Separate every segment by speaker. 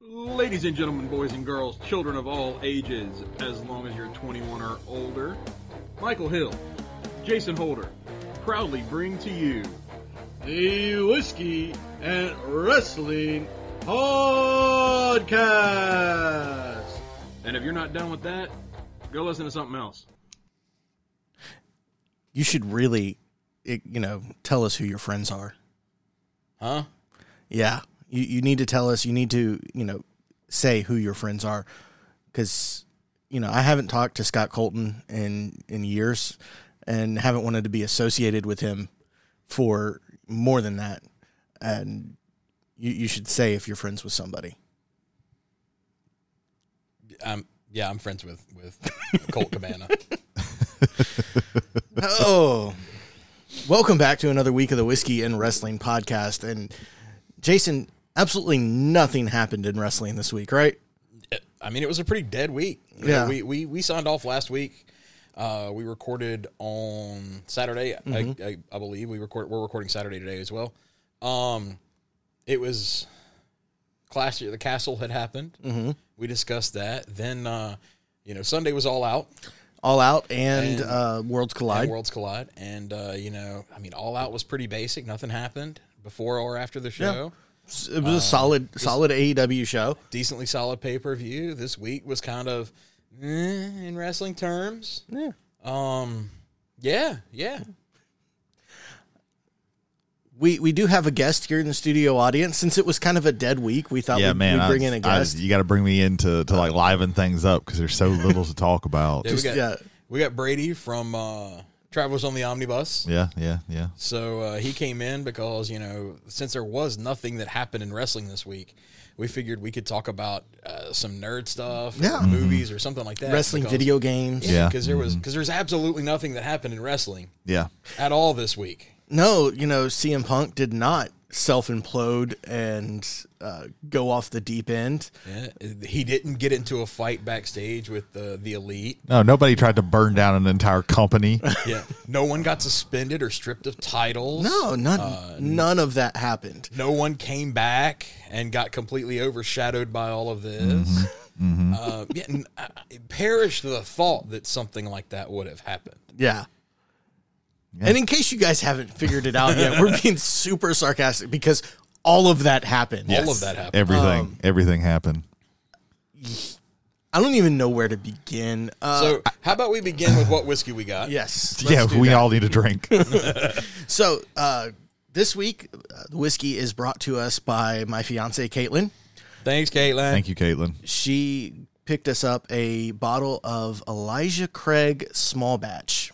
Speaker 1: Ladies and gentlemen, boys and girls, children of all ages, as long as you're 21 or older, Michael Hill, Jason Holder, proudly bring to you
Speaker 2: the Whiskey and Wrestling Podcast.
Speaker 1: And if you're not done with that, go listen to something else.
Speaker 3: You should really, it- you know, tell us who your friends are.
Speaker 2: Huh?
Speaker 3: Yeah, you you need to tell us. You need to, you know, say who your friends are, because you know I haven't talked to Scott Colton in in years, and haven't wanted to be associated with him for more than that. And you you should say if you're friends with somebody.
Speaker 4: I'm Um, yeah, I'm friends with with Colt Cabana.
Speaker 3: Oh, welcome back to another week of the Whiskey and Wrestling podcast. And Jason, absolutely nothing happened in wrestling this week, right?
Speaker 4: I mean, it was a pretty dead week. You know,
Speaker 3: Yeah.
Speaker 4: we, we we signed off last week. Uh, we recorded on Saturday, I, I, I believe. We record we're recording Saturday today as well. Um, it was Clash at the Castle had happened. Mm-hmm. We discussed that. Then uh, you know Sunday was all out.
Speaker 3: All Out and,
Speaker 4: And-
Speaker 3: uh, Worlds Collide.
Speaker 4: and Worlds Collide, and uh, you know, I mean, All Out was pretty basic. Nothing happened before or after the show.
Speaker 3: it
Speaker 4: uh,
Speaker 3: was a solid, solid AEW show.
Speaker 4: Decently solid pay per view. This week was kind of eh, in wrestling terms.
Speaker 3: Yeah.
Speaker 4: Um, yeah, yeah.
Speaker 3: We we do have a guest here in the studio audience. Since it was kind of a dead week, we thought
Speaker 5: yeah,
Speaker 3: we'd,
Speaker 5: man.
Speaker 3: we'd
Speaker 5: I
Speaker 3: bring
Speaker 5: was-
Speaker 3: in a
Speaker 5: I
Speaker 3: guest.
Speaker 5: was- you got to bring me in to, to like liven things up because there's so little to talk about.
Speaker 4: Yeah,
Speaker 3: Just-
Speaker 4: we got
Speaker 3: yeah.
Speaker 4: we got Brady from uh, Travelers on the Omnibus.
Speaker 5: yeah, yeah, yeah.
Speaker 4: So uh, he came in because you know since there was nothing that happened in wrestling this week, we figured we could talk about uh, some nerd stuff, or
Speaker 3: Yeah. Mm-hmm.
Speaker 4: movies, or something like that.
Speaker 3: Wrestling
Speaker 4: because-
Speaker 3: video games.
Speaker 4: Yeah,
Speaker 5: Yeah.
Speaker 4: because there was because there's absolutely nothing that happened in wrestling
Speaker 5: Yeah.
Speaker 4: at all this week.
Speaker 3: No, you know, CM Punk did not self implode and uh, go off the deep end.
Speaker 4: Yeah, he didn't get into a fight backstage with the the elite.
Speaker 5: No, nobody tried to burn down an entire company.
Speaker 4: Yeah, no one got suspended or stripped of titles.
Speaker 3: No, none,
Speaker 4: Uh,
Speaker 3: none of that happened.
Speaker 4: no one came back and got completely overshadowed by all of this.
Speaker 3: Mm-hmm.
Speaker 4: Uh, yeah, n- I- I- perish the thought that something like that would have happened.
Speaker 3: Yeah. And in case you guys haven't figured it out yet, we're being super sarcastic because all of that happened.
Speaker 4: All of that happened.
Speaker 5: everything,
Speaker 3: Um,
Speaker 5: everything happened.
Speaker 3: I don't even know where to begin. Uh,
Speaker 4: so, how about we begin with what whiskey we got?
Speaker 3: yes.
Speaker 5: yeah,
Speaker 3: let's do
Speaker 5: we
Speaker 3: that.
Speaker 5: all need a drink.
Speaker 3: So uh, this week, uh, the whiskey is brought to us by my fiance Caitlin.
Speaker 4: Thanks, Caitlin.
Speaker 5: Thank you, Caitlin.
Speaker 3: She picked us up a bottle of Elijah Craig Small Batch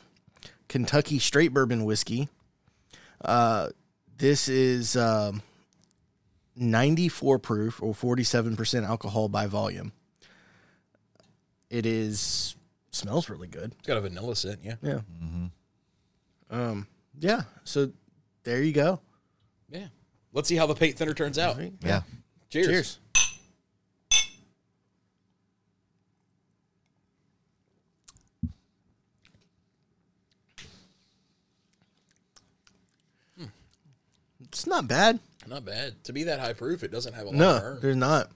Speaker 3: Kentucky Straight Bourbon Whiskey. Uh, this is um, 94 proof or 47% alcohol by volume. It is smells really good.
Speaker 4: It's got a vanilla scent. Yeah,
Speaker 3: Yeah. Um. Yeah. So there you go.
Speaker 4: yeah. Let's see how the paint thinner turns out.
Speaker 5: Yeah.
Speaker 4: Cheers.
Speaker 3: Cheers. Hmm. It's not bad.
Speaker 4: Not bad. To be that high proof, it doesn't have a lot of
Speaker 3: No,
Speaker 4: burn.
Speaker 3: there's not.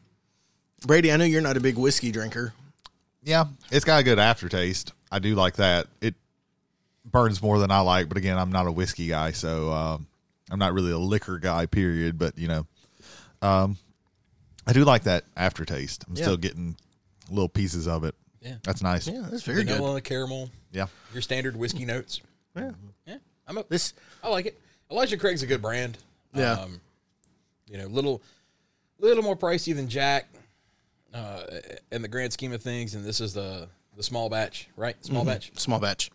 Speaker 3: Brady, I know you're not a big whiskey drinker.
Speaker 5: Yeah. It's got a good aftertaste. I do like that. It burns more than I like, but again, I'm not a whiskey guy, so um, I'm not really a liquor guy, period. But, you know, um, I do like that aftertaste. I'm still getting little pieces of it.
Speaker 4: Yeah.
Speaker 5: That's nice.
Speaker 3: Yeah, that's very good.
Speaker 4: Vanilla, caramel,
Speaker 5: Yeah.
Speaker 4: your standard whiskey notes.
Speaker 3: Mm.
Speaker 4: Mm-hmm.
Speaker 3: Yeah.
Speaker 4: Yeah, I'm a,
Speaker 3: This
Speaker 4: I like it. Elijah Craig's a good brand.
Speaker 3: Yeah.
Speaker 4: um, you know, little, little more pricey than Jack, uh, in the grand scheme of things. And this is the the small batch, right? Small
Speaker 3: Mm-hmm.
Speaker 4: batch.
Speaker 3: small batch.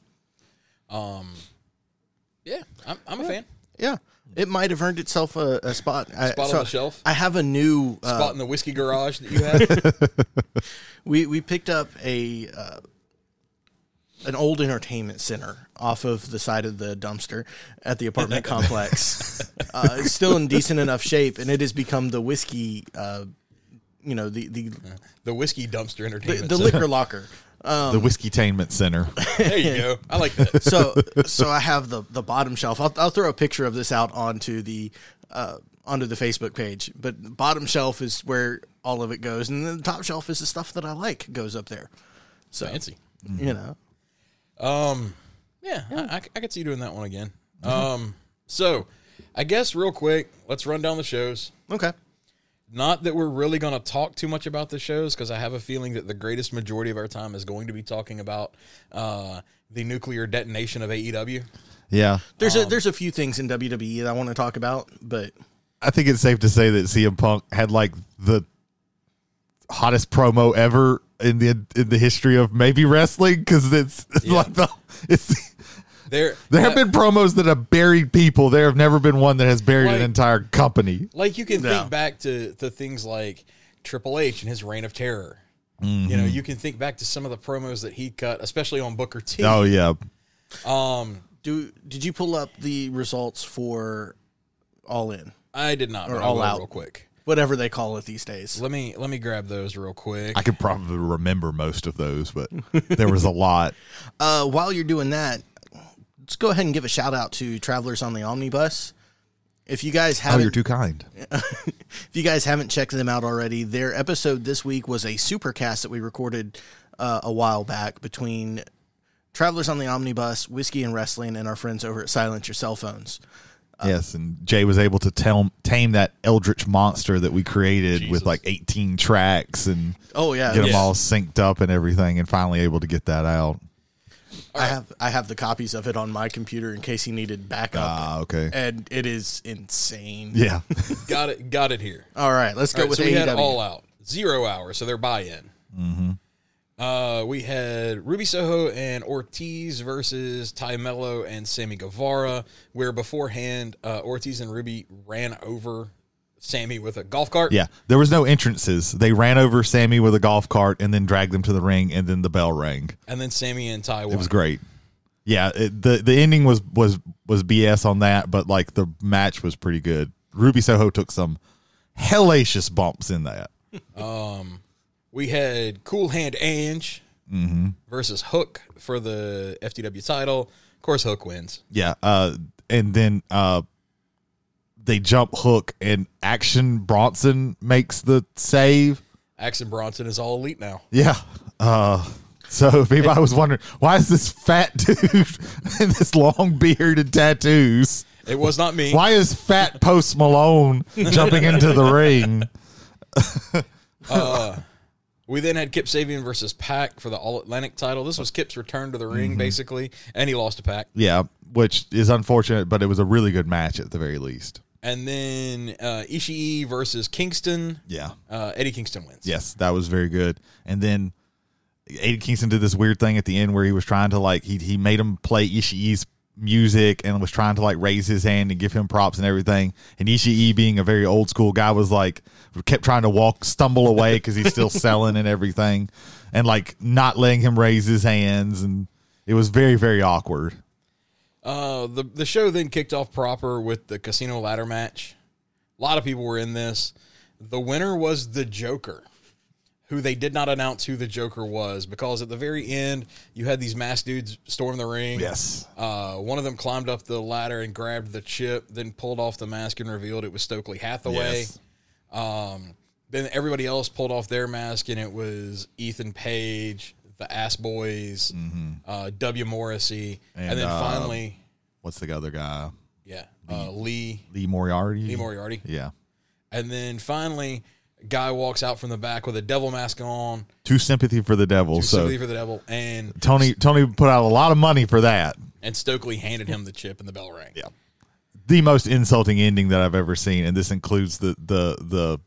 Speaker 4: Yeah, I'm, I'm a fan.
Speaker 3: Yeah. It might have earned itself a, a spot. I,
Speaker 4: Spot on the shelf?
Speaker 3: I have a new uh,
Speaker 4: Spot in the whiskey garage that you have.
Speaker 3: We we picked up a uh, an old entertainment center off of the side of the dumpster at the apartment complex. Uh, it's still in decent enough shape, and it has become the whiskey, uh, you know, the the
Speaker 4: the whiskey dumpster
Speaker 3: the,
Speaker 4: entertainment.
Speaker 3: the
Speaker 4: Center.
Speaker 3: liquor locker.
Speaker 5: the Whiskey Tainment Center.
Speaker 4: there you go. I like that.
Speaker 3: So so I have the the bottom shelf. I'll I'll throw a picture of this out onto the uh, onto the Facebook page, but the bottom shelf is where all of it goes, and then the top shelf is the stuff that I like goes up there. So
Speaker 4: Fancy.
Speaker 3: you know,
Speaker 4: Um, yeah, I, I, c- I could see you doing that one again.
Speaker 3: Mm-hmm.
Speaker 4: Um, so I guess real quick, let's run down the shows.
Speaker 3: okay,
Speaker 4: Not that we're really going to talk too much about the shows because I have a feeling that the greatest majority of our time is going to be talking about uh, the nuclear detonation of E AEW.
Speaker 5: Yeah.
Speaker 3: there's a there's a few things in WWE that I want to talk about, but
Speaker 5: I think it's safe to say that CM Punk had like the hottest promo ever in the in the history of maybe wrestling because it's, it's
Speaker 4: Yeah.
Speaker 5: like the it's
Speaker 4: There,
Speaker 5: there have
Speaker 4: that-
Speaker 5: been promos that have buried people. There have never been one that has buried
Speaker 4: Like-
Speaker 5: an entire company.
Speaker 4: Like you can
Speaker 3: No.
Speaker 4: think back to to things like Triple H and his reign of terror. You
Speaker 5: Mm-hmm.
Speaker 4: know, you can think back to some of the promos that he cut, especially on Booker T.
Speaker 5: Oh yeah,
Speaker 4: Um,
Speaker 3: do did you pull up the results for All In,
Speaker 4: I did not.
Speaker 3: Or
Speaker 4: But
Speaker 3: All
Speaker 4: all
Speaker 3: Out.
Speaker 4: out real quick.
Speaker 3: whatever they call it these days?
Speaker 4: Let me let me grab those real quick.
Speaker 5: I could probably remember most of those, but there was a lot.
Speaker 3: Uh, while you're doing that, let's go ahead and give a shout out to Travelers on the Omnibus. If you guys
Speaker 5: Oh,
Speaker 3: haven't,
Speaker 5: you're too kind.
Speaker 3: if you guys haven't checked them out already, their episode this week was a supercast that we recorded uh, a while back between Travelers on the Omnibus, Whiskey and Wrestling, and our friends over at Silence Your Cell Phones.
Speaker 5: yes, and Jay was able to tell, tame that eldritch monster that we created with
Speaker 4: Jesus.
Speaker 5: like 18 tracks and
Speaker 3: Oh yeah,
Speaker 5: get them
Speaker 4: Yeah.
Speaker 5: all synced up and everything, and finally able to get that out.
Speaker 3: I have I have the copies of it on my computer in case you needed backup,
Speaker 5: Ah, okay.
Speaker 3: and it is insane.
Speaker 5: Yeah.
Speaker 4: got it. Got it here.
Speaker 3: All right, let's go
Speaker 4: All right,
Speaker 3: with E
Speaker 4: so we had
Speaker 3: AEW.
Speaker 4: all out zero hour, so they're buy-in.
Speaker 5: Mm-hmm.
Speaker 4: Uh, we had Ruby Soho and Ortiz versus Ty Mello and Sammy Guevara, where beforehand uh, Ortiz and Ruby ran over Sammy with a golf cart.
Speaker 5: yeah. There was no entrances. They ran over Sammy with a golf cart and then dragged them to the ring, and then the bell rang.
Speaker 4: and then Sammy and Ty won.
Speaker 5: It was great. Yeah, it, the the ending was was was BS on that, but like the match was pretty good. Ruby Soho took some hellacious bumps in that.
Speaker 4: We had Cool Hand Ange
Speaker 5: Mm-hmm.
Speaker 4: versus Hook for the FTW title. Of course, Hook wins.
Speaker 5: Yeah, uh, and then uh, they jump hook and Action Bronson makes the save.
Speaker 4: Axon Bronson is all elite now.
Speaker 5: Yeah. Uh, so if anybody was wondering why is this fat dude and this long beard and tattoos,
Speaker 4: It was not me.
Speaker 5: why is fat Post Malone jumping into the ring?
Speaker 4: We then had Kip Sabian versus Pack for the All Atlantic title. This was Kip's return to the ring,
Speaker 5: Mm-hmm.
Speaker 4: basically, and he lost to Pack.
Speaker 5: Yeah, which is unfortunate, but it was a really good match at the very least.
Speaker 4: And then uh, Ishii versus Kingston.
Speaker 5: Yeah.
Speaker 4: Uh, Eddie Kingston wins.
Speaker 5: Yes, that was very good. And then Aiden Kingston did this weird thing at the end where he was trying to like he he made him play Ishii's music and was trying to like raise his hand and give him props and everything. And Ishii, being a very old school guy, was like kept trying to walk stumble away because he's still selling and everything, and like not letting him raise his hands. And it was very very awkward.
Speaker 4: Uh, the the show then kicked off proper with the casino ladder match. A lot of people were in this. The winner was the Joker, who they did not announce who the Joker was because at the very end you had these masked dudes storm the ring.
Speaker 5: Yes.
Speaker 4: Uh, one of them climbed up the ladder and grabbed the chip, then pulled off the mask and revealed it was Stokely Hathaway.
Speaker 5: Yes.
Speaker 4: Um, then everybody else pulled off their mask and it was Ethan Page, the Ass Boys, uh, W. Morrissey, and,
Speaker 5: Mm-hmm. And,
Speaker 4: then
Speaker 5: uh,
Speaker 4: finally,
Speaker 5: What's the other guy?
Speaker 4: yeah, uh, Lee
Speaker 5: Lee Moriarty.
Speaker 4: Lee Moriarty.
Speaker 5: Yeah.
Speaker 4: And then finally, a guy walks out from the back with a devil mask on,
Speaker 5: Too sympathy for the devil. so
Speaker 4: sympathy for the devil, and
Speaker 5: Tony Tony put out a lot of money for that.
Speaker 4: and Stokely handed him the chip and the bell rang.
Speaker 5: Yeah. The most insulting ending that I've ever seen, and this includes the the the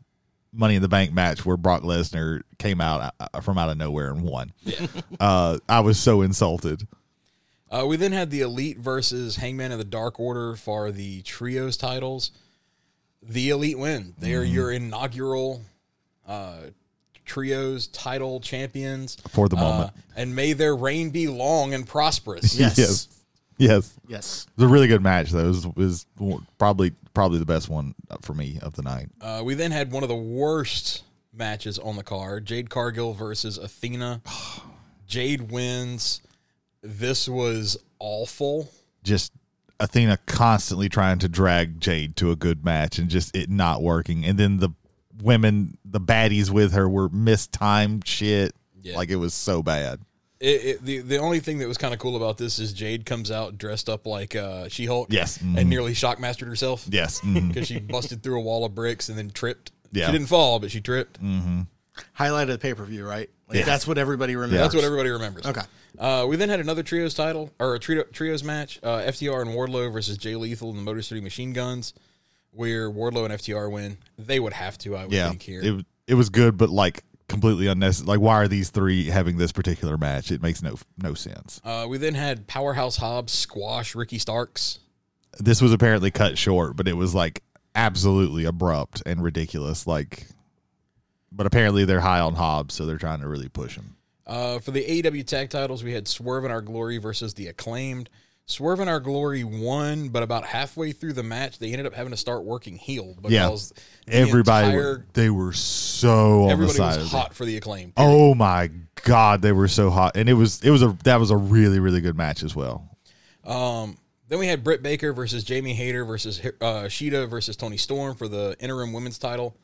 Speaker 5: Money in the Bank match where Brock Lesnar came out uh, from out of nowhere and won.
Speaker 4: Yeah.
Speaker 5: Uh, I was so insulted.
Speaker 4: Uh, we then had the Elite versus Hangman of the Dark Order for the trios titles. The Elite win. They
Speaker 5: Mm-hmm.
Speaker 4: are your inaugural uh, trios title champions
Speaker 5: For the
Speaker 4: Uh,
Speaker 5: moment.
Speaker 4: and may their reign be long and prosperous.
Speaker 3: Yes.
Speaker 5: yes, yes.
Speaker 3: Yes.
Speaker 5: It was a really good match though. It was, it was probably probably the best one for me of the night.
Speaker 4: Uh, we then had one of the worst matches on the card Jade Cargill versus Athena. Jade wins. This was awful.
Speaker 5: Just Athena constantly trying to drag Jade to a good match and just it not working. And then the women, the baddies with her were mistimed shit.
Speaker 4: Yeah.
Speaker 5: Like it was so bad.
Speaker 4: It, it, the the only thing that was kind of cool about this is Jade comes out dressed up like uh, She Hulk,
Speaker 5: Yes. Mhm.
Speaker 4: and nearly shock mastered herself
Speaker 5: Yes. mhm.
Speaker 4: because she busted through a wall of bricks and then tripped.
Speaker 5: Yeah. Mm.
Speaker 4: She didn't fall, but she tripped.
Speaker 3: Highlight of the pay per view, right? Like
Speaker 5: Yeah.
Speaker 3: that's what everybody remembers.
Speaker 4: That's what everybody remembers.
Speaker 3: Okay.
Speaker 4: Uh, we then had another trios title or a trio, trios match: uh, FTR and Wardlow versus Jay Lethal and the Motor City Machine Guns, where Wardlow and FTR win. They would have to, I would
Speaker 5: yeah.
Speaker 4: think here.
Speaker 5: It it was good, but like completely unnecessary. Like why are these three having this particular match? It makes no no sense.
Speaker 4: uh, we then had Powerhouse Hobbs squash Ricky Starks.
Speaker 5: This was apparently cut short, but it was like absolutely abrupt and ridiculous. Like, but apparently they're high on Hobbs, so they're trying to really push him.
Speaker 4: Uh, for the AEW tag titles, we had Swerve and Our Glory versus the Acclaimed. Swerve and Our Glory won, but about halfway through the match, they ended up having to start working heel because the
Speaker 5: everybody
Speaker 4: entire-
Speaker 5: they were so on the
Speaker 4: everybody
Speaker 5: side
Speaker 4: was
Speaker 5: of it.
Speaker 4: hot for the Acclaimed.
Speaker 5: oh my god they were so hot and it was it was a that was a really really good match as well
Speaker 4: Um, then we had Britt Baker versus Jamie Hayter versus uh, Sheeta versus Tony Storm for the interim women's title.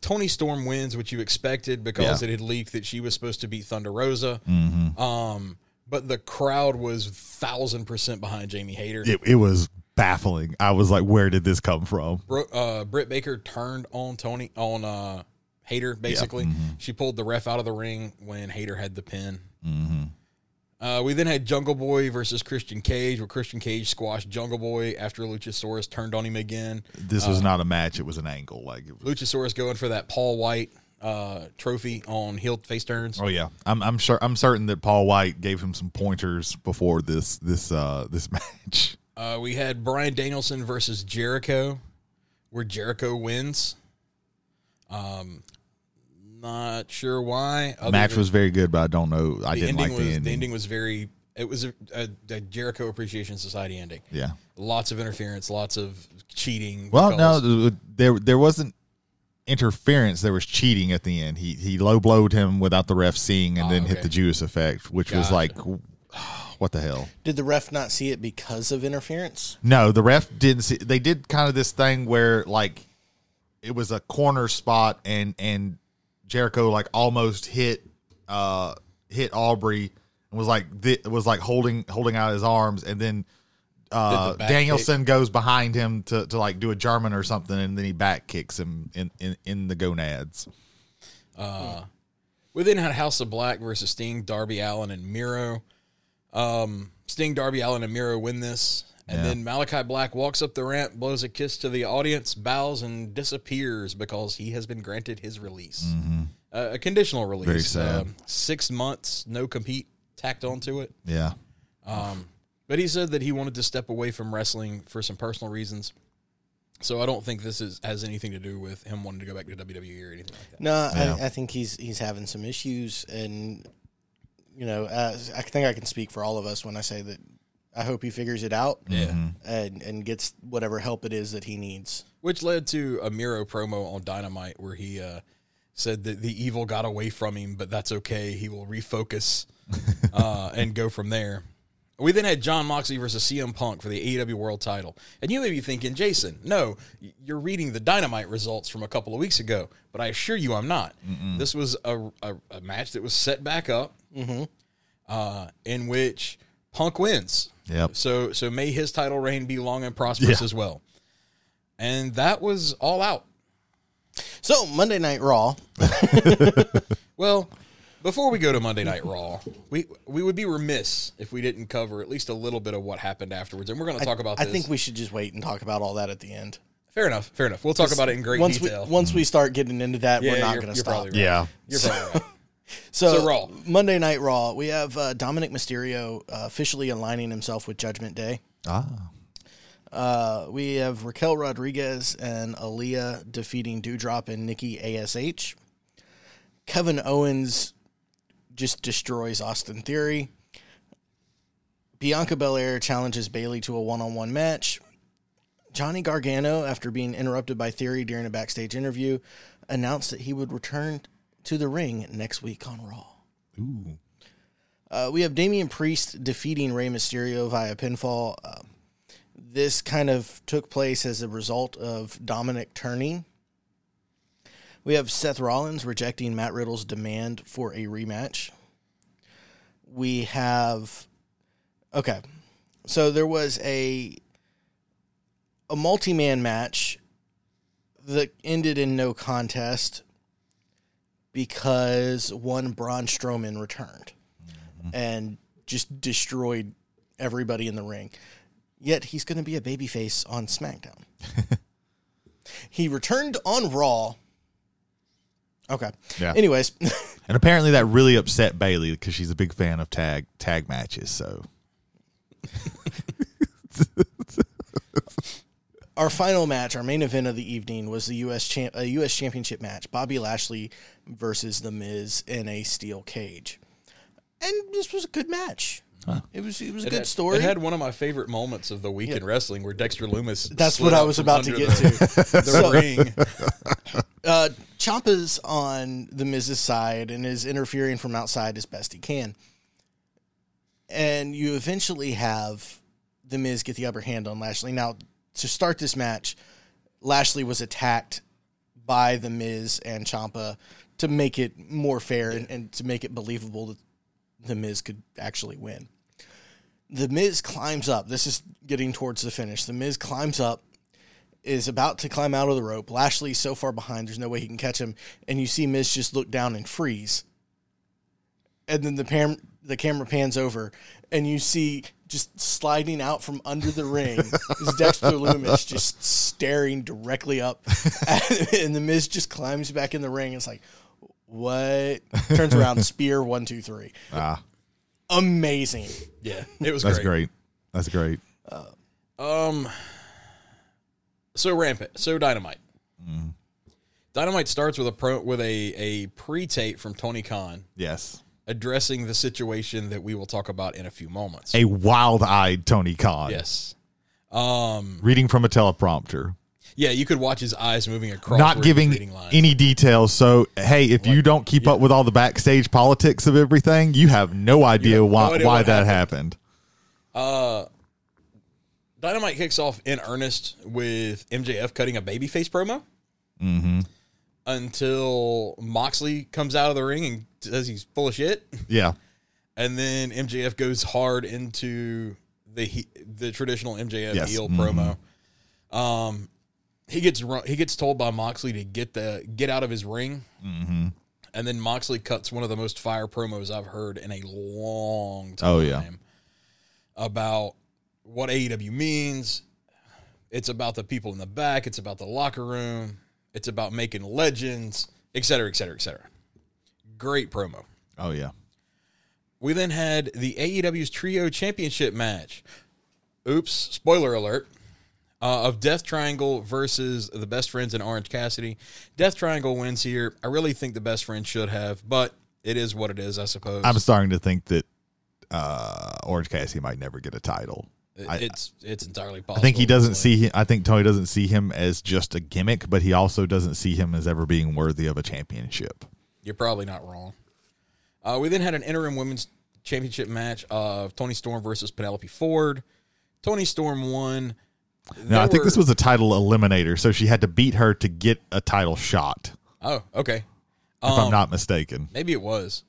Speaker 4: Tony Storm wins, which you expected because
Speaker 5: Yeah. Mm.
Speaker 4: it had leaked that she was supposed to beat Thunder Rosa. Um, but the crowd was thousand percent behind Jamie Hayter.
Speaker 5: it, it was baffling i was like where did this come from
Speaker 4: Bro, uh, Britt Baker turned on Tony on uh, Hater. Basically, she pulled the ref out of the ring when Hater had the pin. Mm-hmm. Uh, we then had Jungle Boy versus Christian Cage, where Christian Cage squashed Jungle Boy after Luchasaurus turned on him again.
Speaker 5: this
Speaker 4: Uh,
Speaker 5: was not a match it was an angle like it was,
Speaker 4: Luchasaurus going for that Paul White uh, trophy on heel face turns.
Speaker 5: oh yeah i'm i'm sure i'm certain that paul white gave him some pointers before this this uh this match
Speaker 4: Uh, we had Brian Danielson versus Jericho, where Jericho wins. Um, not sure why. other
Speaker 5: match
Speaker 4: than-
Speaker 5: was very good but i don't know i
Speaker 4: the ending
Speaker 5: didn't like the
Speaker 4: was
Speaker 5: ending,
Speaker 4: the ending was very it was a, a, a Jericho Appreciation Society ending.
Speaker 5: yeah
Speaker 4: Lots of interference, lots of cheating.
Speaker 5: Well, no,
Speaker 4: calls.
Speaker 5: th- there there wasn't interference. There was cheating at the end. He he low blowed him without the ref seeing, and
Speaker 4: Ah,
Speaker 5: then
Speaker 4: okay.
Speaker 5: hit the Judas effect, which was
Speaker 4: Gotcha.
Speaker 5: like, what the hell?
Speaker 3: Did the ref not see it because of interference?
Speaker 5: No, the ref didn't see. They did kind of this thing where like it was a corner spot, and and Jericho like almost hit uh hit Aubrey and was like th- was like holding holding out his arms, and then. Uh,
Speaker 4: Did the back
Speaker 5: Danielson goes behind him to, to like do a German or something, and then he back kicks him in, in, in the gonads.
Speaker 4: we then had House of Black versus Sting, Darby Allen, and Miro. Um, Sting, Darby Allen, and Miro win this, and
Speaker 5: Yeah.
Speaker 4: then Malachi Black walks up the ramp, blows a kiss to the audience, bows, and disappears because he has been granted his release, uh, a conditional release.
Speaker 5: Mm-hmm. Very sad.
Speaker 4: Um, six months, no compete tacked onto it.
Speaker 5: Yeah.
Speaker 4: But he said that he wanted to step away from wrestling for some personal reasons. So I don't think this is has anything to do with him wanting to go back to WWE or anything like that.
Speaker 3: No,
Speaker 5: Yeah.
Speaker 3: I, I think he's he's having some issues, and you know, uh, I think I can speak for all of us when I say that. I hope he figures it out, and and gets whatever help it is that he needs.
Speaker 4: Which led to a Miro promo on Dynamite where he uh, said that the evil got away from him, but that's okay. He will refocus uh, and go from there. We then had John Moxley versus CM Punk for the AEW World Title, and you may be thinking, Jason, no, y- you're reading the Dynamite results from a couple of weeks ago, but I assure you, I'm not. This was a, a, a match that was set back up, uh, in which Punk wins.
Speaker 5: Yep.
Speaker 4: So so may his title reign be long and prosperous
Speaker 5: Yeah.
Speaker 4: as well. And that was all out.
Speaker 3: So Monday Night Raw,
Speaker 4: Well, before we go to Monday Night Raw, we we would be remiss if we didn't cover at least a little bit of what happened afterwards. And we're going to talk about
Speaker 3: I
Speaker 4: this.
Speaker 3: think we should just wait and talk about all that at the end.
Speaker 4: fair enough, fair enough. We'll talk about it in great
Speaker 3: once
Speaker 4: detail. Mm-hmm.
Speaker 3: we once we start getting into that,
Speaker 4: yeah,
Speaker 3: we're not
Speaker 4: you're-
Speaker 3: going to
Speaker 4: you're
Speaker 3: stop.
Speaker 4: probably right.
Speaker 5: Yeah.
Speaker 4: You're probably right.
Speaker 3: So,
Speaker 4: So, Raw.
Speaker 3: Monday Night Raw, we have uh, Dominic Mysterio uh, officially aligning himself with Judgment Day.
Speaker 5: Ah.
Speaker 3: Uh, we have Raquel Rodriguez and Aaliyah defeating Dewdrop and Nikki Ash. Kevin Owens just destroys Austin Theory. Bianca Belair challenges Bailey to a one-on-one match. Johnny Gargano, after being interrupted by Theory during a backstage interview, announced that he would return to the ring next week on Raw.
Speaker 5: Ooh.
Speaker 3: Uh, we have Damian Priest defeating Rey Mysterio via pinfall. Uh, this kind of took place as a result of Dominic turning. We have Seth Rollins rejecting Matt Riddle's demand for a rematch. We have okay. So there was a a multi-man match that ended in no contest because one Braun Strowman returned and just destroyed everybody in the ring. Yet he's going to be a babyface on SmackDown. he returned on Raw. Okay.
Speaker 5: Yeah.
Speaker 3: Anyways,
Speaker 5: And apparently that really upset Bailey because she's a big fan of tag tag matches. So
Speaker 3: our final match, our main event of the evening, was the U.S. Champ- a U.S. Championship match: Bobby Lashley versus The Miz in a steel cage. And this was a good match. It was it was a
Speaker 4: It
Speaker 3: good
Speaker 4: had-
Speaker 3: story.
Speaker 4: It had one of my favorite moments of the week in wrestling where Dexter Loomis.
Speaker 3: That's
Speaker 4: slid
Speaker 3: what I
Speaker 4: out
Speaker 3: was
Speaker 4: from
Speaker 3: about to
Speaker 4: under
Speaker 3: get
Speaker 4: the-
Speaker 3: to.
Speaker 4: The
Speaker 3: So-
Speaker 4: ring.
Speaker 3: uh, Ciampa's on the Miz's side and is interfering from outside as best he can. And you eventually have the Miz get the upper hand on Lashley. Now, to start this match, Lashley was attacked by the Miz and Ciampa to make it more fair and, and to make it believable that the Miz could actually win. The Miz climbs up. This is getting towards the finish. The Miz climbs up is about to climb out of the rope. Lashley's so far behind, there's no way he can catch him. And you see Miz just look down and freeze. And then the pam- the camera pans over, and you see just sliding out from under the ring is Dexter Loomis just staring directly up. At, and the Miz just climbs back in the ring. It's like, what? Turns around, spear, one, two, three.
Speaker 5: ah,
Speaker 3: Amazing.
Speaker 4: Yeah, it was
Speaker 5: that's
Speaker 4: great.
Speaker 5: great. That's great.
Speaker 4: Um, so rampant, so dynamite. Dynamite starts with a pro with a a pre tape from Tony Khan
Speaker 5: Yes.
Speaker 4: addressing the situation that we will talk about in a few moments.
Speaker 5: A wild eyed Tony Khan.
Speaker 4: yes. Um.
Speaker 5: Reading from a teleprompter.
Speaker 4: Yeah, you could watch his eyes moving across. where
Speaker 5: Not
Speaker 4: he's
Speaker 5: giving
Speaker 4: reading lines.
Speaker 5: any details. So hey, if you don't keep up with all the backstage politics of everything, you have no idea
Speaker 4: have no
Speaker 5: why
Speaker 4: idea
Speaker 5: why
Speaker 4: what
Speaker 5: that happened.
Speaker 4: Dynamite kicks off in earnest with MJF cutting a babyface promo. Mm-hmm. Until Moxley comes out of the ring and says he's full of shit,
Speaker 5: Yeah.
Speaker 4: and then MJF goes hard into the he, the traditional MJF
Speaker 5: Yes.
Speaker 4: heel
Speaker 5: Mhm.
Speaker 4: promo. Um, he gets ru- he gets told by Moxley to get the get out of his ring,
Speaker 5: Mm-hmm.
Speaker 4: and then Moxley cuts one of the most fire promos I've heard in a long time.
Speaker 5: Oh, yeah.
Speaker 4: About what AEW means. It's about the people in the back. It's about the locker room. It's about making legends, et cetera, et cetera, et cetera. Great promo.
Speaker 5: Oh yeah.
Speaker 4: We then had the AEW's Trio Championship match. Oops, spoiler alert. Uh, of Death Triangle versus the Best Friends and Orange Cassidy. Death Triangle wins here. I really think the Best Friends should have, but it is what it is, I suppose.
Speaker 5: I'm starting to think that uh, Orange Cassidy might never get a title. I-
Speaker 4: it's it's entirely possible.
Speaker 5: I think he doesn't
Speaker 4: Like,
Speaker 5: see him. I think Tony doesn't see him as just a gimmick, but he also doesn't see him as ever being worthy of a championship.
Speaker 4: You're probably not wrong. Uh, we then had an interim women's championship match of Tony Storm versus Penelope Ford. Tony Storm won.
Speaker 5: No, I
Speaker 4: There
Speaker 5: think this
Speaker 4: were-
Speaker 5: was a title eliminator, so she had to beat her to get a title shot.
Speaker 4: Oh, okay.
Speaker 5: If
Speaker 4: Um,
Speaker 5: I'm not mistaken,
Speaker 4: Maybe it was.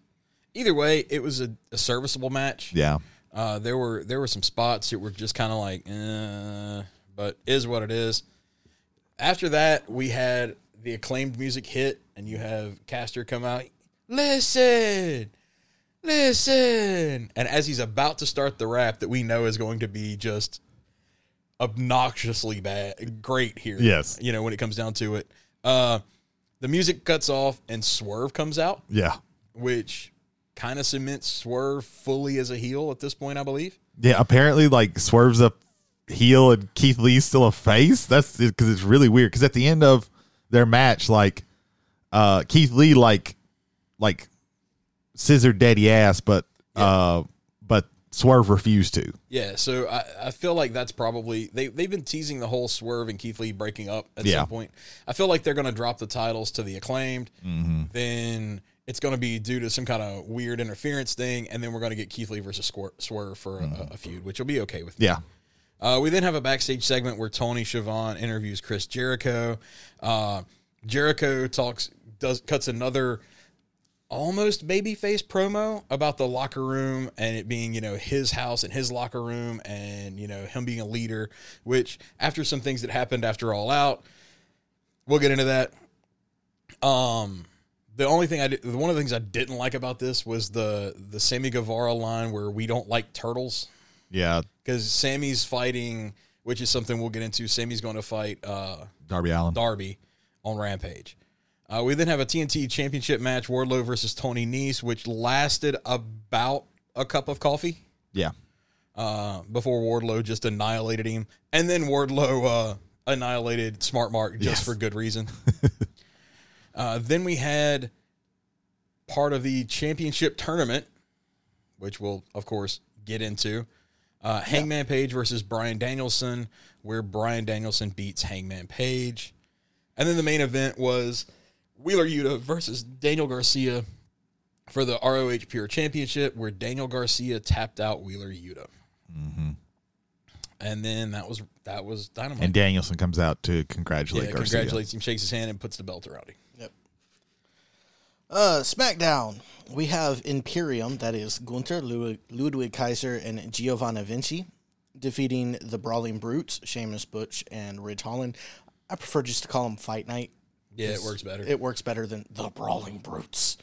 Speaker 4: Either way, it was a, a serviceable match.
Speaker 5: yeah,
Speaker 4: Uh, there were there were some spots that were just kind of like, eh, but is what it is. After that, we had the acclaimed music hit, and you have Caster come out. Listen, listen, and as he's about to start the rap that we know is going to be just obnoxiously bad, great here.
Speaker 5: Yes.
Speaker 4: you know when it comes down to it, uh, the music cuts off and Swerve comes out
Speaker 5: yeah,
Speaker 4: which kind of cements Swerve fully as a heel at this point, I believe.
Speaker 5: yeah. Apparently, like Swerve's a heel and Keith Lee's still a face. That's because it's really weird. Because at the end of their match, like uh, Keith Lee, like like scissored daddy ass, but uh, but Swerve refused to.
Speaker 4: Yeah, so I, I feel like that's probably they they've been teasing the whole Swerve and Keith Lee breaking up at
Speaker 5: Yeah.
Speaker 4: some point. I feel like they're going to drop the titles to the acclaimed, then it's going to be due to some kind of weird interference thing, and then we're going to get Keith Lee versus Squir- Swerve for a, a feud, which will be okay with. me.
Speaker 5: Yeah.
Speaker 4: Uh, we then have a backstage segment where Tony Schiavone interviews Chris Jericho. Uh, Jericho talks, does cuts another almost babyface promo about the locker room and it being you know his house and his locker room and you know him being a leader. Which after some things that happened after All Out, we'll get into that. Um, the only thing I did, one of the things I didn't like about this was the the Sammy Guevara line where we don't like turtles
Speaker 5: Yeah,
Speaker 4: because Sammy's fighting, which is something we'll get into. Sammy's going to fight uh,
Speaker 5: Darby Allen.
Speaker 4: Darby on Rampage. Uh, we then have a TNT Championship match: Wardlow versus Tony Nese, which lasted about a cup of coffee
Speaker 5: yeah,
Speaker 4: uh, before Wardlow just annihilated him, and then Wardlow uh, annihilated Smart Mark just
Speaker 5: Yes.
Speaker 4: for good reason. uh, then we had part of the championship tournament, which we'll of course get into. Uh, Hangman Page versus Brian Danielson, where Brian Danielson beats Hangman Page, and then the main event was Wheeler Yuta versus Daniel Garcia. For the ROH Pure Championship, where Daniel Garcia tapped out Wheeler Yuta
Speaker 5: Mm-hmm.
Speaker 4: and then that was that was dynamite.
Speaker 5: and Danielson comes out to
Speaker 4: yeah,
Speaker 5: congratulate Garcia.
Speaker 4: congratulates him, shakes his hand, and puts the belt around him.
Speaker 3: Uh, SmackDown. We have Imperium, that is Gunther, Lu- Ludwig Kaiser, and Giovanna Vinci, defeating the Brawling Brutes, Seamus Butch, and Ridge Holland. I prefer just to call them Fight Night.
Speaker 4: Yeah, it works better.
Speaker 3: It works better than the Brawling Brutes.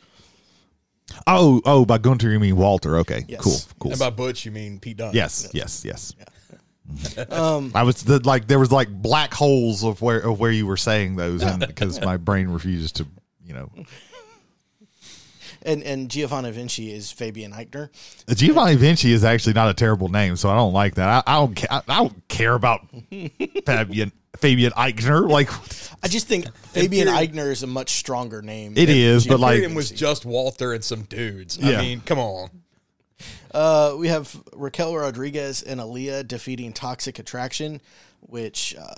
Speaker 5: Oh, oh, by Gunter you mean Walter? Okay,
Speaker 3: Yes.
Speaker 5: cool, cool.
Speaker 4: and by Butch, you mean Pete Dunne?
Speaker 5: yes, yes, yes. Um, I was the, like, there was like black holes of where of where you were saying those, and because my brain refuses to, you know,
Speaker 3: And and Giovanna Vinci is Fabian Eichner.
Speaker 5: Giovanni Vinci is actually not a terrible name, so I don't like that. I, I don't, ca- I, I don't care about Fabian Fabian Eichner. Like,
Speaker 3: I just think Fabian Eichner is a much stronger name.
Speaker 5: it is, but like,
Speaker 4: Imperium was just Walter and some dudes.
Speaker 5: Yeah.
Speaker 4: I mean, come on.
Speaker 3: Uh, we have Raquel Rodriguez and Aaliyah defeating Toxic Attraction, which uh,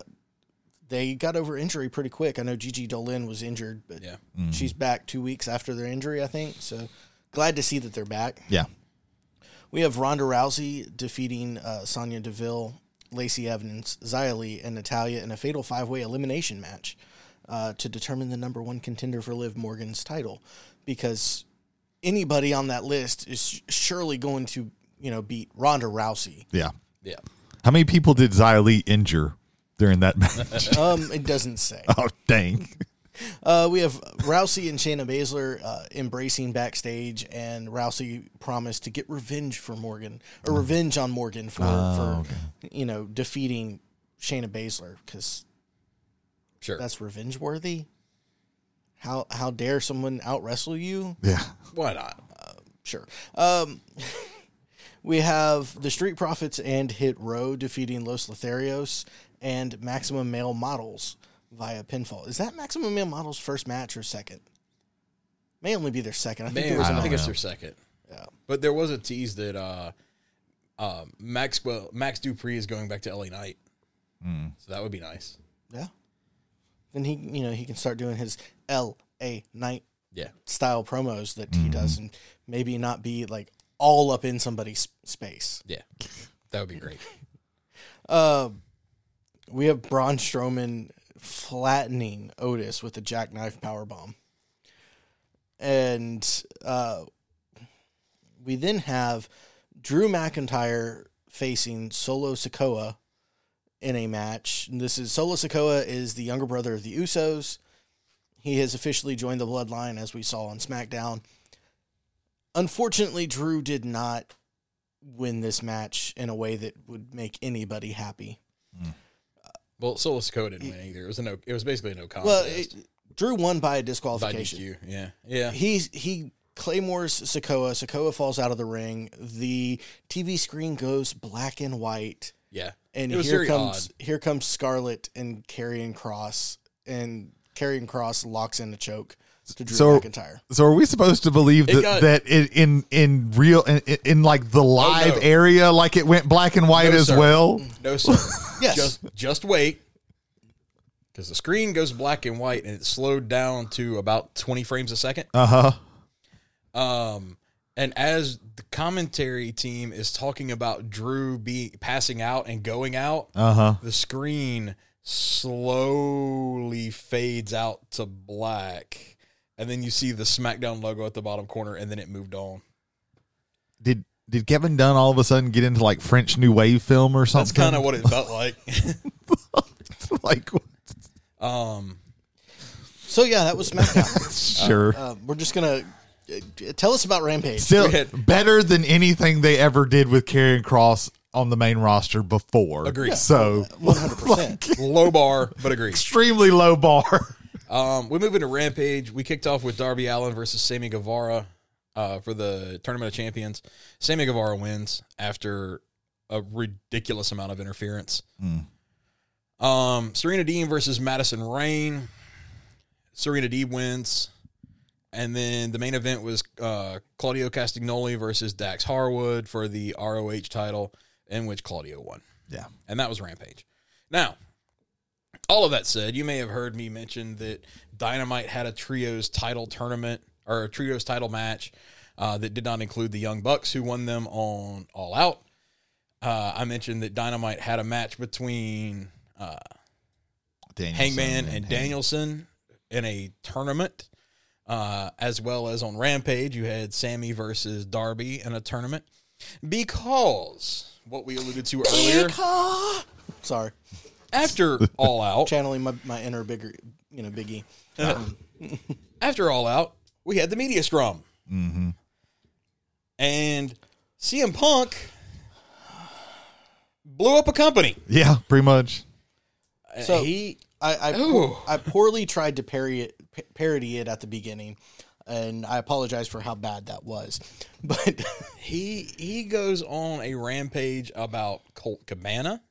Speaker 3: they got over injury pretty quick. I know Gigi Dolin was injured, but
Speaker 4: Yeah.
Speaker 3: she's back two weeks after their injury, I think. So glad to see that they're back.
Speaker 5: yeah,
Speaker 3: We have Ronda Rousey defeating uh, Sonya Deville, Lacey Evans, Xia Li, and Natalia in a fatal five way elimination match uh, to determine the number one contender for Liv Morgan's title. Because anybody on that list is surely going to, you know, beat Ronda Rousey.
Speaker 5: yeah.
Speaker 4: Yeah,
Speaker 5: How many people did Xia Li injure during that match?
Speaker 3: Um, it doesn't say.
Speaker 5: oh, dang.
Speaker 3: Uh, we have Rousey and Shayna Baszler uh, embracing backstage, and Rousey promised to get revenge for Morgan or revenge on Morgan for for you know defeating Shayna Baszler because
Speaker 4: sure.
Speaker 3: that's revenge worthy. How how dare someone out wrestle you?
Speaker 5: Yeah.
Speaker 4: Why not?
Speaker 3: Sure. Um, we have the Street Profits and Hit Row defeating Los Lotharios and Maximum Male Models via pinfall. Is that Maximum Male Models' first match or second? May only be their second. I think there
Speaker 4: Man,
Speaker 3: was
Speaker 4: I,
Speaker 3: another.
Speaker 4: think it's their second.
Speaker 3: Yeah.
Speaker 4: But there was a tease that uh, uh, Max well, Max Dupree is going back to LA Knight, so that would be nice.
Speaker 3: Yeah. Then he, you know, he can start doing his L A night
Speaker 4: Yeah,
Speaker 3: style promos that he does, and maybe not be like all up in somebody's space.
Speaker 4: yeah, that would be great.
Speaker 3: Uh, we have Braun Strowman flattening Otis with a jackknife powerbomb. And uh, we then have Drew McIntyre facing Solo Sokoa in a match. And this is Solo Sokoa is the younger brother of the Usos. He has officially joined the bloodline as we saw on SmackDown. Unfortunately, Drew did not win this match in a way that would make anybody happy.
Speaker 4: Well, Solo Sokoa didn't win either. It was a no. It was basically a no contest.
Speaker 3: Well, it, Drew won by a
Speaker 4: by
Speaker 3: disqualification.
Speaker 4: DQ. Yeah, yeah.
Speaker 3: He's he claymores Sokoa. Sokoa falls out of the ring. The TV screen goes black and white,
Speaker 4: Yeah.
Speaker 3: and
Speaker 4: It was
Speaker 3: here
Speaker 4: very
Speaker 3: comes
Speaker 4: odd.
Speaker 3: here comes Scarlet and Carrion Cross, and Carrion Cross locks in the choke to Drew
Speaker 5: So-
Speaker 3: McIntyre.
Speaker 5: So are we supposed to believe
Speaker 4: It
Speaker 5: that,
Speaker 4: got- Oh,
Speaker 5: that in, in in real in, in- in like the live
Speaker 4: no.
Speaker 5: area, like it went black and white
Speaker 4: No,
Speaker 5: as
Speaker 4: sir. Mm.
Speaker 5: well?
Speaker 4: No, sir.
Speaker 3: Yes.
Speaker 4: Just, just wait. Because the screen goes black and
Speaker 5: Uh-huh,
Speaker 4: white and it slowed down to about 20 frames a second.
Speaker 5: Uh huh.
Speaker 4: Um, And as the commentary team is talking about Drew be passing out and going out,
Speaker 5: Uh huh.
Speaker 4: the screen slowly fades out to black. And then you see the SmackDown logo at the bottom corner, and then it moved on.
Speaker 5: Did did Kevin Dunn all of a sudden get into like French New Wave film or something?
Speaker 4: That's kind of what it felt like.
Speaker 5: what like
Speaker 4: um,
Speaker 3: So yeah, that was SmackDown.
Speaker 5: sure.
Speaker 3: uh, we're just gonna uh, tell us about Rampage.
Speaker 5: Still
Speaker 4: we had-
Speaker 5: better than anything they ever did with Karrion Cross on the main roster before.
Speaker 4: Agreed.
Speaker 5: So
Speaker 3: One hundred percent.
Speaker 4: low bar, but agree.
Speaker 5: extremely low bar.
Speaker 4: Um, we move into Rampage. We kicked off with Darby Allen versus Sammy Guevara uh, for the Tournament of Champions. Sammy Guevara wins after a ridiculous amount of interference. Um, Serena Deeb versus Madison Rain. Serena Deeb wins. And then the main event was uh, Claudio Castagnoli versus Dax Harwood for the ROH title, in which Claudio won
Speaker 5: Yeah.
Speaker 4: and that was Rampage. Now, all of that said, you may have heard me mention that Dynamite had a trios title tournament or a trios title match uh, that did not include the Young Bucks, who won them on All Out. Uh, I mentioned that Dynamite had a match between uh,
Speaker 5: Danielson
Speaker 4: Hangman and
Speaker 5: Hangman.
Speaker 4: Danielson in a tournament, uh, as well as on Rampage, you had Sammy versus Darby in a tournament. Because what we alluded to earlier,
Speaker 3: Sorry,
Speaker 4: after All Out,
Speaker 3: channeling my, my inner bigger, you know, Biggie.
Speaker 4: after All Out, we had the media scrum. Mm-hmm. And CM Punk blew up a company.
Speaker 5: Yeah, pretty much.
Speaker 3: So-
Speaker 4: he,
Speaker 3: Uh, I I,
Speaker 4: Ooh.
Speaker 3: po- I poorly tried to parry it, pa- parody it at the beginning, and I apologize for how bad that was. But
Speaker 4: he, he goes on a rampage about Colt Cabana,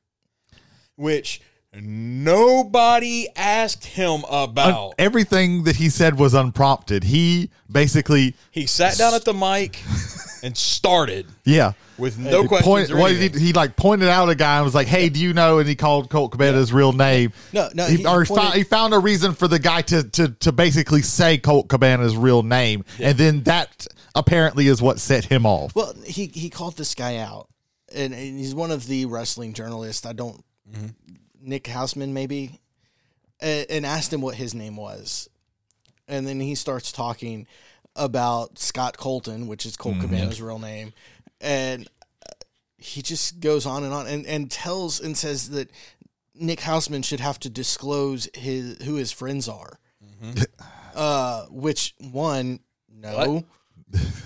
Speaker 4: which nobody asked him
Speaker 5: Un-
Speaker 4: about.
Speaker 5: everything that he said was unprompted. He basically,
Speaker 4: He sat down at the mic and started
Speaker 5: yeah.
Speaker 4: with no questions.
Speaker 5: Point,
Speaker 4: or
Speaker 5: what did
Speaker 4: anything.
Speaker 5: he, he like pointed out a guy and was like, "Hey, do you know?" And he called Colt Cabana's real name.
Speaker 3: No, no,
Speaker 5: He,
Speaker 3: he
Speaker 5: or
Speaker 3: pointed-
Speaker 5: fi- he found a reason for the guy to to to basically say Colt Cabana's real name, and then that apparently is what set him off.
Speaker 3: well, he he called this guy out, and, and he's one of the wrestling journalists. I don't Nick Houseman maybe, and, and asked him what his name was, and then he starts talking about Scott Colton, which is Colt Cabana's real name, and uh, he just goes on and on and, and tells and says that Nick Houseman should have to disclose his who his friends are,
Speaker 4: Mm-hmm.
Speaker 3: uh, which one no.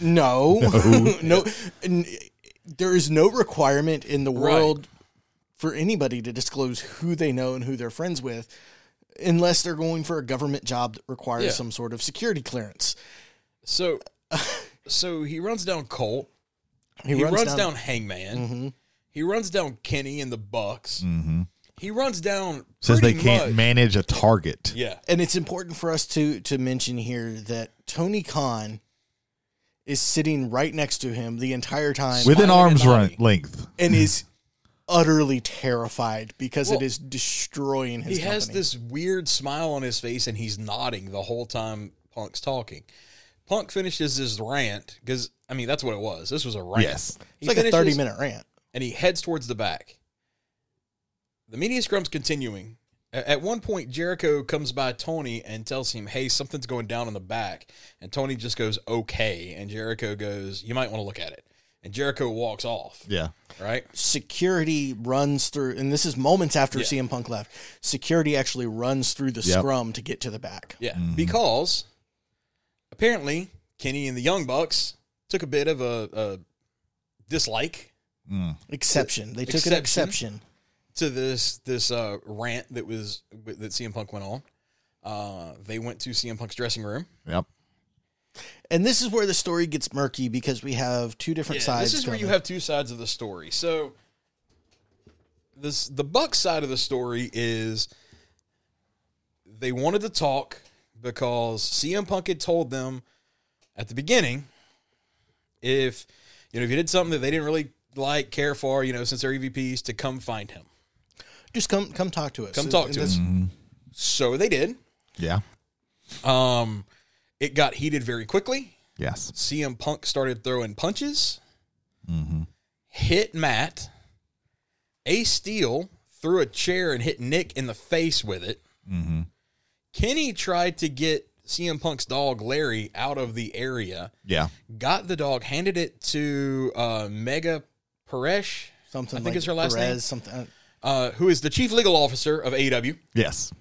Speaker 3: No, no, N- there is no requirement in the world for anybody to disclose who they know and who they're friends with unless they're going for a government job that requires
Speaker 4: Yeah.
Speaker 3: some sort of security clearance.
Speaker 4: So, so he runs down Colt.
Speaker 3: He, Mm-hmm.
Speaker 4: He runs, down, Hangman. He runs down Kenny and the Bucks. He runs down
Speaker 5: Mm-hmm. Says they
Speaker 4: pretty
Speaker 5: can't
Speaker 4: much-
Speaker 5: manage a target.
Speaker 4: Yeah,
Speaker 3: and it's important for us to to mention here that Tony Khan is sitting right next to him the entire time
Speaker 5: Within
Speaker 4: Smiling
Speaker 5: arm's
Speaker 4: and
Speaker 5: run
Speaker 4: nodding.
Speaker 5: length.
Speaker 3: and is utterly terrified because
Speaker 4: Well,
Speaker 3: it is destroying his
Speaker 4: he has
Speaker 3: company.
Speaker 4: this weird smile on his face, and he's nodding the whole time Punk's talking. Punk finishes his rant because I mean that's what it was. This was a rant.
Speaker 5: Yes.
Speaker 4: He
Speaker 3: it's like a 30
Speaker 4: finishes
Speaker 3: minute rant.
Speaker 4: and he heads towards the back. The media scrum's continuing. A- At one point, Jericho comes by Tony and tells him, "Hey, something's going down in the back." And Tony just goes, "Okay," and Jericho goes, "You might want to look at it." And Jericho walks off.
Speaker 5: Yeah.
Speaker 4: right?
Speaker 3: security runs through, and this is moments after CM Punk left. Security actually runs through the
Speaker 5: Yep.
Speaker 3: scrum to get to the back.
Speaker 4: Yeah, because apparently Kenny and the Young Bucks took a bit of a, a dislike
Speaker 3: Exception. They took an exception.
Speaker 4: Exception. to this this uh, rant that was that CM Punk went on. Uh, they went to CM Punk's dressing room.
Speaker 5: Yep.
Speaker 3: And this is where the story gets murky because we have two different
Speaker 4: Yeah,
Speaker 3: sides.
Speaker 4: This is where you
Speaker 3: going.
Speaker 4: have two sides of the story. So this the Buck side of the story is they wanted to talk because CM Punk had told them at the beginning if you know if you did something that they didn't really like care for, you know, since they're EVPs to come find him.
Speaker 3: just come come talk to us.
Speaker 4: Come talk to us. So they did.
Speaker 5: Yeah.
Speaker 4: Um, it got heated very quickly.
Speaker 5: Yes.
Speaker 4: CM Punk started throwing punches, hit Matt. Ace Steel threw a chair and hit Nick in the face with it. Kenny tried to get CM Punk's dog Larry out of the area,
Speaker 5: Yeah.
Speaker 4: got the dog, handed it to uh, Mega Paresh,
Speaker 3: Something
Speaker 4: I think
Speaker 3: like
Speaker 4: it's her last
Speaker 3: Perez,
Speaker 4: name.
Speaker 3: Something. uh,
Speaker 4: uh, who is the chief legal officer of AEW.
Speaker 5: Yes.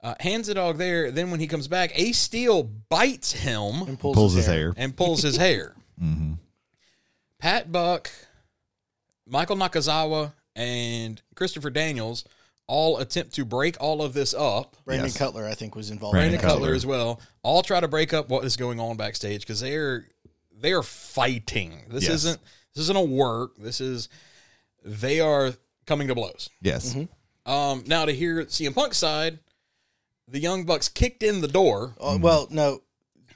Speaker 4: Uh, hands the dog there. Then when he comes back, Ace Steel bites him
Speaker 3: and pulls,
Speaker 5: Pulls his hair.
Speaker 4: and pulls his hair.
Speaker 3: Mm-hmm.
Speaker 5: hmm
Speaker 4: Pat Buck, Michael Nakazawa, and Christopher Daniels all attempt to break all of this up.
Speaker 3: Brandon
Speaker 5: Yes.
Speaker 3: Cutler, I think, was involved.
Speaker 5: Brandon
Speaker 4: Brandon
Speaker 5: Cutler.
Speaker 4: Cutler. as well. All try to break up what is going on backstage because they're they're fighting. This
Speaker 5: Yes.
Speaker 4: isn't this isn't a work. This is they are coming to blows.
Speaker 5: Yes.
Speaker 4: Um, now to hear CM Punk's side, the Young Bucks kicked in the door,
Speaker 3: Oh, well, no,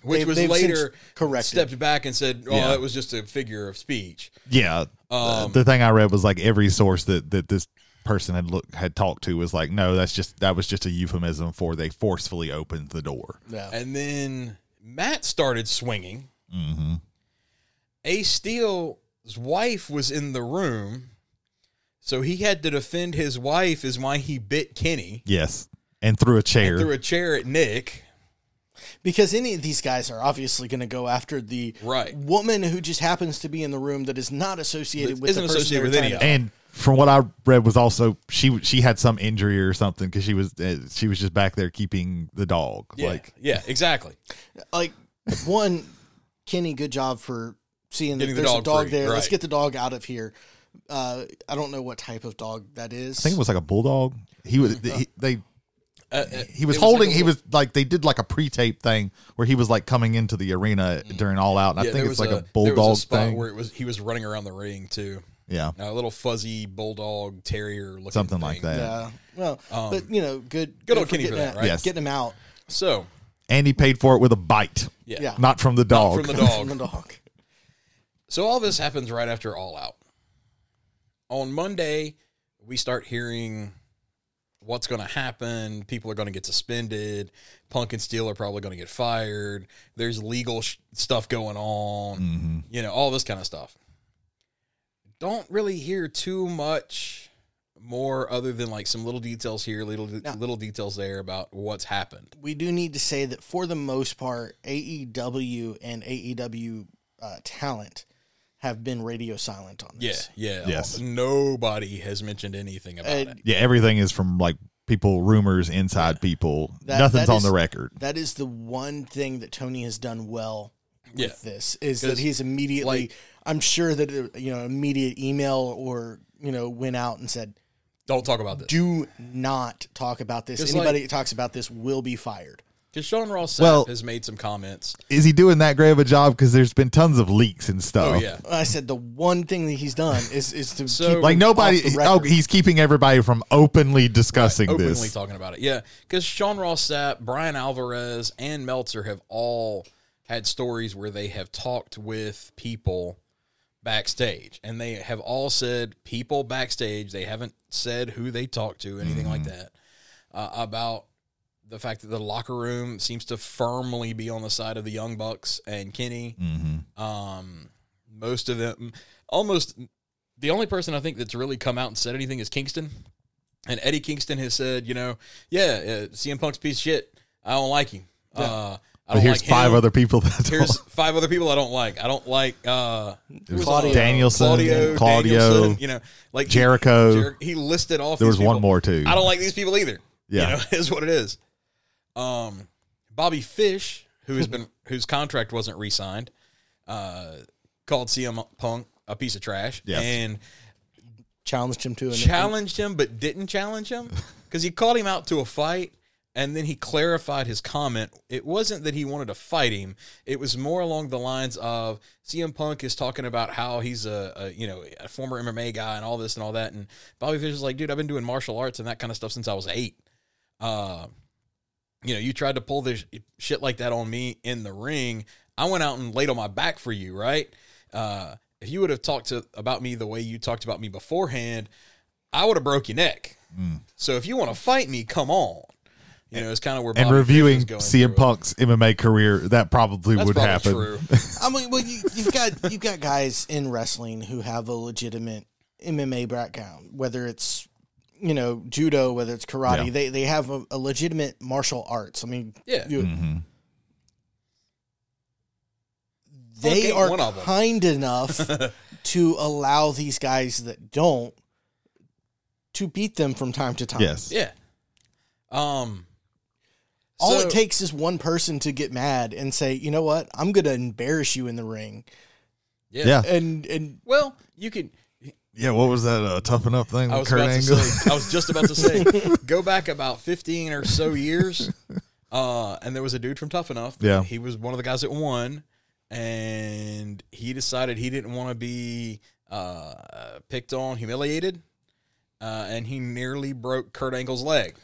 Speaker 4: which
Speaker 3: They've-
Speaker 4: was
Speaker 3: they've
Speaker 4: later
Speaker 3: since corrected.
Speaker 4: stepped back and said, "Oh,
Speaker 5: Yeah.
Speaker 4: that was just a figure of speech."
Speaker 5: Yeah.
Speaker 4: Um,
Speaker 5: the thing I read was like every source that that this person had look had talked to was like, no, that's just that was just a euphemism for they forcefully opened the door.
Speaker 3: no.
Speaker 4: And then Matt started swinging.
Speaker 5: hmm
Speaker 4: Ace Steel's wife was in the room, so he had to defend his wife, is why he bit Kenny
Speaker 5: Yes. And threw a chair.
Speaker 4: and threw a chair at Nick.
Speaker 3: because any of these guys are obviously going to go after the
Speaker 4: Right.
Speaker 3: woman who just happens to be in the room that is not associated
Speaker 4: That
Speaker 3: with
Speaker 4: isn't
Speaker 3: the person
Speaker 4: associated
Speaker 3: they were
Speaker 4: with
Speaker 3: trying
Speaker 4: any
Speaker 3: to-
Speaker 4: of it.
Speaker 5: and from what I read was also she she had some injury or something because she was uh, she was just back there keeping the dog.
Speaker 4: Yeah,
Speaker 5: Like
Speaker 4: yeah, exactly.
Speaker 3: like one Kenny, good job for seeing that
Speaker 4: Getting
Speaker 3: there's
Speaker 4: the
Speaker 3: a
Speaker 4: dog
Speaker 3: dog
Speaker 4: free,
Speaker 3: there. Let's
Speaker 4: right.
Speaker 3: get the dog out of here. Uh, I don't know what type of dog that is.
Speaker 5: I think it was like a bulldog. He was he, they
Speaker 4: Uh, uh,
Speaker 5: he was
Speaker 4: Uh-huh. it
Speaker 5: holding
Speaker 4: like a
Speaker 5: he
Speaker 4: little-
Speaker 5: was like they did like a pre-tape thing where he was like coming into the arena during all out and
Speaker 4: Mm. yeah, there
Speaker 5: i think
Speaker 4: was
Speaker 5: it's like a,
Speaker 4: there was
Speaker 5: bulldog
Speaker 4: a spot
Speaker 5: thing
Speaker 4: where it was he was running around the ring too.
Speaker 5: yeah
Speaker 4: A little fuzzy bulldog terrier looking
Speaker 5: something like
Speaker 4: thing.
Speaker 5: that
Speaker 3: Yeah. Well, but you know, good.
Speaker 4: Um, old
Speaker 3: for
Speaker 4: Kenny for
Speaker 3: getting
Speaker 4: that,
Speaker 3: it-
Speaker 4: right?
Speaker 5: Yes.
Speaker 3: Getting him out.
Speaker 4: So
Speaker 5: and he paid for it with a bite
Speaker 4: yeah.
Speaker 3: Yeah.
Speaker 5: not from the dog
Speaker 4: from the dog.
Speaker 3: From the dog.
Speaker 4: So all this happens right after All Out. On Monday, we start hearing what's going to happen. People are going to get suspended. Punk and Steel are probably going to get fired. There's legal sh- stuff going on.
Speaker 5: Mm.
Speaker 4: You know, all this kind of stuff. Don't really hear too much more other than like some little details here, little little details there about what's happened.
Speaker 3: we do need to say that for the most part, AEW and AEW uh, talent have been radio silent on
Speaker 4: Yeah,
Speaker 3: this.
Speaker 4: yeah.
Speaker 5: Yes.
Speaker 4: Nobody has mentioned anything about
Speaker 3: Uh,
Speaker 4: it.
Speaker 5: yeah everything is from like people rumors inside people
Speaker 3: That-
Speaker 5: nothing's
Speaker 3: that
Speaker 5: on
Speaker 3: is-
Speaker 5: the record
Speaker 3: That is the one thing that Tony has done well
Speaker 4: Yeah.
Speaker 3: with this is that
Speaker 4: 'Cause,
Speaker 3: he's immediately.
Speaker 4: like-
Speaker 3: I'm sure that uh, you know immediate email or you know went out and said,
Speaker 4: Don't talk about this.
Speaker 3: "Do not talk about this.
Speaker 4: It's
Speaker 3: Anybody
Speaker 4: like-
Speaker 3: that talks about this will be fired."
Speaker 4: Because Sean Ross Sapp
Speaker 5: Well-
Speaker 4: has made some comments.
Speaker 5: is he doing that great of a job because there's been tons of leaks and stuff
Speaker 4: Oh, yeah.
Speaker 3: I said the one thing that he's done is is to
Speaker 4: So-
Speaker 3: keep
Speaker 5: like
Speaker 3: him
Speaker 5: nobody
Speaker 3: off the
Speaker 5: oh
Speaker 3: record.
Speaker 5: he's keeping everybody from openly discussing
Speaker 4: Openly
Speaker 5: this
Speaker 4: talking about it. Yeah. Because Sean Ross Sapp, Brian Alvarez, and Meltzer have all had stories where they have talked with people backstage. And they have all said people backstage. They haven't said who they talked to, anything like
Speaker 5: Mm-hmm.
Speaker 4: that. Uh, about the fact that the locker room seems to firmly be on the side of the Young Bucks and Kenny.
Speaker 5: hmm
Speaker 4: Um, most of them, almost the only person I think that's really come out and said anything is Kingston. And Eddie Kingston has said, you know, yeah, uh, CM Punk's a piece of shit. I don't like him. Uh, I
Speaker 5: but
Speaker 4: don't
Speaker 5: here's
Speaker 4: like
Speaker 5: five
Speaker 4: him.
Speaker 5: other people that
Speaker 4: Here's five other people I don't like. I don't like uh, who was
Speaker 3: Claudio.
Speaker 4: on-
Speaker 5: Danielson,
Speaker 4: Claudio,
Speaker 5: Claudio,
Speaker 4: Danielson, you know, like he-
Speaker 5: Jericho.
Speaker 4: Jer- he listed off.
Speaker 5: there
Speaker 4: these
Speaker 5: was one
Speaker 4: people.
Speaker 5: more too
Speaker 4: I don't like these people either.
Speaker 5: Yeah.
Speaker 4: you know, is what it is. Um, Bobby Fish, who has been whose contract wasn't re-signed, uh, called CM Punk a piece of trash
Speaker 5: Yes.
Speaker 4: and
Speaker 3: challenged him to an
Speaker 4: challenged him, but didn't challenge him because he called him out to a fight. And then he clarified his comment. It wasn't that he wanted to fight him. It was more along the lines of CM Punk is talking about how he's a, a you know a former MMA guy and all this and all that. And Bobby Fish is like, dude, I've been doing martial arts and that kind of stuff since I was eight uh, you know, you tried to pull this shit like that on me in the ring. I went out and laid on my back for you, right? Uh, if you would have talked to about me the way you talked about me
Speaker 5: Mm.
Speaker 4: beforehand, I would have broke your neck. So if you want to fight me, come on. You know, it's kind of where
Speaker 5: and
Speaker 4: Bobby Fish
Speaker 5: reviewing
Speaker 4: was going through
Speaker 5: CM
Speaker 4: it.
Speaker 5: Punk's MMA career, that probably
Speaker 4: That's
Speaker 5: would
Speaker 4: probably
Speaker 5: happen.
Speaker 4: True.
Speaker 3: I mean, well, you, you've got you've got guys in wrestling who have a legitimate MMA background, whether it's you know judo, whether it's karate.
Speaker 5: Yeah.
Speaker 3: They they have a, a legitimate martial arts. I mean,
Speaker 4: Yeah.
Speaker 3: you-
Speaker 5: hmm
Speaker 3: they
Speaker 4: ain't
Speaker 3: are
Speaker 4: one of 'em.
Speaker 3: kind enough to allow these guys that don't to beat them from time to time.
Speaker 5: Yes.
Speaker 4: Yeah. Um.
Speaker 3: All
Speaker 4: so-
Speaker 3: it takes is one person to get mad and say, "You know what? I'm going to embarrass you in the ring."
Speaker 4: Yeah.
Speaker 5: Yeah.
Speaker 3: And and
Speaker 4: Well, you can.
Speaker 5: Yeah, what was that uh, toughen up thing
Speaker 4: I
Speaker 5: with
Speaker 4: was
Speaker 5: Kurt
Speaker 4: about
Speaker 5: Angle?
Speaker 4: to say. I was just about to say. go back about fifteen or so years, uh, and there was a dude from Tough Enough.
Speaker 5: Yeah.
Speaker 4: He was one of the guys that won, and he decided he didn't want to be uh, picked on, humiliated, uh, and he nearly broke Kurt Angle's leg.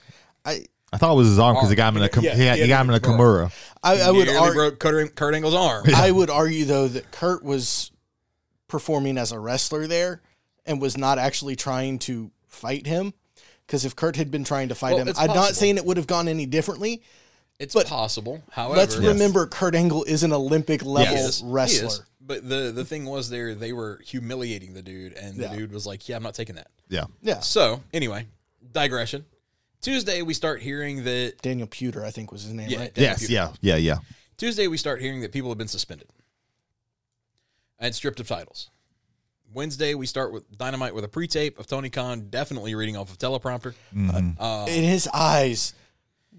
Speaker 3: I
Speaker 5: I thought it was his arm because he got him in a com-
Speaker 4: Oh, Yeah,
Speaker 5: he,
Speaker 4: yeah,
Speaker 5: he got him in a
Speaker 4: bro.
Speaker 5: Kimura.
Speaker 3: I, I
Speaker 4: He
Speaker 3: would
Speaker 4: nearly
Speaker 3: argue.
Speaker 4: broke Kurt, Kurt Angle's arm.
Speaker 3: I would argue though that Kurt was performing as a wrestler there and was not actually trying to fight him. Because if Kurt had been trying to fight
Speaker 4: Well,
Speaker 3: him,
Speaker 4: it's
Speaker 3: I'm not
Speaker 4: possible.
Speaker 3: saying it would have gone any differently.
Speaker 4: It's
Speaker 3: But
Speaker 4: possible. However,
Speaker 3: Let's remember Kurt Angle is an Olympic level
Speaker 4: He is. He
Speaker 3: wrestler.
Speaker 4: is. But the the thing was there they were humiliating the dude and the
Speaker 3: Yeah.
Speaker 4: dude was like, "Yeah, I'm not taking that."
Speaker 5: Yeah,
Speaker 3: Yeah.
Speaker 4: So, anyway, digression. Tuesday we start hearing that
Speaker 3: Daniel Pewter, I think was his name,
Speaker 4: yeah,
Speaker 3: right?
Speaker 4: Daniel
Speaker 5: yes,
Speaker 4: Pewter.
Speaker 5: yeah, yeah, yeah.
Speaker 4: Tuesday we start hearing that people have been suspended and stripped of titles. Wednesday we start with Dynamite with a pre-tape of Tony Khan definitely reading off of teleprompter.
Speaker 5: Mhm.
Speaker 3: In his eyes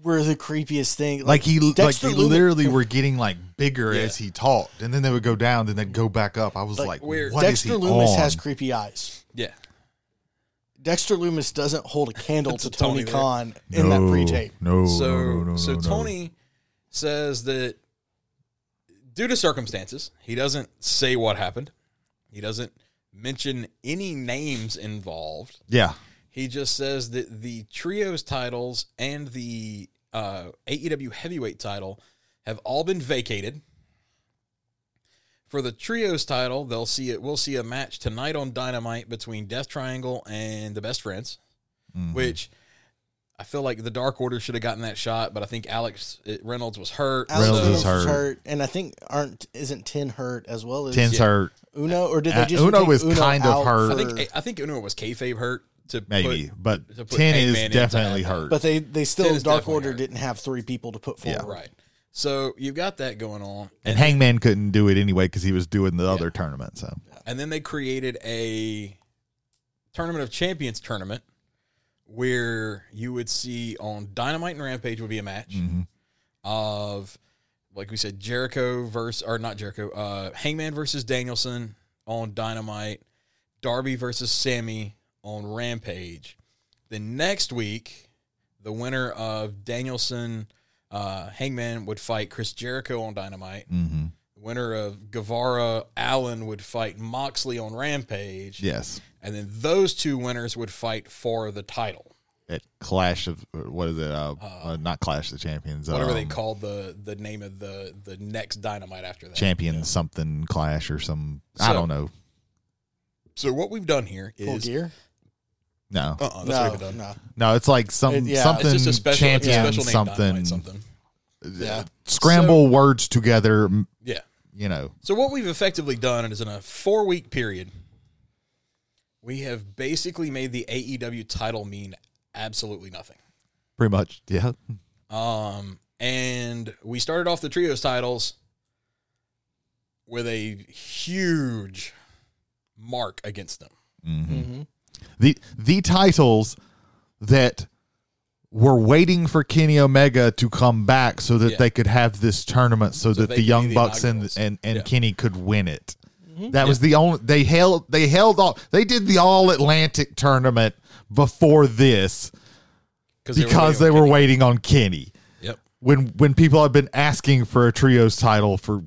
Speaker 3: were the creepiest thing.
Speaker 5: like he, like
Speaker 3: Dexter
Speaker 5: he
Speaker 3: Lumis-
Speaker 5: literally were getting like bigger
Speaker 4: Yeah.
Speaker 5: as he talked, and then they would go down, then they'd go back up. I was like,
Speaker 4: Like, weird.
Speaker 5: what is
Speaker 3: Dexter
Speaker 5: he
Speaker 3: Loomis
Speaker 5: on?
Speaker 3: has creepy eyes.
Speaker 4: Yeah.
Speaker 3: Dexter Loomis doesn't hold a candle
Speaker 4: That's
Speaker 3: to
Speaker 4: a Tony
Speaker 3: Tony
Speaker 4: there.
Speaker 3: Khan in that pre-tape.
Speaker 5: No,
Speaker 4: so
Speaker 5: no, no, no,
Speaker 4: so
Speaker 5: no, no.
Speaker 4: Tony says that due to circumstances, he doesn't say what happened. He doesn't mention any names involved.
Speaker 5: yeah,
Speaker 4: He just says that the trios titles and the uh, AEW heavyweight title have all been vacated. For the trios title, they'll see it. We'll see a match tonight on Dynamite between Death Triangle and the Best Friends,
Speaker 5: Mhm.
Speaker 4: which I feel like the Dark Order should have gotten that shot, but I think Alex uh, Reynolds was hurt.
Speaker 3: Alex
Speaker 5: Reynolds
Speaker 3: Reynolds
Speaker 5: is
Speaker 3: hurt.
Speaker 5: hurt.
Speaker 3: and I think aren't isn't Ten hurt as well as
Speaker 5: tens
Speaker 4: Yeah.
Speaker 5: hurt.
Speaker 3: Uno, or did
Speaker 5: Uh,
Speaker 3: they just
Speaker 5: Uno
Speaker 3: take
Speaker 5: was kind of
Speaker 3: out
Speaker 5: hurt.
Speaker 4: I
Speaker 5: I
Speaker 4: think I think Uno was kayfabe hurt to
Speaker 5: Maybe,
Speaker 4: put-
Speaker 5: but
Speaker 4: to put
Speaker 5: ten
Speaker 4: Hangman
Speaker 5: is
Speaker 4: in to
Speaker 5: definitely
Speaker 4: have that.
Speaker 5: hurt.
Speaker 3: but they they still
Speaker 4: Ten is
Speaker 3: Dark
Speaker 4: definitely
Speaker 3: Order
Speaker 4: hurt.
Speaker 3: didn't have three people to put forward.
Speaker 4: right. So you've got that going on,
Speaker 5: and Hangman couldn't do it anyway because he was doing the other tournament. So
Speaker 4: and then they created a tournament of champions tournament where you would see on Dynamite and Rampage would be a match
Speaker 5: Mhm.
Speaker 4: of like we said Jericho versus or not Jericho uh Hangman versus Danielson on Dynamite Darby versus Sammy on Rampage the next week the winner of Danielson uh Hangman would fight Chris Jericho on Dynamite
Speaker 5: hmm
Speaker 4: winner of Guevara Allen would fight Moxley on Rampage.
Speaker 5: yes,
Speaker 4: And then those two winners would fight for the title.
Speaker 5: at Clash of what is it? Uh, uh, not Clash of the Champions.
Speaker 4: Whatever they
Speaker 5: um,
Speaker 4: called the the name of the the next dynamite after that.
Speaker 5: Champion something Clash or some. I
Speaker 4: So-
Speaker 5: don't know.
Speaker 4: So what we've done here is
Speaker 3: Full gear.
Speaker 5: No,
Speaker 4: uh-uh, that's what
Speaker 3: No,
Speaker 4: we've done.
Speaker 3: no.
Speaker 5: no, it's like some
Speaker 3: It- yeah.
Speaker 5: something
Speaker 4: It's just a special, it's a
Speaker 5: champion
Speaker 4: special name
Speaker 5: something,
Speaker 4: dynamite something.
Speaker 3: Yeah.
Speaker 5: Scramble words together. m-
Speaker 4: Yeah.
Speaker 5: You know,
Speaker 4: So what we've effectively done is in a four week period, we have basically made the AEW title mean absolutely nothing.
Speaker 5: pretty much. Yeah,
Speaker 4: Um, and we started off the trios titles with a huge mark against them.
Speaker 3: Mhm.
Speaker 5: the the titles that were waiting for Kenny Omega to come back so that
Speaker 4: Yeah.
Speaker 5: they could have this tournament so, that
Speaker 4: they
Speaker 5: the
Speaker 4: could
Speaker 5: Young
Speaker 4: be the
Speaker 5: Bucks and
Speaker 4: inaugurals.
Speaker 5: and, and
Speaker 4: Yeah.
Speaker 5: Kenny could win it. That was the only they held they held all they did the all Atlantic tournament before this because they were waiting on Kenny.
Speaker 4: Yep.
Speaker 5: When when people have been asking for a trios title for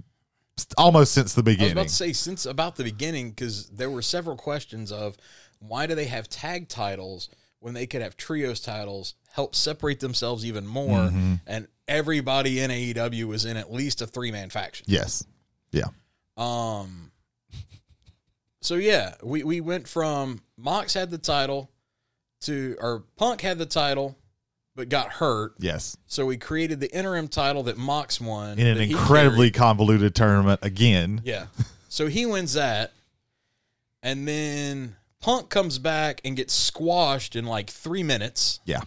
Speaker 5: s- almost since
Speaker 4: I
Speaker 5: the
Speaker 4: was
Speaker 5: beginning.
Speaker 4: about to say since about the beginning because there were several questions of why do they have tag titles when they could have trios titles help separate themselves even more
Speaker 5: Mm-hmm.
Speaker 4: and everybody in AEW was in at least a three man faction.
Speaker 5: yes. Yeah.
Speaker 4: Um. So yeah, we we went from Mox had the title to or Punk had the title but got hurt.
Speaker 5: Yes.
Speaker 4: So we created the interim title that Mox won
Speaker 5: In an
Speaker 4: that he
Speaker 5: incredibly
Speaker 4: carried.
Speaker 5: convoluted tournament again.
Speaker 4: yeah. So he wins that, and then Punk comes back and gets squashed in like three minutes
Speaker 5: Yeah.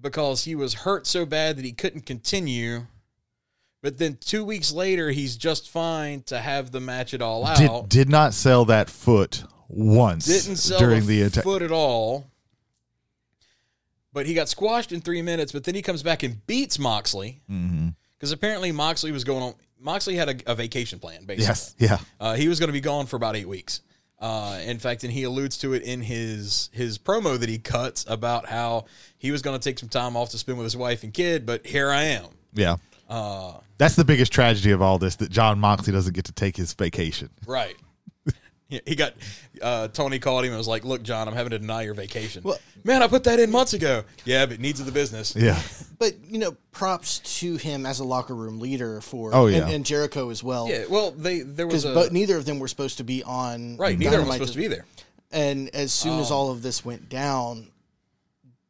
Speaker 4: because he was hurt so bad that he couldn't continue. But then two weeks later, he's just fine to have the match it all out.
Speaker 5: Did, did not sell that foot once
Speaker 4: Oh. didn't sell
Speaker 5: during
Speaker 4: the
Speaker 5: the attack.
Speaker 4: foot at all. But he got squashed in three minutes. But then he comes back and beats Moxley
Speaker 5: Mhm.
Speaker 4: because apparently Moxley was going on. Moxley had a, a vacation plan. Basically,
Speaker 5: Yes. Yeah.
Speaker 4: uh, he was going to be gone for about eight weeks. Uh, in fact, and he alludes to it in his his promo that he cuts about how he was going to take some time off to spend with his wife and kid. But here I am.
Speaker 5: Yeah.
Speaker 4: Uh,
Speaker 5: That's the biggest tragedy of all this that John Moxley doesn't get to take his vacation.
Speaker 4: right. Yeah, he got uh, Tony called him and was like, "Look, John, I'm having to deny your vacation."
Speaker 3: Well-
Speaker 4: Man, I put that in months ago. Yeah, but needs of the business.
Speaker 5: Yeah.
Speaker 3: But you know, props to him as a locker room leader for
Speaker 5: Oh,
Speaker 3: and-
Speaker 5: yeah.
Speaker 3: and, Jericho as well.
Speaker 4: Yeah, well, they there was
Speaker 3: Because
Speaker 4: a
Speaker 3: but neither of them were supposed to be on
Speaker 4: right. Neither of them
Speaker 3: Dynamite
Speaker 4: was supposed to be Oh. there.
Speaker 3: And as soon as all of this went down,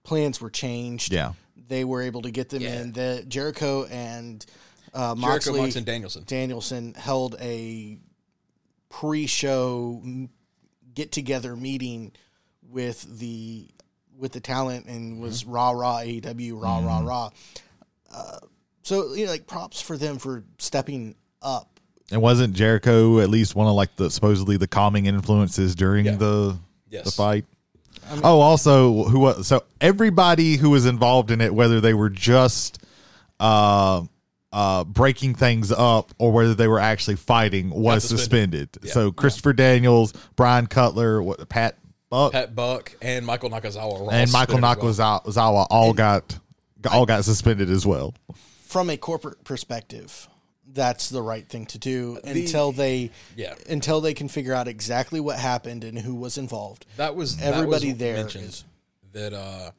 Speaker 3: plans were changed.
Speaker 5: Yeah.
Speaker 3: They were able to get them
Speaker 4: Yeah.
Speaker 3: in. The Jericho and uh,
Speaker 4: Jericho,
Speaker 3: Moxley
Speaker 4: Mox, and Danielson.
Speaker 3: Danielson held a pre-show get-together meeting with the with the talent
Speaker 4: Mm-hmm.
Speaker 3: and was E rah rah AEW rah rah rah. Uh, so you know, like props for them for stepping up.
Speaker 5: And wasn't Jericho at least one of like the supposedly the calming influences during
Speaker 4: Yeah.
Speaker 5: the
Speaker 4: Yes.
Speaker 5: the fight? oh, also who was so everybody who was involved in it, whether they were just uh, uh, breaking things up or whether they were actually fighting, was
Speaker 4: suspended.
Speaker 5: suspended. So Christopher Daniels, Brian Cutler, what, Pat Buck,
Speaker 4: Pat Buck and Michael Nakazawa were all
Speaker 5: and Michael
Speaker 4: suspended as well.
Speaker 5: Nakazawa all got all got suspended as well.
Speaker 3: From a corporate perspective, that's the right thing to do until they
Speaker 4: Yeah.
Speaker 3: until they can figure out exactly what happened and who was involved.
Speaker 4: That was
Speaker 3: Everybody
Speaker 4: that was
Speaker 3: there
Speaker 4: mentioned
Speaker 3: is-
Speaker 4: that uh,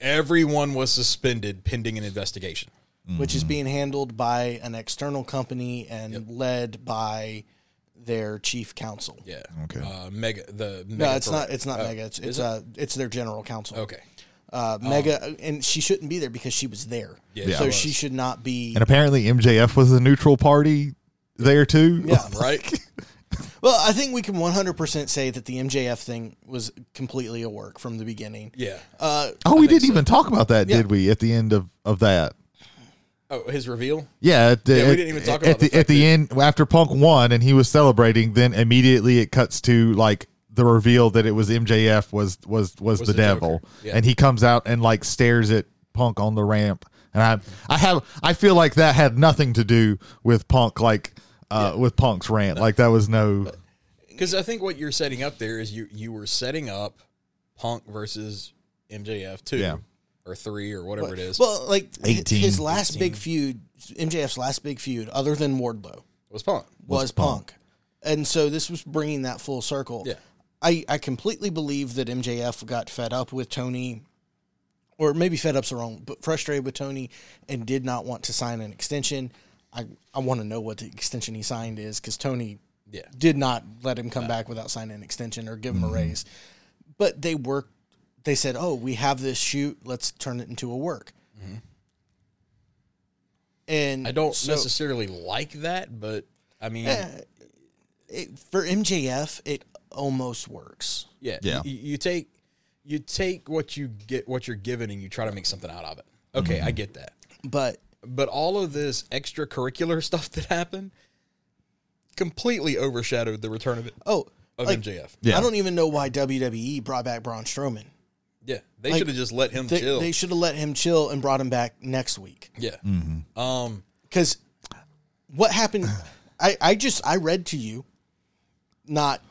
Speaker 4: everyone was suspended pending an investigation.
Speaker 3: which
Speaker 4: Mm-hmm.
Speaker 3: is being handled by an external company and led by their chief counsel.
Speaker 4: Yeah.
Speaker 5: Okay.
Speaker 4: Uh, mega the mega
Speaker 3: No, it's
Speaker 4: Thor-
Speaker 3: not. It's not Mega. It's it's uh, it's their general counsel.
Speaker 4: Okay. Oh.
Speaker 3: Uh, Mega, and she shouldn't be there because she was there.
Speaker 4: Yeah, she
Speaker 3: so
Speaker 4: was.
Speaker 3: she should not be.
Speaker 5: And apparently MJF was a neutral party there too.
Speaker 3: Yeah.
Speaker 4: Right.
Speaker 3: Well, I think we can 100% say that the MJF thing was completely a work from the beginning.
Speaker 4: yeah.
Speaker 3: Uh,
Speaker 5: Oh, we didn't even talk about that, did we? At the end of of that,
Speaker 4: Oh, his reveal.
Speaker 5: yeah. At the,
Speaker 4: Yeah, we
Speaker 5: at-
Speaker 4: didn't even talk
Speaker 5: at
Speaker 4: about the
Speaker 5: the,
Speaker 4: fact
Speaker 5: at the end after Punk won and he was celebrating. Then immediately it cuts to like the reveal that it was MJF was was was, the,
Speaker 4: the
Speaker 5: devil,
Speaker 4: Joker, yeah.
Speaker 5: and he comes out and like stares at Punk on the ramp. And I I have I feel like that had nothing to do with Punk like. Uh, With Punk's rant, like that was no,
Speaker 4: Because I think what you're setting up there is you you were setting up Punk versus MJF two
Speaker 5: Yeah.
Speaker 4: or three or whatever it is.
Speaker 3: well, like hi-
Speaker 5: 18,
Speaker 3: his last big feud, MJF's last big feud, other than Wardlow,
Speaker 4: was Punk.
Speaker 3: was, punk. And so this was bringing that full circle.
Speaker 4: Yeah.
Speaker 3: I, I completely believe that MJF got fed up with Tony, or maybe fed up's the wrong, but frustrated with Tony and did not want to sign an extension. I, I want to know what the extension he signed is because Tony
Speaker 4: Yeah.
Speaker 3: did not let him come back without signing an extension or give him a
Speaker 4: Mm-hmm.
Speaker 3: raise. But they worked, they said, oh, we have this shoot, let's turn it into a work. And
Speaker 4: Mm-hmm. I don't
Speaker 3: so-
Speaker 4: necessarily like that, but I mean,
Speaker 3: it, for MJF, it almost works.
Speaker 4: yeah,
Speaker 5: Yeah.
Speaker 4: y- y- You, take you take what you get, what you're given, and you try to make something out of it. Okay,
Speaker 5: Mm-hmm.
Speaker 4: I get that,
Speaker 3: But
Speaker 4: but all of this extracurricular stuff that happened completely overshadowed the return of it
Speaker 3: oh,
Speaker 4: of
Speaker 3: like,
Speaker 4: MJF.
Speaker 5: Yeah.
Speaker 3: I don't even know why WWE brought back Braun Strowman.
Speaker 4: Yeah, they should have just let him
Speaker 3: They,
Speaker 4: chill.
Speaker 3: they should have let him chill and brought him back next week.
Speaker 4: yeah,
Speaker 5: Mm-hmm.
Speaker 4: um,
Speaker 3: Because what happened? I, I just I read to you, not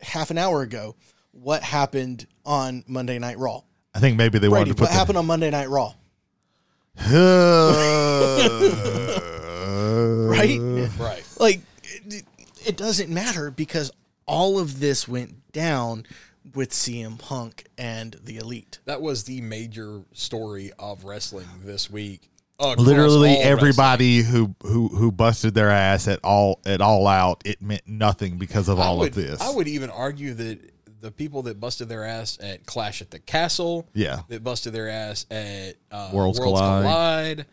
Speaker 3: half an hour ago, what happened on Monday Night Raw.
Speaker 5: I think maybe they
Speaker 3: Brady,
Speaker 5: wanted to put
Speaker 3: what happened on Monday Night Raw?
Speaker 5: the,
Speaker 3: Right?
Speaker 4: right.
Speaker 3: like it, it doesn't matter because all of this went down with CM Punk and the Elite.
Speaker 4: That was the major story of wrestling this week. across
Speaker 5: literally
Speaker 4: all wrestling.
Speaker 5: everybody who who who busted their ass at all at all out it meant nothing because of all
Speaker 4: I would,
Speaker 5: of this
Speaker 4: I would even argue that the people that busted their ass at Clash at the Castle,
Speaker 5: Yeah.
Speaker 4: that busted their ass at uh,
Speaker 5: Worlds Collide.
Speaker 4: Collide,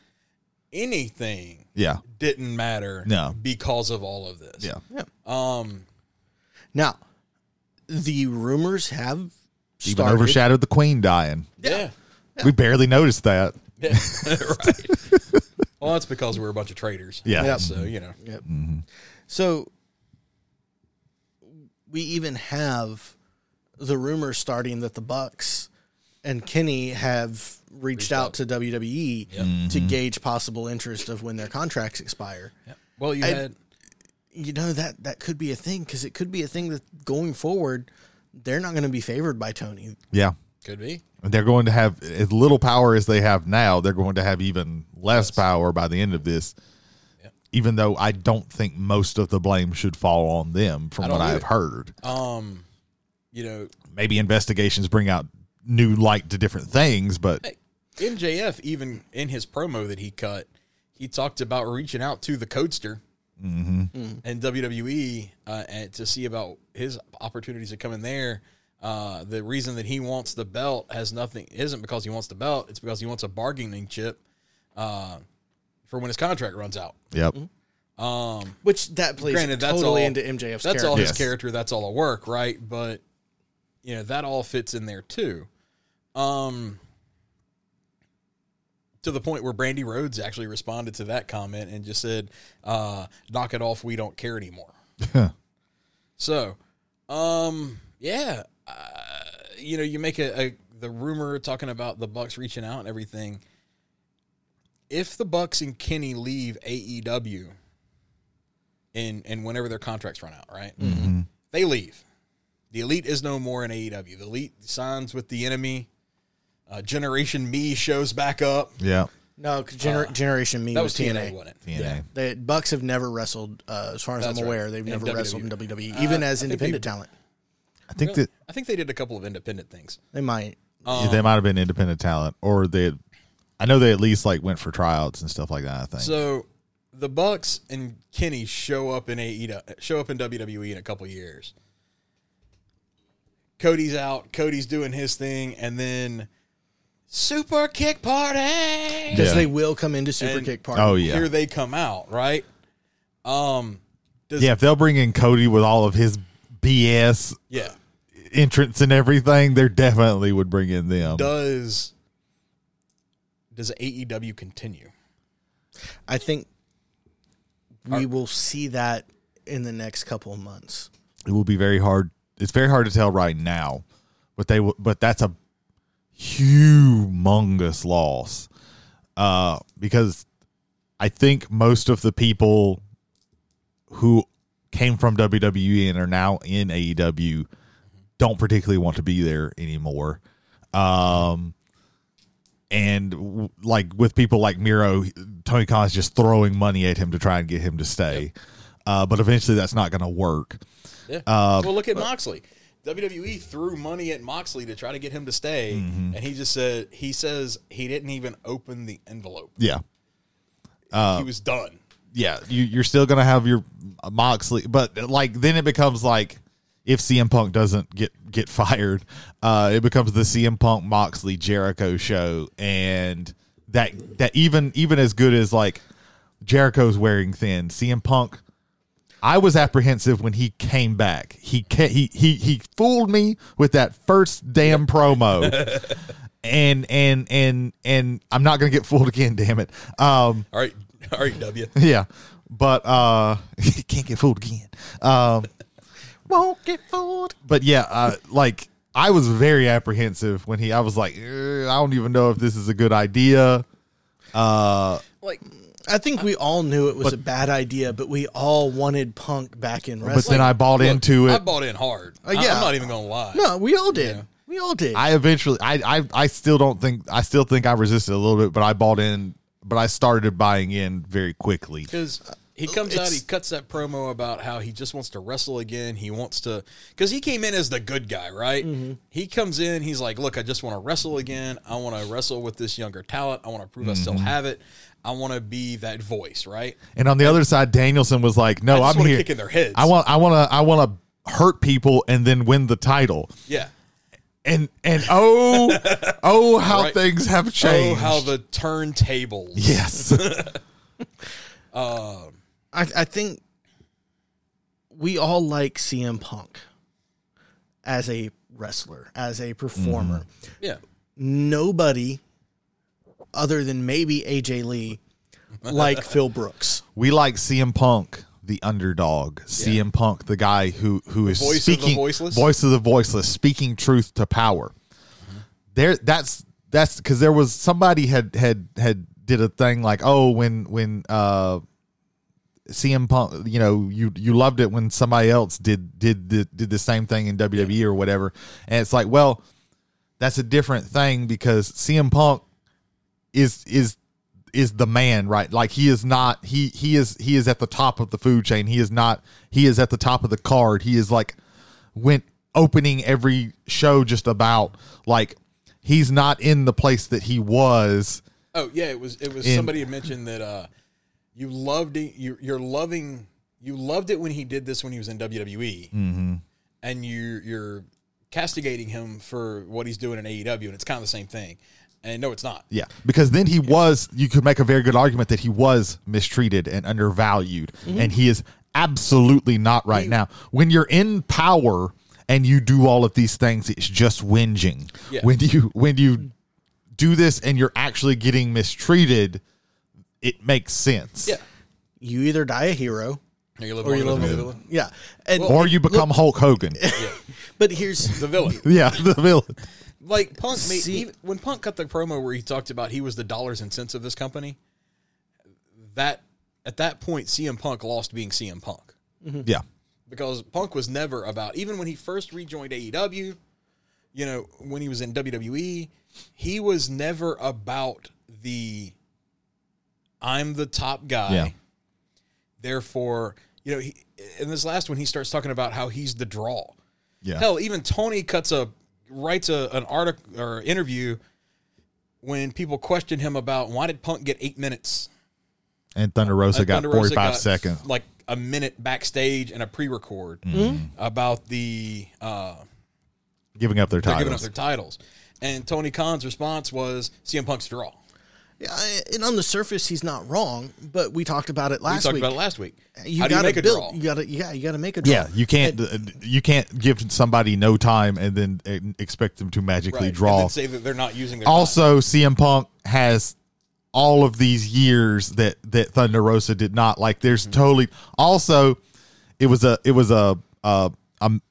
Speaker 4: anything
Speaker 5: Yeah.
Speaker 4: didn't matter
Speaker 5: No.
Speaker 4: because of all of this.
Speaker 5: Yeah.
Speaker 4: Um,
Speaker 3: Now, the rumors have
Speaker 5: Even
Speaker 3: started.
Speaker 5: overshadowed the queen dying.
Speaker 4: yeah.
Speaker 5: We barely noticed that.
Speaker 4: yeah. right. Well, that's because we're a bunch of traitors.
Speaker 5: Yeah.
Speaker 3: Yep.
Speaker 4: So, you know.
Speaker 3: Yep. So we even have the rumor starting that the Bucks and Kenny have reached, out, to WWE to
Speaker 5: Mm-hmm.
Speaker 3: gauge possible interest of when their contracts expire.
Speaker 4: Well, you had
Speaker 3: You know that that could be a thing because it could be a thing that going forward they're not going to be favored by Tony.
Speaker 5: Yeah.
Speaker 4: could be.
Speaker 5: They're going to have as little power as they have now. They're going to have even less power by the end of this. Even though I don't think most of the blame should fall on them, from
Speaker 4: don't
Speaker 5: what I have
Speaker 4: either.
Speaker 5: heard.
Speaker 4: Um, you know,
Speaker 5: Maybe investigations bring out new light to different things, but
Speaker 4: Hey, MJF, even in his promo that he cut, he talked about reaching out to the Codester and WWE uh, and to see about his opportunities of coming there. Uh, the reason that he wants the belt has nothing isn't because he wants the belt; it's because he wants a bargaining chip uh, for when his contract runs out.
Speaker 5: yep,
Speaker 4: Um,
Speaker 3: Which that plays
Speaker 4: Granted, that's
Speaker 3: totally
Speaker 4: all-
Speaker 3: into MJF's
Speaker 4: that's
Speaker 3: character.
Speaker 4: all his
Speaker 5: Yes.
Speaker 4: character. That's all a work, right? But you know that all fits in there too. Um, to the point where Brandy Rhodes actually responded to that comment and just said, uh, "Knock it off. We don't care anymore." so, um, yeah, uh, you know, you make a, a the rumor talking about the Bucks reaching out and everything. If the Bucks and Kenny leave AEW, and and whenever their contracts run out, right? They leave. The elite is no more in AEW. The elite signs with the enemy. Uh, Generation Me shows back up.
Speaker 5: yeah,
Speaker 3: No, 'cause gener- Generation Me
Speaker 4: Uh, That
Speaker 3: was, TNA.
Speaker 4: wasn't it?
Speaker 5: TNA.
Speaker 3: The Bucks have never wrestled, uh, as far as
Speaker 4: That's
Speaker 3: I'm
Speaker 4: right.
Speaker 3: aware, they've
Speaker 4: In
Speaker 3: never
Speaker 4: WWE.
Speaker 3: wrestled in WWE, even
Speaker 4: Uh,
Speaker 3: as
Speaker 4: I think
Speaker 3: independent
Speaker 4: they-
Speaker 3: talent.
Speaker 5: I think that
Speaker 4: I think they did a couple of independent things.
Speaker 3: They might.
Speaker 5: they might have been independent talent, or they. I know they at least like went for tryouts and stuff like that. I think.
Speaker 4: So the Bucks and Kenny show up in AEW, show up in WWE in a couple years. Cody's out. Cody's doing his thing, and then Super Kick Party.
Speaker 3: Because
Speaker 5: Yeah.
Speaker 3: they will come into Super
Speaker 4: And-
Speaker 3: Kick Party.
Speaker 5: oh yeah,
Speaker 4: Here they come out, right? Um, does,
Speaker 5: yeah. If they'll bring in Cody with all of his BS
Speaker 4: yeah.
Speaker 5: entrance and everything, they definitely would bring in them.
Speaker 4: Does does AEW continue?
Speaker 3: I think we will see that in the next couple of months.
Speaker 5: it will be very hard. It's very hard to tell right now, but they will. But that's a humongous loss uh, because I think most of the people who came from WWE and are now in AEW don't particularly want to be there anymore. Um, and w- like with people like Miro, Tony Khan's just throwing money at him to try and get him to stay. Uh, but eventually, that's not going to work.
Speaker 4: Yeah. well, look at Moxley. WWE threw money at Moxley to try to get him to stay, and he just said he says he didn't even open the envelope.
Speaker 5: Yeah.
Speaker 4: he was done.
Speaker 5: yeah, you, you're still gonna have your Moxley, but like then it becomes like if CM Punk doesn't get get fired, uh, it becomes the CM Punk Moxley Jericho show, and that that even even as good as like Jericho's wearing thin, CM Punk. I was apprehensive when he came back. He ca- he he he fooled me with that first damn promo, and and and and I'm not gonna get fooled again. Damn it. Um,
Speaker 4: All right, all right, E W.
Speaker 5: yeah, but uh, can't get fooled again. Um, won't get fooled. But yeah, uh, like I was very apprehensive when he. I was like, "Eh, I don't even know if this is a good idea. Uh,
Speaker 4: Like,
Speaker 3: I think we all knew it was a bad idea, but we all wanted Punk back in
Speaker 5: but
Speaker 3: wrestling.
Speaker 5: then I bought
Speaker 4: look,
Speaker 5: into
Speaker 4: I
Speaker 5: it.
Speaker 4: bought in hard. I,
Speaker 3: Uh, yeah.
Speaker 4: am not even gonna lie.
Speaker 3: no, we all did. We all did.
Speaker 5: I eventually, I, I, I still don't think. I still think I resisted a little bit, but I bought in. But I started buying in very quickly.
Speaker 4: Because he comes out,
Speaker 3: it's-
Speaker 4: he cuts that promo about how he just wants to wrestle again. He wants to, because he came in as the good guy, right?
Speaker 3: Mm-hmm.
Speaker 4: He comes in, he's like, "Look, I just want to wrestle again. I want to wrestle with this younger talent. I want to prove I
Speaker 3: Mm-hmm.
Speaker 4: still have it. I want to be that voice, right?"
Speaker 5: And on the other side, Danielson was like,
Speaker 4: I
Speaker 5: "No,
Speaker 4: just
Speaker 3: Oh,
Speaker 5: I'm
Speaker 4: wanna
Speaker 5: here.
Speaker 4: kick in their heads."
Speaker 5: I want, I want to, I want to hurt people and then win the title.
Speaker 4: Yeah.
Speaker 5: And and oh oh how
Speaker 4: Right.
Speaker 5: things have
Speaker 4: Oh,
Speaker 5: changed.
Speaker 4: how the turntables.
Speaker 5: yes.
Speaker 3: I, I think we all like CM Punk as a wrestler, as a performer.
Speaker 4: Yeah.
Speaker 3: Mm-hmm. Nobody other than maybe AJ Lee like Phil Brooks.
Speaker 5: we like CM Punk, the underdog. CM Punk, the guy who who is
Speaker 4: voice of the
Speaker 5: speaking
Speaker 4: voiceless?
Speaker 5: voice of the voiceless, speaking truth to power.
Speaker 4: Mm-hmm.
Speaker 5: There, that's that's because there was somebody had had had did a thing like oh when when uh CM Punk, you know, you you loved it when somebody else did did the, did the same thing in WWE or whatever, and it's like, well, that's a different thing because CM Punk is is is the man, right? Like he is not he he is he is at the top of the food chain. He is not he is at the top of the card. He is like went opening every show just about like he's not in the place that he was.
Speaker 4: Oh yeah, it was it was
Speaker 5: In-
Speaker 4: somebody had mentioned that uh you loved it you you're loving you loved it when he did this when he was in WWE. Mm-hmm. And you you're castigating him for what he's doing in AEW and it's kind of the same thing. And no, it's not.
Speaker 5: Yeah, because then he was. You could make a very good argument that he was mistreated and undervalued,
Speaker 4: Mm-hmm.
Speaker 5: and he is absolutely not right now. When you're in power and you do all of these things, it's just whinging.
Speaker 4: Yeah.
Speaker 5: When you when you do this and you're actually getting mistreated, it makes sense.
Speaker 4: Yeah.
Speaker 3: You either die a hero,
Speaker 4: Or you live or you
Speaker 3: live
Speaker 4: the
Speaker 3: a
Speaker 4: villain.
Speaker 3: yeah, and
Speaker 5: Or you become Hulk Hogan.
Speaker 3: but here's
Speaker 4: The villain.
Speaker 5: yeah, the villain.
Speaker 4: Like Punk made,
Speaker 3: See-
Speaker 4: even, when Punk cut the promo where he talked about he was the dollars and cents of this company, that at that point CM Punk lost being CM Punk. Mm-hmm.
Speaker 5: Yeah.
Speaker 4: because Punk was never about even when he first rejoined AEW, you know, when he was in WWE, he was never about the I'm the top guy.
Speaker 5: Yeah.
Speaker 4: Therefore, you know, he, in this last one he starts talking about how he's the draw.
Speaker 5: Yeah.
Speaker 4: Hell, even Tony cuts a writes a, an article or interview when people question him about why did Punk get 8 minutes
Speaker 5: And Thunder Rosa got
Speaker 4: Thunder Rosa
Speaker 5: 45
Speaker 4: got,
Speaker 5: seconds.
Speaker 4: Like a minute backstage and a pre-record
Speaker 3: Mm-hmm.
Speaker 4: about the uh,
Speaker 5: Giving up their
Speaker 4: they're giving up
Speaker 5: titles.
Speaker 4: their titles. And Tony Khan's response was CM Punk's draw.
Speaker 3: yeah, and on the surface he's not wrong, but we talked about it
Speaker 4: We
Speaker 3: last
Speaker 4: talked
Speaker 3: week.
Speaker 4: about it last week.
Speaker 3: you
Speaker 4: How do
Speaker 3: gotta
Speaker 4: you make a
Speaker 3: build.
Speaker 4: draw?
Speaker 3: You gotta yeah, you gotta make a draw.
Speaker 5: Yeah, you can't uh, you can't give somebody no time and then uh, expect them to magically
Speaker 4: Right. And
Speaker 5: draw.
Speaker 4: then say that they're not using their
Speaker 5: Also, CM Punk has all of these years that that Thunder Rosa did not like. There's
Speaker 4: Mm-hmm.
Speaker 5: totally also it was a it was a uh um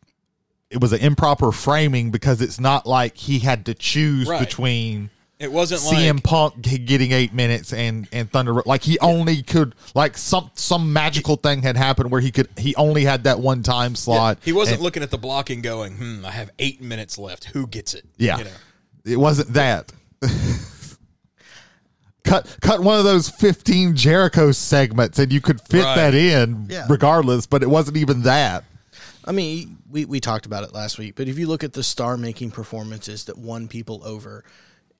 Speaker 5: it was an improper framing because it's not like he had to choose
Speaker 4: Right.
Speaker 5: between
Speaker 4: time. it wasn't
Speaker 5: CM
Speaker 4: like
Speaker 5: Punk g- getting eight minutes and and Thunder Ro- like he only could like some some magical thing had happened where he could he only had that one time slot.
Speaker 4: he wasn't
Speaker 5: and-
Speaker 4: looking at the block and going, "Hmm, I have eight minutes left. Who gets it?"
Speaker 5: Yeah,
Speaker 4: You know?
Speaker 5: it wasn't that. cut cut one of those fifteen Jericho segments and you could fit
Speaker 4: Right.
Speaker 5: that in
Speaker 3: Yeah.
Speaker 5: regardless, but it wasn't even that.
Speaker 3: I mean, we, we talked about it last week, but if you look at the star making performances that won people over,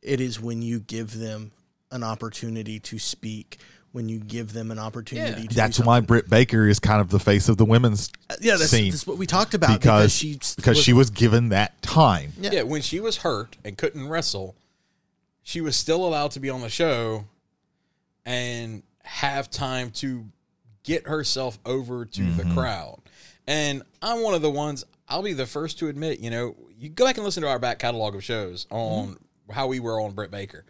Speaker 3: it is when you give them an opportunity to speak, when you give them an opportunity to
Speaker 5: That's
Speaker 3: do
Speaker 5: why Britt Baker is kind of the face of the women's
Speaker 3: something. Yeah, that's,
Speaker 5: scene
Speaker 3: that's what we talked about
Speaker 5: because
Speaker 3: because, she
Speaker 5: because she was given that time.
Speaker 3: Yeah.
Speaker 4: Yeah. when she was hurt and couldn't wrestle, she was still allowed to be on the show and have time to get herself over to
Speaker 3: Mm-hmm.
Speaker 4: the crowd. And I'm one of the ones, I'll be the first to admit, you know, you go back and listen to our back catalog of shows on
Speaker 3: Mm-hmm.
Speaker 4: how we were on Britt Baker,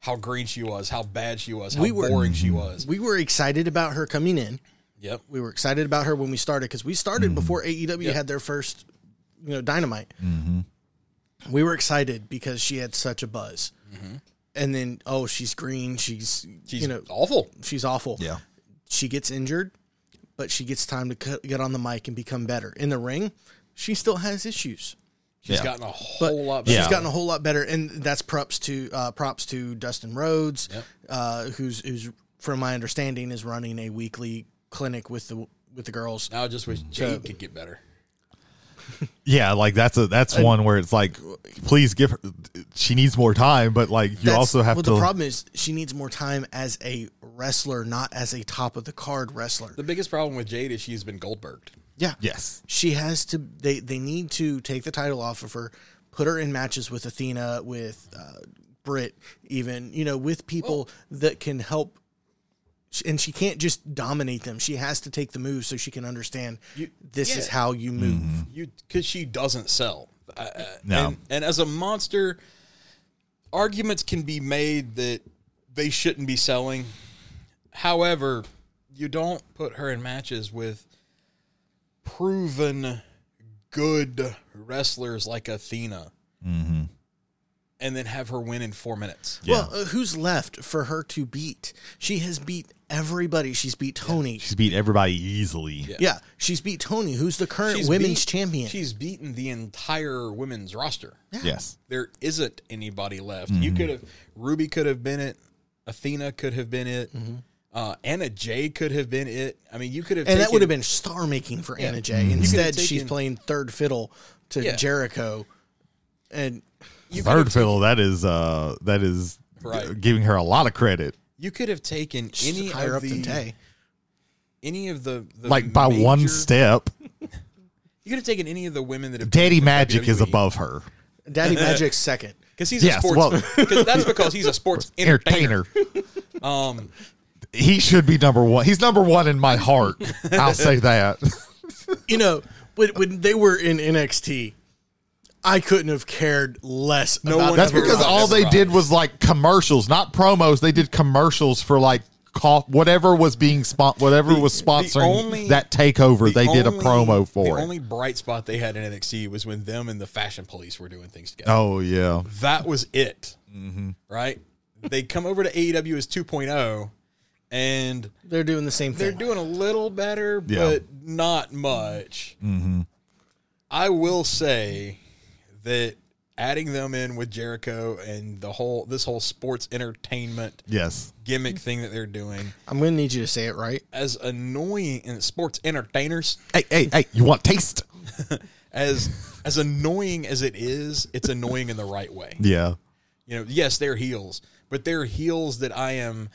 Speaker 4: how green she was, how bad she was, how
Speaker 3: We were- Mm-hmm.
Speaker 4: boring she was.
Speaker 3: we were excited about her coming in.
Speaker 4: Yep.
Speaker 3: We were excited about her when we started because we
Speaker 5: Mm-hmm.
Speaker 3: started before AEW
Speaker 4: Yeah.
Speaker 3: had their first, you know, Dynamite.
Speaker 5: Mm-hmm.
Speaker 3: We were excited because she had such a buzz, and then oh, she's green. She's,
Speaker 4: Mm-hmm. She's
Speaker 3: you know
Speaker 4: awful.
Speaker 3: she's awful. she gets injured, but she gets time to cut, get on the mic and become better. In the ring, she still has issues,
Speaker 4: She's
Speaker 5: Yeah.
Speaker 4: gotten a whole
Speaker 3: but
Speaker 4: lot
Speaker 3: she's
Speaker 4: better.
Speaker 5: Yeah.
Speaker 3: gotten a whole lot better. And that's props to uh, props to Dustin Rhodes, uh, who's who's from my understanding is running a weekly clinic with the with the girls.
Speaker 4: Now I just wish Jade could get better.
Speaker 5: Yeah, like that's a that's one where it's like, please give her. She needs more time, but like you
Speaker 3: That's-
Speaker 5: also have
Speaker 3: well,
Speaker 5: to.
Speaker 3: the problem is she needs more time as a wrestler, not as a top of the card wrestler.
Speaker 4: The biggest problem with Jade is she's been Goldberged.
Speaker 3: Yeah.
Speaker 5: Yes.
Speaker 3: She has to. They they need to take the title off of her, put her in matches with Athena, with uh, Britt, even you know, with people that can help. And she can't just dominate them. She has to take the move so she can understand
Speaker 4: You-
Speaker 3: this is
Speaker 4: yeah.
Speaker 3: how you
Speaker 5: Mm-hmm.
Speaker 3: move.
Speaker 4: you because she doesn't sell. Uh, uh,
Speaker 5: No.
Speaker 4: and, and as a monster, arguments can be made that they shouldn't be selling. However, you don't put her in matches with proven good wrestlers like Athena, and then have her win in four minutes.
Speaker 5: Yeah.
Speaker 3: Well, uh, who's left for her to beat? She has beat everybody. She's beat Tony. Yeah,
Speaker 5: She's beat everybody easily. Yeah.
Speaker 3: she's beat Tony, who's the current
Speaker 4: She's
Speaker 3: women's
Speaker 4: beat-
Speaker 3: champion.
Speaker 4: She's beaten the entire women's roster.
Speaker 5: Yes.
Speaker 4: there isn't anybody left. You
Speaker 5: Mm-hmm.
Speaker 4: could have Ruby could have been it, Athena could have been it, uh, Anna Jay could have been it. I mean, you could have
Speaker 3: and that
Speaker 4: taken-
Speaker 3: would have been star making for Anna Jay. Instead, she's
Speaker 4: taken-
Speaker 3: playing third fiddle to
Speaker 4: Yeah.
Speaker 3: Jericho, and
Speaker 4: you could
Speaker 5: Third
Speaker 4: have-
Speaker 5: fiddle. That is. Uh. That is.
Speaker 4: Right.
Speaker 5: Giving her a lot of credit,
Speaker 4: You could have taken
Speaker 3: she's
Speaker 4: any
Speaker 3: higher
Speaker 4: of
Speaker 3: up
Speaker 4: the
Speaker 3: than Tay.
Speaker 4: any of the, the
Speaker 5: like by one
Speaker 4: major-
Speaker 5: step.
Speaker 4: You could have taken any of the women that have
Speaker 5: Daddy Magic is above her.
Speaker 3: Daddy Magic's second.
Speaker 4: because E. he's
Speaker 5: Yes,
Speaker 4: a sports.
Speaker 5: well-
Speaker 4: 'cause that's because he's a sports entertainer.
Speaker 5: Entertainer.
Speaker 4: Um,
Speaker 5: He should be number one. He's number one in my heart. I'll say that.
Speaker 3: You know, when, when they were in NXT, I couldn't have cared less. No about
Speaker 4: one
Speaker 5: That's
Speaker 3: them.
Speaker 5: because all they did was like commercials, not promos. They did commercials for like cough, whatever was being spon- whatever was sponsoring
Speaker 4: only-
Speaker 5: that takeover. They did a
Speaker 4: only-
Speaker 5: promo for
Speaker 4: The
Speaker 5: it.
Speaker 4: only bright spot they had in NXT was when them and the Fashion Police were doing things together.
Speaker 5: oh yeah,
Speaker 4: that was it.
Speaker 5: Mm-hmm.
Speaker 4: Right? They come over to AEW as 2.0 and
Speaker 3: they're doing the same
Speaker 4: they're
Speaker 3: thing.
Speaker 4: doing a little better,
Speaker 5: Yeah.
Speaker 4: but not much. I will say that adding them in with Jericho and the whole this whole sports entertainment
Speaker 5: yes,
Speaker 4: gimmick thing that they're doing
Speaker 3: I'm going to need you to say it right.
Speaker 4: as annoying and sports entertainers
Speaker 5: Hey, hey, hey! You want taste?
Speaker 4: as as annoying as it is, it's annoying in the right way.
Speaker 5: Yeah,
Speaker 4: You know, yes, they're heels, but they're heels that I am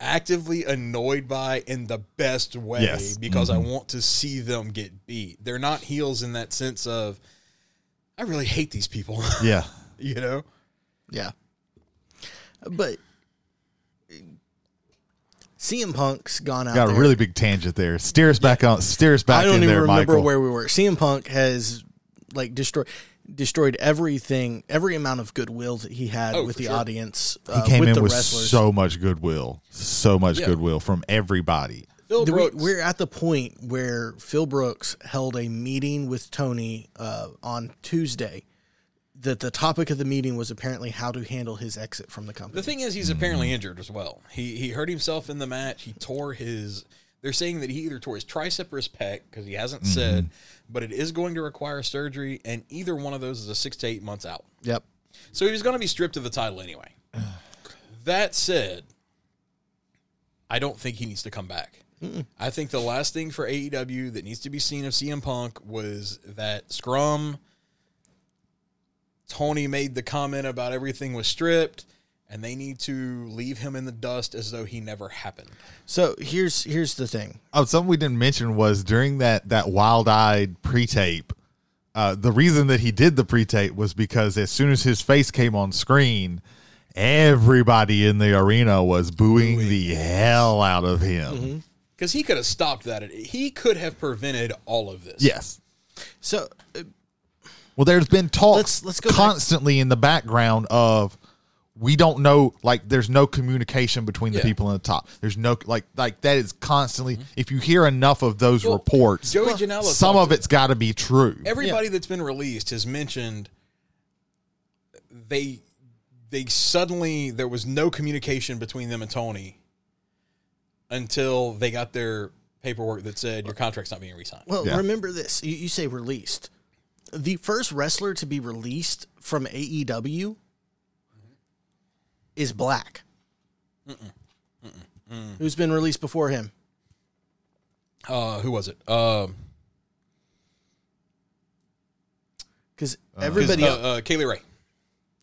Speaker 4: actively annoyed by in the best way
Speaker 5: Yes.
Speaker 4: because
Speaker 3: Mm-hmm.
Speaker 4: I want to see them get beat. They're not heels in that sense of I really hate these people,
Speaker 5: yeah.
Speaker 4: you know?
Speaker 3: Yeah. But CM Punk's gone out
Speaker 5: Got a
Speaker 3: there.
Speaker 5: really big tangent there. Steer us back on. Steer us back
Speaker 3: I don't
Speaker 5: in
Speaker 3: even
Speaker 5: there,
Speaker 3: remember
Speaker 5: Michael.
Speaker 3: where we were. CM Punk has like destroyed destroyed everything, every amount of goodwill that he had
Speaker 4: Oh,
Speaker 3: with
Speaker 4: for
Speaker 3: the
Speaker 4: sure.
Speaker 3: audience,
Speaker 5: he
Speaker 3: uh,
Speaker 5: came
Speaker 3: with
Speaker 5: in
Speaker 3: the
Speaker 5: with
Speaker 3: wrestlers.
Speaker 5: so much goodwill, so much
Speaker 4: Yeah.
Speaker 5: goodwill from everybody.
Speaker 4: Phil
Speaker 3: The- we-
Speaker 4: Brooks,
Speaker 3: we're at the point where Phil Brooks held a meeting with Tony uh, on Tuesday. That the topic of the meeting was apparently how to handle his exit from the company.
Speaker 4: the thing is he's
Speaker 3: Mm-hmm.
Speaker 4: apparently injured as well. He he hurt himself in the match. He tore his they're saying that he either tore his tricep or his pec because he hasn't said,
Speaker 3: Mm-hmm.
Speaker 4: but it is going to require surgery, and either one of those is a six to eight months out.
Speaker 3: yep.
Speaker 4: So he was going to be stripped of the title anyway. that said, I don't think he needs to come back. I think the last thing for AEW that needs to be seen of CM Punk was that scrum. Tony made the comment about everything was stripped, and they need to leave him in the dust as though he never happened.
Speaker 3: So here's here's the thing.
Speaker 5: Oh, something we didn't mention was during that that wild eyed pre tape. Uh, the reason that he did the pre tape was because as soon as his face came on screen, everybody in the arena was booing, the hell out of him.
Speaker 4: Because he could have stopped that. He could have prevented all of this.
Speaker 5: Yes.
Speaker 3: So uh,
Speaker 5: Well, there's been talk
Speaker 3: Let's- let's go back-
Speaker 5: constantly in the background of we don't know like there's no communication between the
Speaker 4: Yeah.
Speaker 5: people in the top. There's no like like that is constantly if you hear enough of those
Speaker 4: Well,
Speaker 5: reports,
Speaker 4: Joey Janela
Speaker 5: some
Speaker 4: talked
Speaker 5: of it's got to be true.
Speaker 4: everybody that's been released has mentioned they they suddenly there was no communication between them and Tony until they got their paperwork that said your contract's not being re-signed.
Speaker 3: Well,
Speaker 5: Yeah.
Speaker 3: remember this. You, you say released. The first wrestler to be released from AEW is Black. Who's been released before him?
Speaker 4: Uh, who was it? Um,
Speaker 3: Because
Speaker 4: 'cause,
Speaker 3: everybody.
Speaker 4: uh,
Speaker 3: el-
Speaker 4: uh, Kaylee Ray.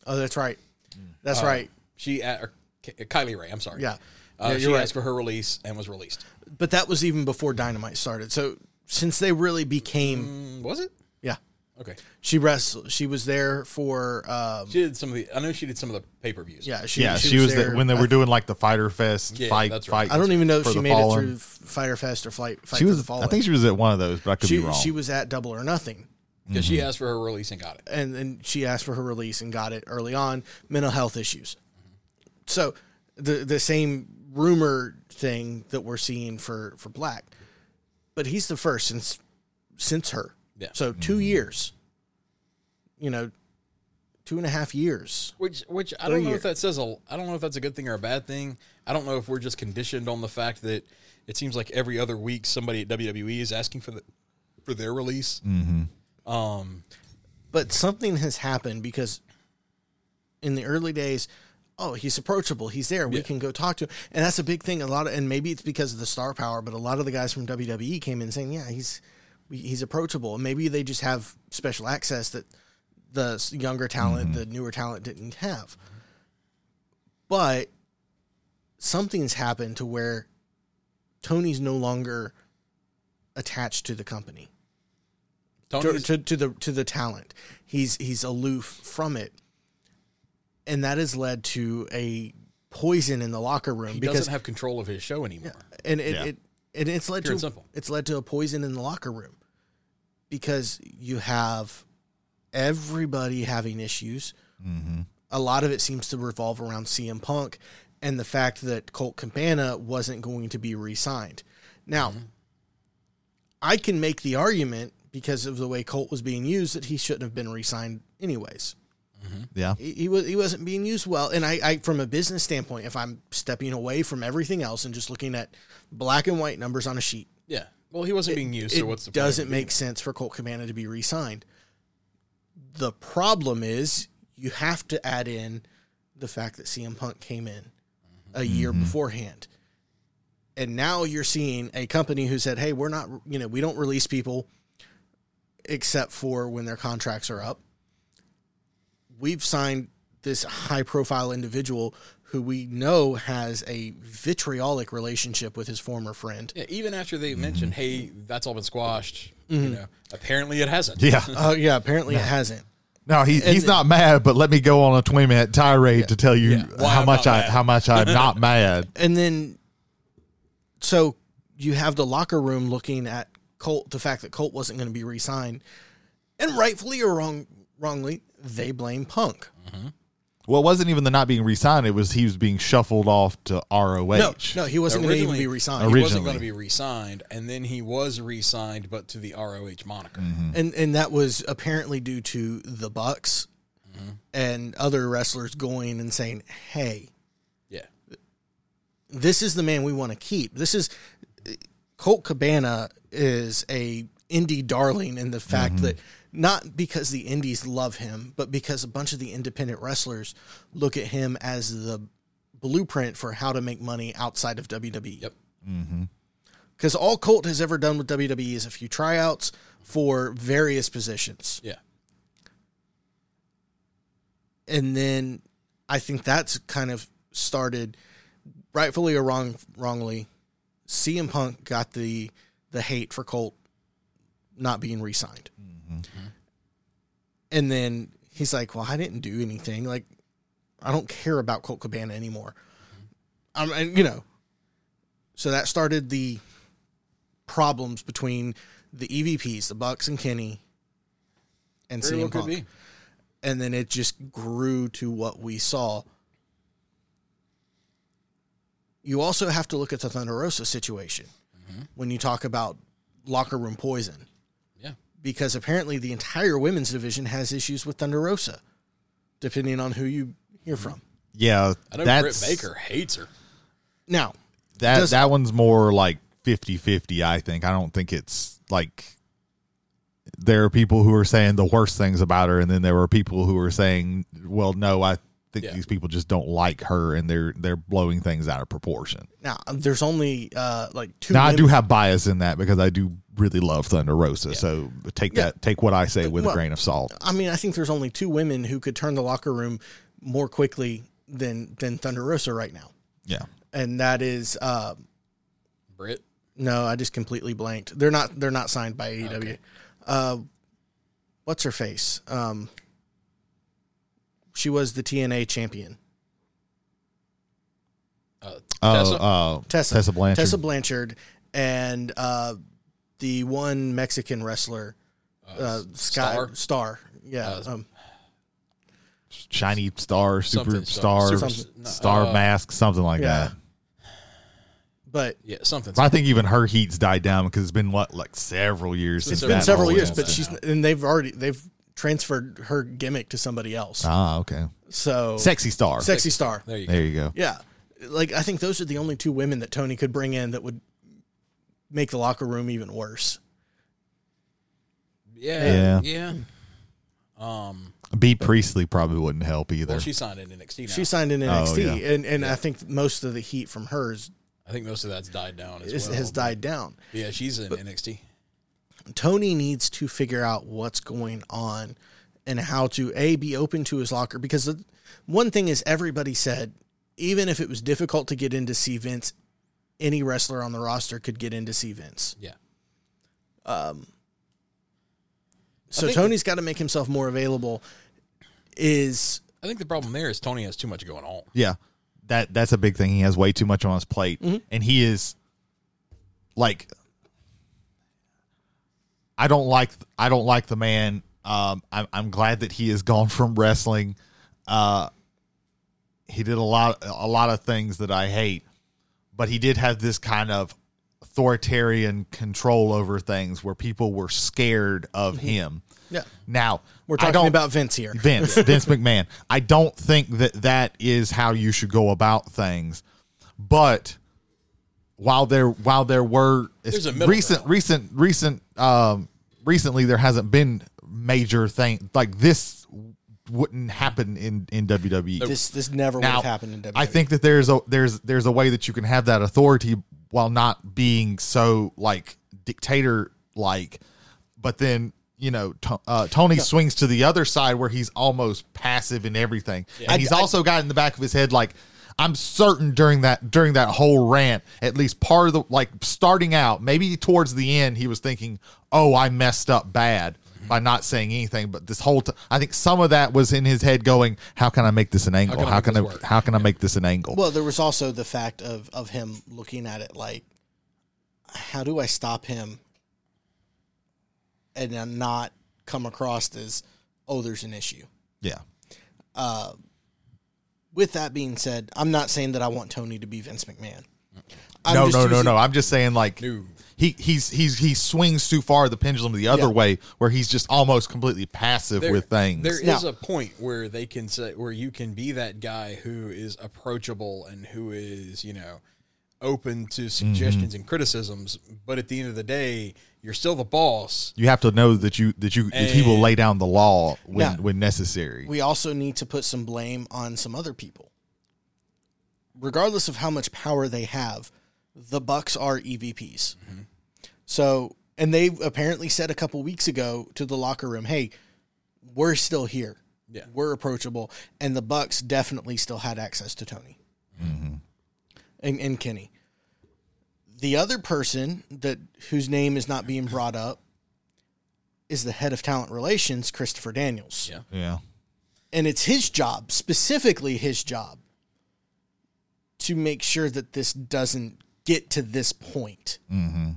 Speaker 3: oh, that's right.
Speaker 5: Mm.
Speaker 3: That's right.
Speaker 4: She a- or K- uh, Kylie Ray. I'm sorry.
Speaker 3: Yeah.
Speaker 4: Uh,
Speaker 3: Yeah,
Speaker 4: she
Speaker 3: you're right.
Speaker 4: asked for her release and was released.
Speaker 3: But that was even before Dynamite started. So since they really became.
Speaker 4: Mm, was it?
Speaker 3: Yeah,
Speaker 4: Okay.
Speaker 3: she wrestled. She was there for. Um,
Speaker 4: She did some of the. I know she did some of the pay per views.
Speaker 3: yeah, she,
Speaker 5: yeah, she, was,
Speaker 3: there
Speaker 5: the, when they
Speaker 3: I-
Speaker 5: were doing like the Fighter Fest
Speaker 4: Yeah,
Speaker 5: fight.
Speaker 4: that's right.
Speaker 5: fight
Speaker 3: I don't even know if
Speaker 5: for
Speaker 3: she
Speaker 5: the
Speaker 3: made it
Speaker 5: fallen.
Speaker 3: through Fighter Fest or Flight. Fight
Speaker 5: She
Speaker 3: for
Speaker 5: was.
Speaker 3: the Fallen.
Speaker 5: I think she was at one of those, but I could
Speaker 3: she
Speaker 5: be wrong.
Speaker 3: she was at Double or Nothing,
Speaker 4: Because she asked for her release and got it.
Speaker 3: and then she asked for her release and got it early on. Mental health issues. So the the same rumor thing that we're seeing for for Black, but he's the first since since her.
Speaker 4: Yeah.
Speaker 3: So 2 years. You know, two and a half years.
Speaker 4: Which, which I
Speaker 3: Three
Speaker 4: don't know if
Speaker 3: years.
Speaker 4: that says a. I don't know if that's a good thing or a bad thing. I don't know if we're just conditioned on the fact that it seems like every other week somebody at WWE is asking for the for their release.
Speaker 3: Mm.
Speaker 4: Um,
Speaker 3: But something has happened because in the early days, oh, he's approachable. He's there. We can go talk to him. And that's a big thing. A lot of, and maybe it's because of the star power, but a lot of the guys from WWE came in saying, yeah, he's, we- he's approachable. And maybe they just have special access that the s- younger talent, the newer talent didn't have. But something's happened to where Tony's no longer attached to the company to,
Speaker 4: Tony's,
Speaker 3: to, to the to the talent. He's he's aloof from it, and that has led to a poison in the locker room
Speaker 4: he
Speaker 3: because
Speaker 4: doesn't have control of his show anymore.
Speaker 3: and it,
Speaker 5: Yeah.
Speaker 3: it and it's led
Speaker 4: Pure
Speaker 3: to
Speaker 4: and simple.
Speaker 3: it's led to a poison in the locker room because you have everybody having issues. A lot of it seems to revolve around CM Punk and the fact that Colt Cabana wasn't going to be re-signed.
Speaker 4: Mm-hmm.
Speaker 3: Now, I can make the argument because of the way Colt was being used that he shouldn't have been re-signed anyways
Speaker 5: yeah,
Speaker 3: he, he was he wasn't being used well. And I, I from a business standpoint, if I'm stepping away from everything else and just looking at black and white numbers on a sheet,
Speaker 4: Yeah. Well, he wasn't being used,
Speaker 3: it
Speaker 4: so what's the point of
Speaker 3: doesn't
Speaker 4: it?
Speaker 3: make sense for Colt Cabana to be re-signed. The problem is you have to add in the fact that CM Punk came in a
Speaker 4: Mm-hmm.
Speaker 3: year beforehand. And now you're seeing a company who said, "Hey, we're not, you know, we don't release people except for when their contracts are up. We've signed this high-profile individual who we know has a vitriolic relationship with his former friend.
Speaker 4: Yeah, even after they mentioned,
Speaker 3: Mm-hmm.
Speaker 4: "Hey, that's all been squashed," you know, apparently it hasn't.
Speaker 5: yeah.
Speaker 3: Oh, yeah, apparently it hasn't.
Speaker 5: No, he, he's
Speaker 3: and-
Speaker 5: not mad, but let me go on a twenty minute tirade to tell you
Speaker 4: Yeah. Why
Speaker 5: how
Speaker 4: I'm
Speaker 5: much
Speaker 4: not
Speaker 5: I
Speaker 4: mad.
Speaker 5: how much I'm not mad.
Speaker 3: and then so you have the locker room looking at Colt, the fact that Colt wasn't going to be re-signed, and rightfully or wrong, wrongly, they blame Punk.
Speaker 5: Well, it wasn't even the not being re-signed. It was he was being shuffled off to ROH.
Speaker 3: No, no, he wasn't going to even
Speaker 4: Originally,
Speaker 3: be
Speaker 4: he
Speaker 3: re-signed,
Speaker 5: Ori-
Speaker 4: wasn't
Speaker 5: Originally.
Speaker 4: going to be re-signed, and then he was re-signed, but to the ROH moniker.
Speaker 3: and and that was apparently due to the Bucks and other wrestlers going and saying, "Hey,
Speaker 4: Yeah,
Speaker 3: this is the man we want to keep. This is Colt Cabana is a indie darling in the fact that not because the indies love him, but because a bunch of the independent wrestlers look at him as the blueprint for how to make money outside of WWE.
Speaker 4: Yep.
Speaker 3: Because all Colt has ever done with WWE is a few tryouts for various positions.
Speaker 4: yeah.
Speaker 3: and then I think that's kind of started, rightfully or wrong, wrongly. CM Punk got the the hate for Colt not being re-signed,
Speaker 4: Mm-hmm.
Speaker 3: and then he's like, "Well, I didn't do anything. Like, I don't care about Colt Cabana anymore."
Speaker 4: Mm-hmm.
Speaker 3: Um, and you know, so that started the problems between the EVPs, the Bucks and Kenny, and
Speaker 4: Very
Speaker 3: CM
Speaker 4: well
Speaker 3: Punk
Speaker 4: could be.
Speaker 3: and then it just grew to what we saw. You also have to look at the Thunder Rosa situation when you talk about locker room poison,
Speaker 4: Yeah,
Speaker 3: because apparently the entire women's division has issues with Thunder Rosa, depending on who you hear from.
Speaker 5: Yeah,
Speaker 4: I know
Speaker 5: that's
Speaker 4: Britt Baker hates her.
Speaker 3: Now,
Speaker 5: That
Speaker 3: does-
Speaker 5: that one's more like 50-50, I think. I don't think it's like there are people who are saying the worst things about her, and then there are people who are saying, "Well, no, I think
Speaker 4: Yeah.
Speaker 5: these people just don't like her, and they're they're blowing things out of proportion."
Speaker 3: now there's only uh, like two.
Speaker 5: Now, I
Speaker 3: women-
Speaker 5: do have bias in that because I do really love Thunder Rosa, so take
Speaker 3: Yeah.
Speaker 5: that take what I say with
Speaker 3: Well-
Speaker 5: a grain of salt.
Speaker 3: I mean, I think there's only two women who could turn the locker room more quickly than than Thunder Rosa right now,
Speaker 5: Yeah,
Speaker 3: and that is uh,
Speaker 4: Britt,
Speaker 3: No, I just completely blanked. They're not. They're not signed by AEW. Uh, what's her face? Um, she was the TNA champion.
Speaker 4: Uh,
Speaker 5: Oh,
Speaker 4: Tessa?
Speaker 5: oh,
Speaker 3: Tessa,
Speaker 5: Tessa Blanchard.
Speaker 3: Tessa Blanchard, and uh, the one Mexican wrestler, uh, Sky Star.
Speaker 4: Star?
Speaker 3: Yeah,
Speaker 4: Uh,
Speaker 3: um,
Speaker 5: shiny star,
Speaker 4: Something
Speaker 5: super
Speaker 4: star.
Speaker 5: star,
Speaker 4: Super-
Speaker 5: star,
Speaker 4: Something. Uh,
Speaker 5: mask, something like
Speaker 3: yeah.
Speaker 5: that.
Speaker 3: but
Speaker 4: Yeah, something.
Speaker 5: But I think even her heat's died down because it's been like, like several years.
Speaker 4: It's
Speaker 5: since
Speaker 3: it's
Speaker 5: that
Speaker 3: been several
Speaker 5: whole
Speaker 3: years.
Speaker 5: incident.
Speaker 3: But she's and they've already they've transferred her gimmick to somebody else.
Speaker 5: ah okay,
Speaker 3: So
Speaker 5: sexy star.
Speaker 3: sexy star.
Speaker 4: There you go.
Speaker 5: There you go.
Speaker 3: Yeah. Like I think those are the only two women that Tony could bring in that would make the locker room even worse.
Speaker 4: Yeah, yeah. Um,
Speaker 5: B Priestley probably wouldn't help either.
Speaker 4: well, she signed in NXT now.
Speaker 3: She signed in NXT
Speaker 5: yeah.
Speaker 3: and, and I think most of the heat from hers
Speaker 4: I think most of that's died down as
Speaker 3: is,
Speaker 4: well.
Speaker 3: has died down.
Speaker 4: Yeah, she's in NXT.
Speaker 3: Tony needs to figure out what's going on and how to a be open to his locker because the one thing is everybody said even if it was difficult to get into see Vince, any wrestler on the roster could get into see Vince.
Speaker 4: Yeah.
Speaker 3: So
Speaker 4: think-
Speaker 3: Tony's got to make himself more available. Is
Speaker 4: I think the problem there is Tony has too much going on.
Speaker 5: Yeah, that that's a big thing. He has way too much on his plate,
Speaker 3: Mm-hmm.
Speaker 5: and he is like, I don't like I don't like the man. Um, I'm I'm glad that he has gone from wrestling. Uh, he did a lot a lot of things that I hate, but he did have this kind of authoritarian control over things where people were scared of him.
Speaker 3: yeah,
Speaker 5: Now
Speaker 3: Mm-hmm. we're
Speaker 5: I
Speaker 3: talking
Speaker 5: don't-
Speaker 3: about Vince here.
Speaker 5: Vince, Vince McMahon. I don't think that that is how you should go about things. But while there while there were
Speaker 4: There's a middle
Speaker 5: recent
Speaker 4: ground.
Speaker 5: recent recent um recently there hasn't been major thing like this wouldn't happen in in WWE.
Speaker 3: This this never would
Speaker 5: Now,
Speaker 3: have happened in E. WWE.
Speaker 5: I think that there's a there's there's a way that you can have that authority while not being so like dictator like, but then you know to, uh, Tony swings to the other side where he's almost passive in everything, and he's also got in the back of his head like. I'm certain during that during that whole rant, at least part of the like starting out, maybe towards the end, he was thinking, "Oh, I messed up bad by not saying anything." But this whole, t- I think some of that was in his head, going, "How can I make this an angle? How
Speaker 4: make
Speaker 5: can
Speaker 4: this
Speaker 5: I
Speaker 4: work?"
Speaker 5: how can I make this an angle?
Speaker 3: Well, there was also the fact of of him looking at it like, how do I stop him, and then not come across as, oh, there's an issue.
Speaker 5: yeah.
Speaker 3: With that being said, I'm not saying that I want Tony to be Vince McMahon. I'm
Speaker 5: No,
Speaker 3: just
Speaker 5: no, no,
Speaker 3: using-
Speaker 5: no. I'm just saying like he he's he's he swings too far the pendulum the other
Speaker 3: Yeah.
Speaker 5: way where he's just almost completely passive with things.
Speaker 4: There is
Speaker 3: Now-
Speaker 4: a point where they can say where you can be that guy who is approachable and who is you know open to
Speaker 5: Mm-hmm.
Speaker 4: suggestions and criticisms, but at the end of the day, you're still the boss.
Speaker 5: you have to know that you that you that he will
Speaker 4: And-
Speaker 5: lay down the law when
Speaker 3: Yeah.
Speaker 5: when necessary.
Speaker 3: we also need to put some blame on some other people. Regardless of how much power they have, the Bucks are EVPs. So, and they apparently said a couple weeks ago to the locker room, "Hey, we're still here.
Speaker 4: Yeah.
Speaker 3: We're approachable." And the Bucks definitely still had access to Tony and, and Kenny. The other person that whose name is not being brought up is the head of talent relations, Christopher Daniels
Speaker 4: Yeah.
Speaker 5: yeah.
Speaker 3: and it's his job, specifically his job, to make sure that this doesn't get to this point. Mm-hmm.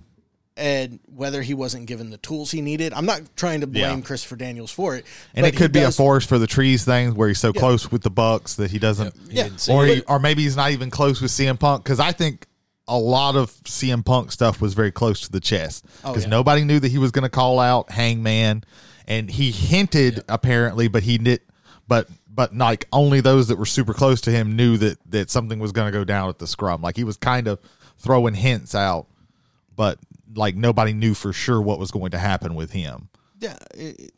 Speaker 3: And whether he wasn't given the tools he needed, I'm not trying to blame
Speaker 5: Yeah.
Speaker 3: Christopher Daniels for it.
Speaker 5: And
Speaker 3: but
Speaker 5: it
Speaker 3: he
Speaker 5: could be
Speaker 3: does-
Speaker 5: a forest for the trees thing where he's so close with the Bucks that he doesn't
Speaker 4: He didn't see
Speaker 5: or
Speaker 4: it.
Speaker 5: he, or maybe he's not even close with CM Punk because I think a lot of CM Punk stuff was very close to the chest because
Speaker 3: Oh, yeah.
Speaker 5: nobody knew that he was going to call out Hangman, and he hinted apparently, but he did, but but like only those that were super close to him knew that that something was going to go down at the scrum. Like he was kind of throwing hints out, but like nobody knew for sure what was going to happen with him.
Speaker 3: Yeah. it- it-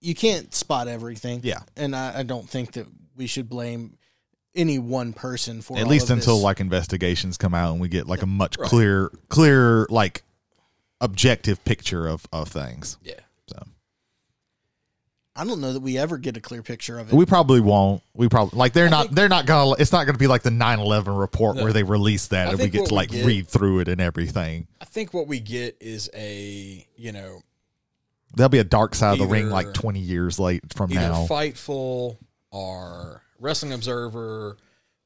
Speaker 3: you can't spot everything.
Speaker 5: Yeah.
Speaker 3: And I, I don't think that we should blame any one person for
Speaker 5: at
Speaker 3: all
Speaker 5: least
Speaker 3: of
Speaker 5: until
Speaker 3: this.
Speaker 5: like investigations come out and we get like a much clearer clearer like objective picture of of things
Speaker 4: Yeah.
Speaker 5: so
Speaker 3: I don't know that we ever get a clear picture of it.
Speaker 5: We probably won't. We probably like they're not. they're not gonna. It's not gonna be like the 9-11 report where they release that
Speaker 4: I
Speaker 5: and we
Speaker 4: think
Speaker 5: get
Speaker 4: what
Speaker 5: to
Speaker 4: we
Speaker 5: like
Speaker 4: get-
Speaker 5: read through it and everything.
Speaker 4: I think what we get is a you know
Speaker 5: There'll be a dark side of the ring
Speaker 4: Either-
Speaker 5: like twenty years late from
Speaker 4: either
Speaker 5: now.
Speaker 4: Fightful or Wrestling Observer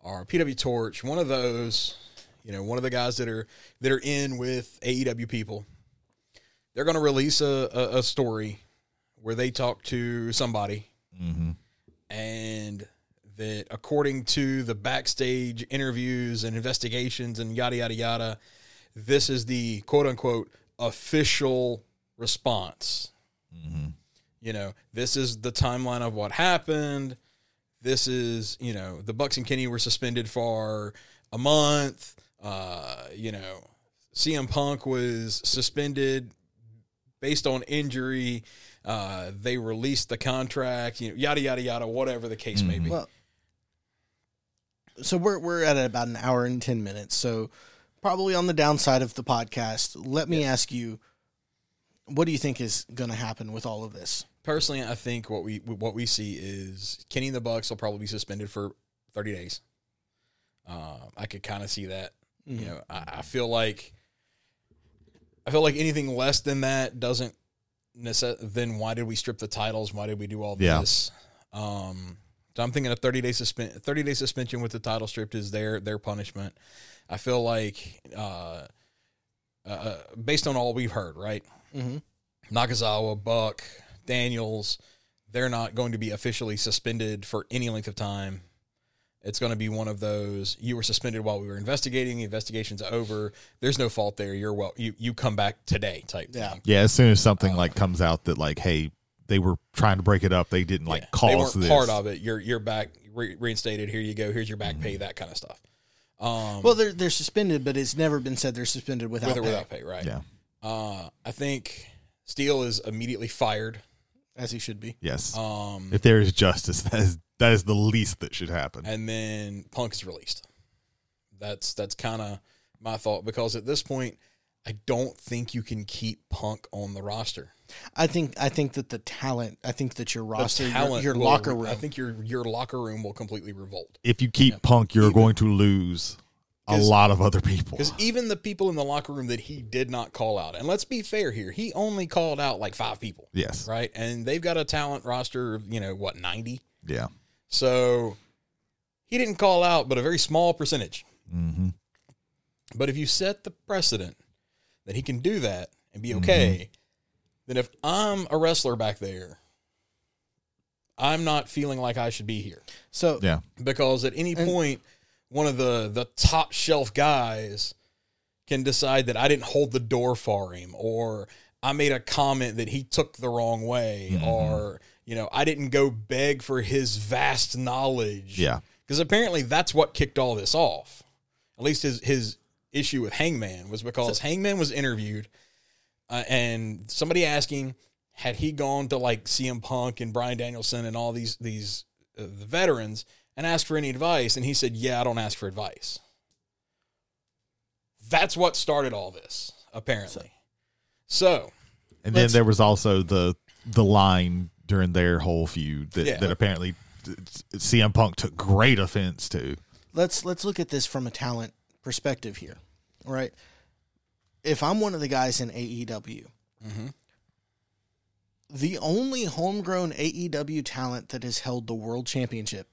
Speaker 4: or PW Torch, one of those, you know, one of the guys that are that are in with AEW people. They're going to release a, a, a story where they talk to somebody
Speaker 5: Mhm.
Speaker 4: and that according to the backstage interviews and investigations and yada yada yada, this is the quote unquote official response. You know, this is the timeline of what happened. This is you know the Bucks and Kenny were suspended for a month. Uh, you know, CM Punk was suspended based on injury. Uh, they released the contract. You know, yada yada yada. Whatever the case may be.
Speaker 3: Well, so we're we're at about an hour and ten minutes. So probably on the downside of the podcast. Let me ask you, what do you think is going to happen with all of this?
Speaker 4: personally, I think what we what we see is Kenny and the Bucks will probably be suspended for thirty days. Uh, I could kind of see that. You know, I, I feel like I feel like anything less than that doesn't. Necess- then why did we strip the titles? Why did we do all
Speaker 5: Yeah.
Speaker 4: this? Um, so I'm thinking a 30 day suspension. 30 day suspension with the title stripped is their their punishment. I feel like uh, uh, uh, based on all we've heard, right?
Speaker 3: Mm-hmm.
Speaker 4: Nakazawa, Buck, Daniels, they're not going to be officially suspended for any length of time. It's going to be one of those you were suspended while we were investigating, the investigation's over. There's no fault there. You're well you you come back today type
Speaker 3: Yeah.
Speaker 4: thing.
Speaker 5: Yeah, as soon as
Speaker 4: Uh,
Speaker 5: something like comes out that like, hey, they were trying to break it up, they didn't like
Speaker 4: they
Speaker 5: cause
Speaker 4: weren't
Speaker 5: this.
Speaker 4: part of it. You're you're back re- reinstated. Here you go. Here's your back
Speaker 5: Mm-hmm.
Speaker 4: pay. That kind of stuff. Um,
Speaker 3: Well, they're they're suspended, but it's never been said they're suspended without.
Speaker 4: with or
Speaker 3: pay.
Speaker 4: without pay, right?
Speaker 5: Yeah.
Speaker 4: Uh, I think Steele is immediately fired.
Speaker 3: as he should be.
Speaker 5: Yes.
Speaker 4: Um,
Speaker 5: if there is justice, that is that is the least that should happen.
Speaker 4: and then Punk is released. That's that's kind of my thought because at this point, I don't think you can keep Punk on the roster.
Speaker 3: I think I think that the talent. I think that your
Speaker 4: The
Speaker 3: roster, your-
Speaker 4: talent
Speaker 3: your,
Speaker 4: will-
Speaker 3: locker room.
Speaker 4: I think your your locker room will completely revolt
Speaker 5: If you keep Punk, you're
Speaker 4: Even-
Speaker 5: going to lose a
Speaker 4: 'Cause-
Speaker 5: lot of other people.
Speaker 4: because even the people in the locker room that he did not call out, and let's be fair here, he only called out like five people,
Speaker 5: Yes.
Speaker 4: right? And they've got a talent roster, of, you know what, ninety.
Speaker 5: Yeah.
Speaker 4: So he didn't call out, but a very small percentage.
Speaker 5: hmm
Speaker 4: But if you set the precedent that he can do that and be okay, then if I'm a wrestler back there, I'm not feeling like I should be here
Speaker 3: so.
Speaker 5: Yeah.
Speaker 4: because at any
Speaker 3: And-
Speaker 4: point, one of the the top shelf guys can decide that I didn't hold the door for him, or I made a comment that he took the wrong way, or you know I didn't go beg for his vast knowledge
Speaker 5: Yeah.
Speaker 4: because apparently that's what kicked all this off. At least his his issue with Hangman was because Hangman was interviewed, uh, and somebody asking had he gone to like CM Punk and Brian Danielson and all these these uh, the veterans and asked for any advice, and he said, "Yeah, I don't ask for advice." That's what started all this, apparently. So,
Speaker 5: And then
Speaker 3: Let's-
Speaker 5: there was also the the line during their whole feud that,
Speaker 4: Yeah.
Speaker 5: that apparently CM Punk took great offense to.
Speaker 3: let's let's look at this from a talent perspective here. All right. If I'm one of the guys in AEW,
Speaker 5: Mm-hmm.
Speaker 3: the only homegrown AEW talent that has held the world championship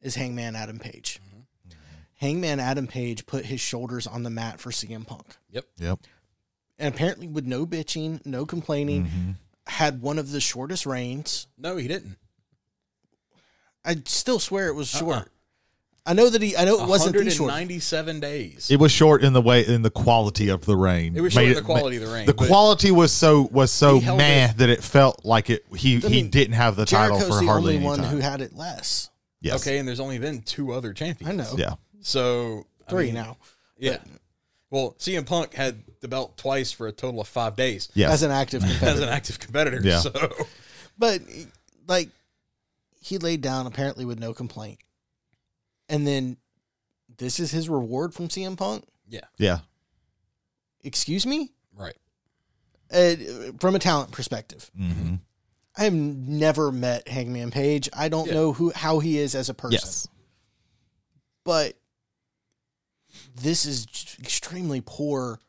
Speaker 3: is Hangman Adam Page.
Speaker 5: Mm-hmm.
Speaker 3: Hangman Adam Page put his shoulders on the mat for CM Punk.
Speaker 5: Yep.
Speaker 3: And apparently with no bitching, no complaining,
Speaker 5: Mm-hmm.
Speaker 3: had one of the shortest reigns.
Speaker 4: no, he didn't.
Speaker 3: I still swear it was short.
Speaker 4: Uh-uh.
Speaker 3: I know that he I know it wasn't the short.
Speaker 4: 197 days.
Speaker 5: It was short in the way in the quality of the rain.
Speaker 4: It was short in the quality of the reign,
Speaker 5: The
Speaker 4: but-
Speaker 5: quality was so was so
Speaker 4: He held
Speaker 5: meh
Speaker 4: it-
Speaker 5: that it felt like it he
Speaker 3: I
Speaker 5: he
Speaker 3: mean,
Speaker 5: didn't have the title
Speaker 3: Jericho's
Speaker 5: for
Speaker 3: the
Speaker 5: hardly
Speaker 3: only
Speaker 5: any
Speaker 3: one
Speaker 5: time.
Speaker 3: who had it less.
Speaker 5: yes.
Speaker 4: Okay, and there's only been two other champions.
Speaker 3: I know.
Speaker 5: Yeah.
Speaker 4: So I
Speaker 3: Three
Speaker 4: mean,
Speaker 3: now.
Speaker 4: Yeah. Well, CM Punk had the belt twice for a total of five days
Speaker 5: Yes.
Speaker 3: As an active
Speaker 4: as
Speaker 3: competitor.
Speaker 4: an active competitor.
Speaker 5: Yeah.
Speaker 4: So
Speaker 3: but like he laid down apparently with no complaint. And then this is his reward from CM Punk?
Speaker 5: yeah.
Speaker 3: Excuse me?
Speaker 4: right.
Speaker 3: Uh, from a talent perspective.
Speaker 5: hmm
Speaker 3: I have never met Hangman Page. I don't know who how he is as a person.
Speaker 5: Yes.
Speaker 3: But this is j- extremely poor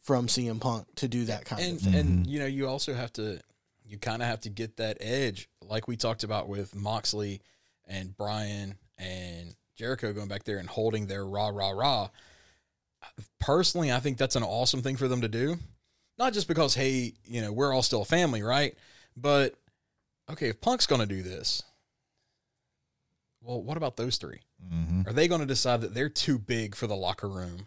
Speaker 3: from CM Punk to do that kind
Speaker 4: and
Speaker 3: of
Speaker 5: Mm-hmm.
Speaker 3: thing.
Speaker 4: and you know you also have to you kind of have to get that edge like we talked about with Moxley and Brian and Jericho going back there and holding their rah rah rah. Personally, I think that's an awesome thing for them to do. Not just because hey, you know, we're all still a family, right? But okay, if Punk's going to do this, well, what about those three?
Speaker 5: Mm-hmm.
Speaker 4: Are they going to decide that they're too big for the locker room?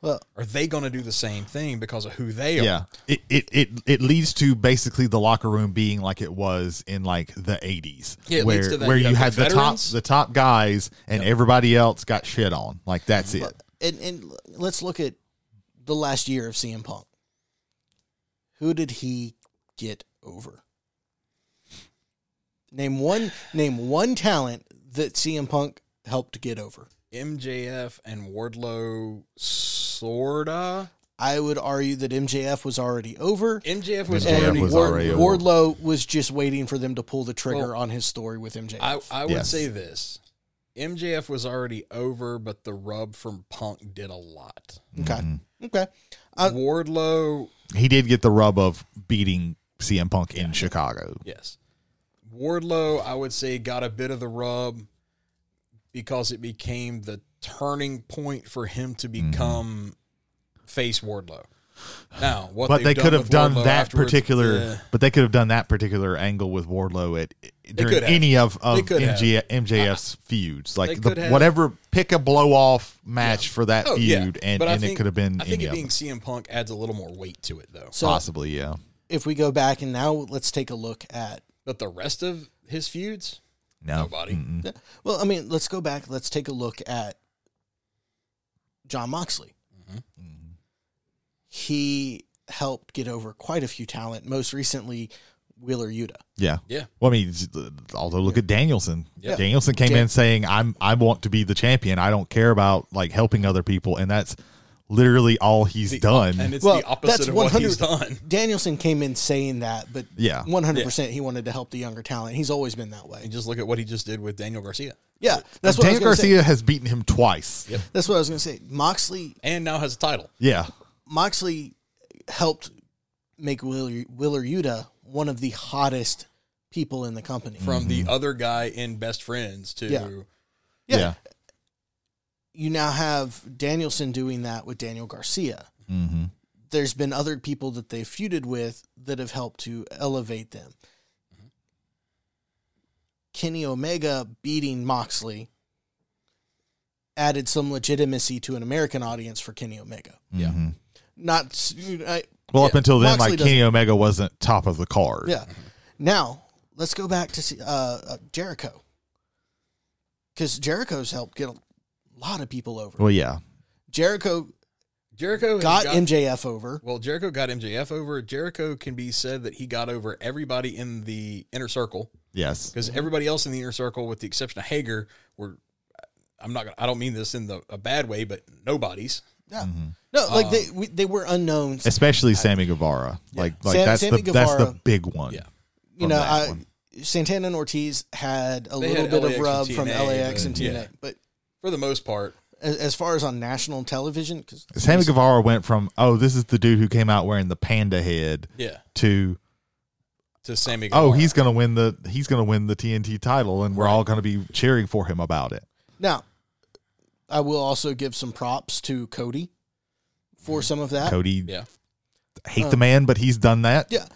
Speaker 3: Well,
Speaker 4: Are they going to do the same thing because of who they are?
Speaker 5: Yeah. It, it it it leads to basically the locker room being like it was in like the eighties.
Speaker 4: Yeah, it
Speaker 5: where
Speaker 4: leads to that,
Speaker 5: where
Speaker 4: you
Speaker 5: you
Speaker 4: have
Speaker 5: had
Speaker 4: the
Speaker 5: the top
Speaker 4: veterans.
Speaker 5: the top guys and everybody else got shit on. Like that's it.
Speaker 3: and and let's look at the last year of CM Punk. Who did he get over? Name one name one talent that CM Punk helped get over.
Speaker 4: MJF and Wardlow, sorta.
Speaker 3: I would argue that MJF was already over.
Speaker 4: MJF was
Speaker 5: MJF
Speaker 4: already.
Speaker 5: was
Speaker 3: Ward-
Speaker 5: already over.
Speaker 3: Wardlow was just waiting for them to pull the trigger on his story with MJF.
Speaker 4: I, I would
Speaker 5: Yes.
Speaker 4: say this: MJF was already over, but the rub from Punk did a lot.
Speaker 3: okay.
Speaker 5: Mm-hmm.
Speaker 3: Okay. Uh,
Speaker 4: Wardlow,
Speaker 5: He did get the rub of beating CM Punk in Chicago.
Speaker 4: yes. Wardlow, I would say, got a bit of the rub because it became the turning point for him to
Speaker 5: Mm-hmm.
Speaker 4: become face Wardlow. Now, what
Speaker 5: But they
Speaker 4: they've
Speaker 5: could have
Speaker 4: with
Speaker 5: done
Speaker 4: Wardlow
Speaker 5: that
Speaker 4: afterwards,
Speaker 5: particular.
Speaker 4: eh.
Speaker 5: But they could have done that particular angle with Wardlow at during
Speaker 4: could have.
Speaker 5: any of
Speaker 4: They
Speaker 5: of
Speaker 4: could
Speaker 5: MJ, MJF's feuds,
Speaker 4: They
Speaker 5: like
Speaker 4: could
Speaker 5: the,
Speaker 4: have.
Speaker 5: whatever pick a blow off match for that
Speaker 4: Oh, yeah.
Speaker 5: feud, and,
Speaker 4: But I
Speaker 5: and it
Speaker 4: think-
Speaker 5: could have been
Speaker 4: I think
Speaker 5: any
Speaker 4: it
Speaker 5: of
Speaker 4: being
Speaker 5: them.
Speaker 4: CM Punk adds a little more weight to it, though.
Speaker 3: so
Speaker 5: possibly. Yeah,
Speaker 3: if we go back and now let's take a look at
Speaker 4: But the rest of his feuds,
Speaker 5: no,
Speaker 4: nobody.
Speaker 3: Well, I mean, let's go back. Let's take a look at John Moxley.
Speaker 5: Mm-hmm.
Speaker 3: Mm-hmm. He helped get over quite a few talent. Most recently, Wheeler Yuta.
Speaker 5: Yeah.
Speaker 4: Yeah.
Speaker 5: Well, I mean, it's- although look at Danielson.
Speaker 4: Yeah.
Speaker 5: Danielson came
Speaker 3: Dan-
Speaker 5: in saying, "I'm I want to be the champion. I don't care about like helping other people," and that's literally all he's
Speaker 4: The-
Speaker 5: done.
Speaker 4: And it's
Speaker 3: Well,
Speaker 4: the opposite
Speaker 3: that's
Speaker 4: of what
Speaker 3: 100
Speaker 4: he's done.
Speaker 3: Danielson came in saying that, but
Speaker 5: Yeah.
Speaker 3: one hundred percent, he wanted to help the younger talent. He's always been that way.
Speaker 4: And just look at what he just did with Daniel Garcia.
Speaker 3: Yeah, that's what
Speaker 5: Daniel
Speaker 3: I was gonna
Speaker 5: Garcia has beaten him twice.
Speaker 4: Yep.
Speaker 3: Say. That's what I was going to say. Moxley,
Speaker 4: And now has a title.
Speaker 5: Yeah.
Speaker 3: Moxley helped make Wheeler, Wheeler Yuta one of the hottest people in the company.
Speaker 4: From the other guy in Best Friends to
Speaker 3: Yeah.
Speaker 5: Mm-hmm. Yeah.
Speaker 3: you now have Danielson doing that with Daniel Garcia.
Speaker 5: hmm
Speaker 3: there's been other people that they've feuded with that have helped to elevate them. Kenny Omega beating Moxley added some legitimacy to an American audience for Kenny Omega.
Speaker 4: Yeah.
Speaker 5: Mhm.
Speaker 3: Not s- I,
Speaker 5: Well, up
Speaker 4: Yeah.
Speaker 5: until then,
Speaker 3: Moxley
Speaker 5: like Kenny Omega wasn't top of the card.
Speaker 3: yeah. Now let's go back to see, uh, uh, Jericho because Jericho's helped get a lot of people over.
Speaker 5: Well, yeah.
Speaker 3: Jericho
Speaker 4: Jericho has
Speaker 3: got MJF over.
Speaker 4: Well, Jericho got MJF over. Jericho can be said that he got over everybody in the inner circle
Speaker 5: Yes.
Speaker 4: because everybody else in the inner circle, with the exception of Hager, were. I'm not. Gonna, I don't mean this in the a bad way, but nobody's.
Speaker 3: Yeah.
Speaker 5: Mm-hmm.
Speaker 3: No, like
Speaker 5: Um,
Speaker 3: they we, they were unknowns.
Speaker 5: Especially Sammy Guevara. Like, like
Speaker 3: Sam-
Speaker 5: that's
Speaker 3: Sammy
Speaker 5: the that's
Speaker 3: Guevara.
Speaker 5: the big one.
Speaker 4: Yeah.
Speaker 3: you
Speaker 5: from
Speaker 3: know,
Speaker 5: that
Speaker 3: I,
Speaker 5: one.
Speaker 3: Santana and Ortiz had a
Speaker 4: They
Speaker 3: little bit
Speaker 4: had
Speaker 3: of
Speaker 4: LAX and
Speaker 3: rub from
Speaker 4: TNA,
Speaker 3: LAX and
Speaker 4: but-
Speaker 3: TNA,
Speaker 4: yeah.
Speaker 3: but
Speaker 4: For the most part,
Speaker 3: as, as far as on national television, because
Speaker 5: Sammy Guevara went from oh, this is the dude who came out wearing the panda head
Speaker 4: yeah.
Speaker 5: to
Speaker 4: To Sammy.
Speaker 5: oh,
Speaker 4: Guevara.
Speaker 5: he's gonna win the he's gonna win the TNT title, and we're all gonna be cheering for him about it.
Speaker 3: now I will also give some props to Cody for some of that.
Speaker 5: Mm-hmm. Cody,
Speaker 4: Uh, yeah. Uh,
Speaker 5: hate the man, but he's done that.
Speaker 3: Yeah,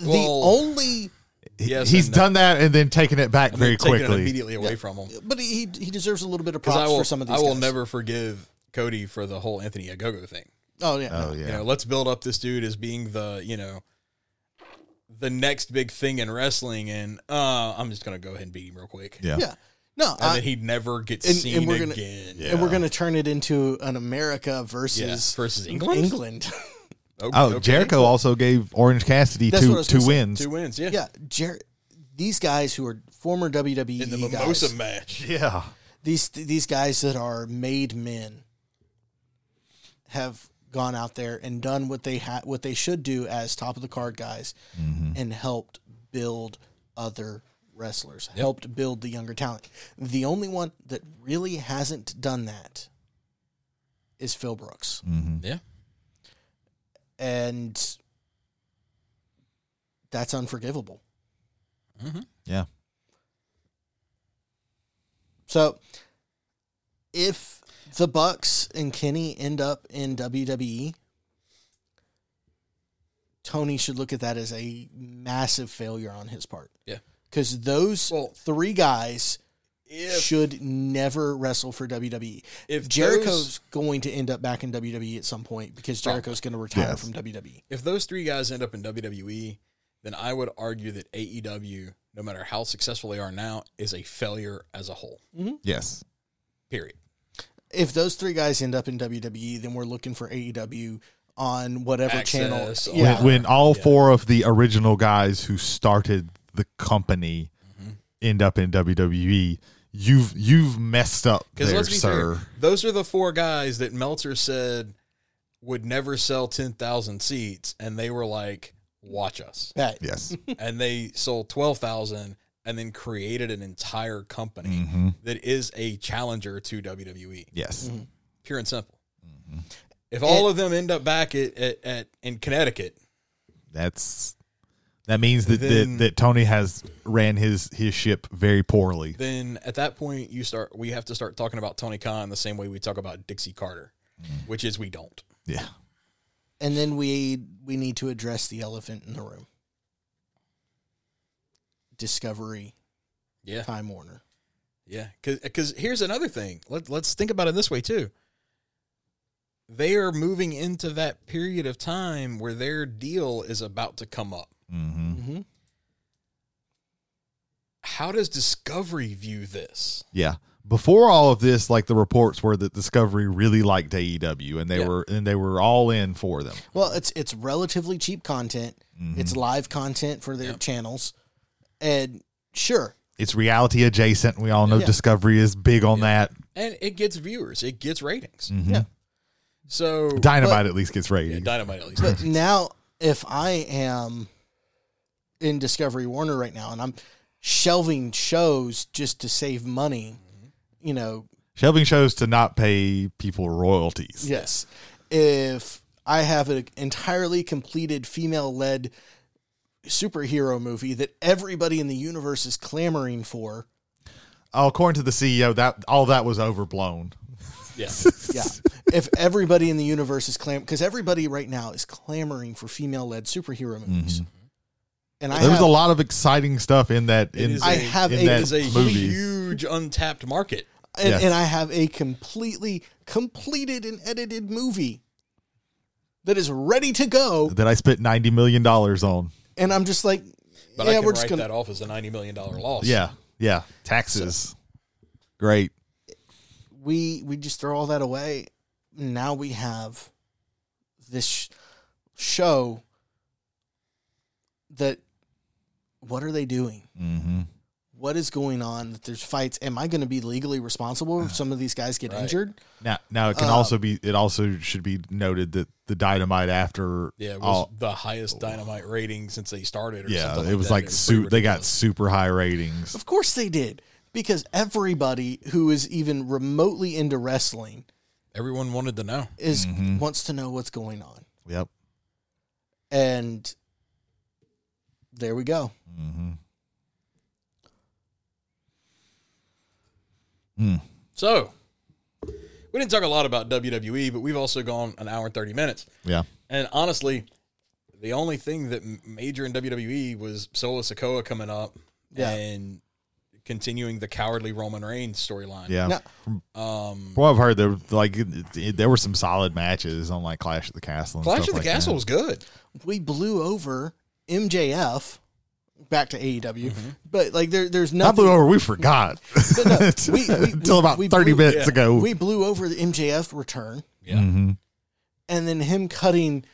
Speaker 3: the
Speaker 4: Well-
Speaker 3: only
Speaker 5: He-
Speaker 4: Yes
Speaker 5: he's
Speaker 4: and no.
Speaker 5: done that and then taken it back
Speaker 4: And
Speaker 5: very
Speaker 4: they've taken it
Speaker 5: quickly.
Speaker 4: immediately away from him.
Speaker 3: but he he deserves a little bit of
Speaker 4: Because
Speaker 3: props
Speaker 4: I will,
Speaker 3: for some of these.
Speaker 4: I will
Speaker 3: guys.
Speaker 4: never forgive Cody for the whole Anthony Agogo thing.
Speaker 3: Oh yeah,
Speaker 5: Oh
Speaker 3: no.
Speaker 5: yeah,
Speaker 4: You know, let's build up this dude as being the you know the next big thing in wrestling, and uh, I'm just gonna go ahead and beat him real quick.
Speaker 5: yeah.
Speaker 3: yeah, no.
Speaker 4: and
Speaker 3: I,
Speaker 4: then he never gets
Speaker 3: and- and
Speaker 4: seen
Speaker 3: we're gonna-
Speaker 4: again.
Speaker 5: Yeah.
Speaker 3: And we're gonna turn it into an America
Speaker 4: Yeah.
Speaker 3: versus
Speaker 4: versus England.
Speaker 3: England.
Speaker 5: Oh,
Speaker 4: okay.
Speaker 5: Jericho also gave Orange Cassidy
Speaker 3: That's what I
Speaker 5: two
Speaker 3: was
Speaker 5: two
Speaker 3: gonna say.
Speaker 5: wins.
Speaker 4: two wins. Yeah,
Speaker 3: yeah, Jer- these guys who are former WWE
Speaker 4: in the
Speaker 3: guys,
Speaker 4: Mimosa match.
Speaker 5: Yeah,
Speaker 3: these these guys that are made men have gone out there and done what they had what they should do as top of the card guys and helped build other wrestlers, helped build the younger talent. The only one that really hasn't done that is Phil Brooks.
Speaker 5: Mm-hmm.
Speaker 4: Yeah.
Speaker 3: And that's unforgivable.
Speaker 5: Yeah.
Speaker 3: So if the Bucks and Kenny end up in WWE, Tony should look at that as a massive failure on his part.
Speaker 4: Yeah.
Speaker 3: Because those
Speaker 4: Well-
Speaker 3: three guys
Speaker 4: If-
Speaker 3: should never wrestle for WWE.
Speaker 4: If
Speaker 3: Jericho's
Speaker 4: those-
Speaker 3: going to end up back in WWE at some point because Jericho's going to retire from E. WWE.
Speaker 4: if those three guys end up in WWE, then I would argue that AEW, no matter how successful they are now, is a failure as a whole.
Speaker 5: Yes.
Speaker 4: Period.
Speaker 3: If those three guys end up in WWE, then we're looking for AEW on whatever channel.
Speaker 4: Access, all
Speaker 3: Yeah.
Speaker 5: When, when all four of the original guys who started the company
Speaker 4: Mm-hmm.
Speaker 5: end up in WWE, you've you've messed up
Speaker 4: Because
Speaker 5: there,
Speaker 4: let's be
Speaker 5: sir.
Speaker 4: fair, those are the four guys that Meltzer said would never sell ten thousand seats, and they were like, "Watch us,"
Speaker 3: That-
Speaker 5: Yes.
Speaker 4: and they sold twelve thousand, and then created an entire company
Speaker 5: Mhm.
Speaker 4: that is a challenger to WWE.
Speaker 5: Yes.
Speaker 4: pure and simple.
Speaker 5: Mm-hmm.
Speaker 4: If all of them end up back at, at, at in Connecticut,
Speaker 5: That's that means that,
Speaker 4: Then-
Speaker 5: that that Tony has ran his his ship very poorly.
Speaker 4: then at that point you start. We have to start talking about Tony Khan the same way we talk about Dixie Carter, which is we don't.
Speaker 5: Yeah.
Speaker 3: And then we we need to address the elephant in the room. Discovery
Speaker 4: Yeah,
Speaker 3: Time Warner.
Speaker 4: yeah. Because here's another thing. Let Let's think about it this way too. They are moving into that period of time where their deal is about to come up.
Speaker 5: hmm
Speaker 3: Mm-hmm.
Speaker 4: How does Discovery view this?
Speaker 5: Yeah. Before all of this, like the reports were that Discovery really liked AEW and they
Speaker 4: Yeah.
Speaker 5: were and they were all in for them.
Speaker 3: Well, it's it's relatively cheap content.
Speaker 5: Mm-hmm.
Speaker 3: It's live content for their channels, and sure,
Speaker 5: It's reality adjacent. We all know
Speaker 3: Yeah.
Speaker 5: Discovery is big on that.
Speaker 4: And it gets viewers, it gets ratings.
Speaker 5: Mhm.
Speaker 3: Yeah.
Speaker 4: So
Speaker 5: Dynamite at least gets
Speaker 4: yeah,
Speaker 5: ratings.
Speaker 4: Dynamite at least.
Speaker 3: but now if I am in Discovery Warner right now and I'm shelving shows just to save money, you know,
Speaker 5: Shelving shows to not pay people royalties.
Speaker 3: Yes. If I have an entirely completed female led superhero movie that everybody in the universe is clamoring for,
Speaker 5: Oh, according to the CEO, that all that was overblown.
Speaker 4: yeah.
Speaker 3: yeah. if everybody in the universe is clam because everybody right now is clamoring for female led superhero movies. And I
Speaker 5: Mm-hmm. there was
Speaker 3: have,
Speaker 5: a lot of exciting stuff in that.
Speaker 4: It
Speaker 5: in,
Speaker 4: is
Speaker 3: I have
Speaker 5: in
Speaker 3: a-
Speaker 5: that
Speaker 4: It is a
Speaker 5: movie.
Speaker 4: huge untapped market.
Speaker 3: and,
Speaker 5: yes.
Speaker 3: and I have a completely completed and edited movie that is ready to go.
Speaker 5: that I spent ninety million dollars on.
Speaker 3: And I'm just like,
Speaker 4: But I
Speaker 3: yeah,
Speaker 4: can
Speaker 3: we're
Speaker 4: write
Speaker 3: just going to
Speaker 4: that off as a ninety million dollar loss.
Speaker 5: Yeah, yeah. Taxes, great.
Speaker 3: we we just throw all that away. Now we have this sh- show that what are they doing?
Speaker 5: Mm-hmm.
Speaker 3: What is going on? That there's fights. Am I going to be legally responsible if some of these guys get
Speaker 4: Right.
Speaker 3: injured?
Speaker 5: Now, now it can
Speaker 3: Uh,
Speaker 5: also be. It also should be noted that the dynamite after.
Speaker 4: yeah, it was
Speaker 5: all-
Speaker 4: the highest dynamite rating since they started. Or
Speaker 5: yeah.
Speaker 4: something
Speaker 5: It was
Speaker 4: that.
Speaker 5: like su-
Speaker 4: pretty
Speaker 5: they got
Speaker 4: ridiculous.
Speaker 5: super high ratings.
Speaker 3: Of course they did, because everybody who is even remotely into wrestling
Speaker 4: everyone wanted to know.
Speaker 3: is wants to know what's going on.
Speaker 5: Yep.
Speaker 3: And there we go.
Speaker 4: So we didn't talk a lot about WWE, but we've also gone an hour and thirty minutes.
Speaker 5: Yeah.
Speaker 4: And honestly, the only thing that m- major in WWE was Solo Sokoa coming up
Speaker 3: Yeah.
Speaker 4: and continuing the cowardly Roman Reigns storyline.
Speaker 5: Yeah.
Speaker 3: Now,
Speaker 4: Um,
Speaker 5: From what I've heard, there like it- it- there were some solid matches on like Clash of the Castle. And
Speaker 4: Clash
Speaker 5: stuff
Speaker 4: of the
Speaker 5: like
Speaker 4: Castle
Speaker 5: that.
Speaker 4: was good.
Speaker 3: we blew over MJF back to AEW, but like there, there's
Speaker 5: Not
Speaker 3: nothing.
Speaker 5: Mm-hmm. blew over. We forgot
Speaker 3: no, we- we-
Speaker 5: until
Speaker 3: we-
Speaker 5: about
Speaker 3: we
Speaker 5: thirty
Speaker 3: blew-
Speaker 5: minutes
Speaker 4: yeah.
Speaker 5: ago.
Speaker 3: We blew over the MJF return,
Speaker 4: Yeah.
Speaker 5: Mhm.
Speaker 3: and then him cutting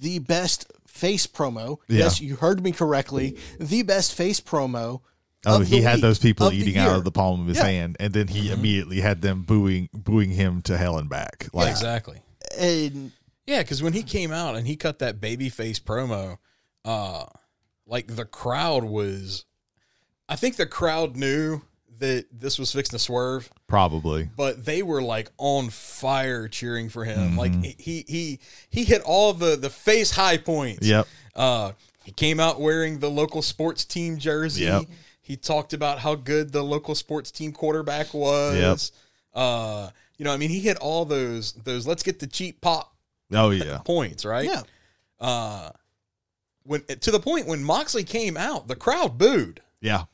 Speaker 3: the best face promo.
Speaker 5: Yeah.
Speaker 3: Yes, you heard me correctly. The best face promo.
Speaker 5: Oh,
Speaker 3: of
Speaker 5: he
Speaker 3: the
Speaker 5: had
Speaker 3: week,
Speaker 5: those people
Speaker 3: of the
Speaker 5: eating out
Speaker 3: year.
Speaker 5: of the palm of his
Speaker 3: Yeah.
Speaker 5: hand, and then he immediately had them booing booing him to hell and back. Like
Speaker 4: exactly.
Speaker 3: and
Speaker 4: Yeah, because when he came out and he cut that baby face promo, uh, like the crowd was, I think the crowd knew that this was fixing to swerve,
Speaker 5: Probably.
Speaker 4: but they were like on fire cheering for
Speaker 5: Mm-hmm.
Speaker 4: him. Like he he he hit all the the face high points.
Speaker 5: Yep.
Speaker 4: Uh, he came out wearing the local sports team jersey.
Speaker 5: Yep.
Speaker 4: He talked about how good the local sports team quarterback was. Uh, you know, I mean, he hit all those those. Let's get the cheap pop
Speaker 5: Oh yeah.
Speaker 4: points, right?
Speaker 3: Yeah.
Speaker 4: Uh, when to the point when Moxley came out, the crowd booed.
Speaker 5: Yeah.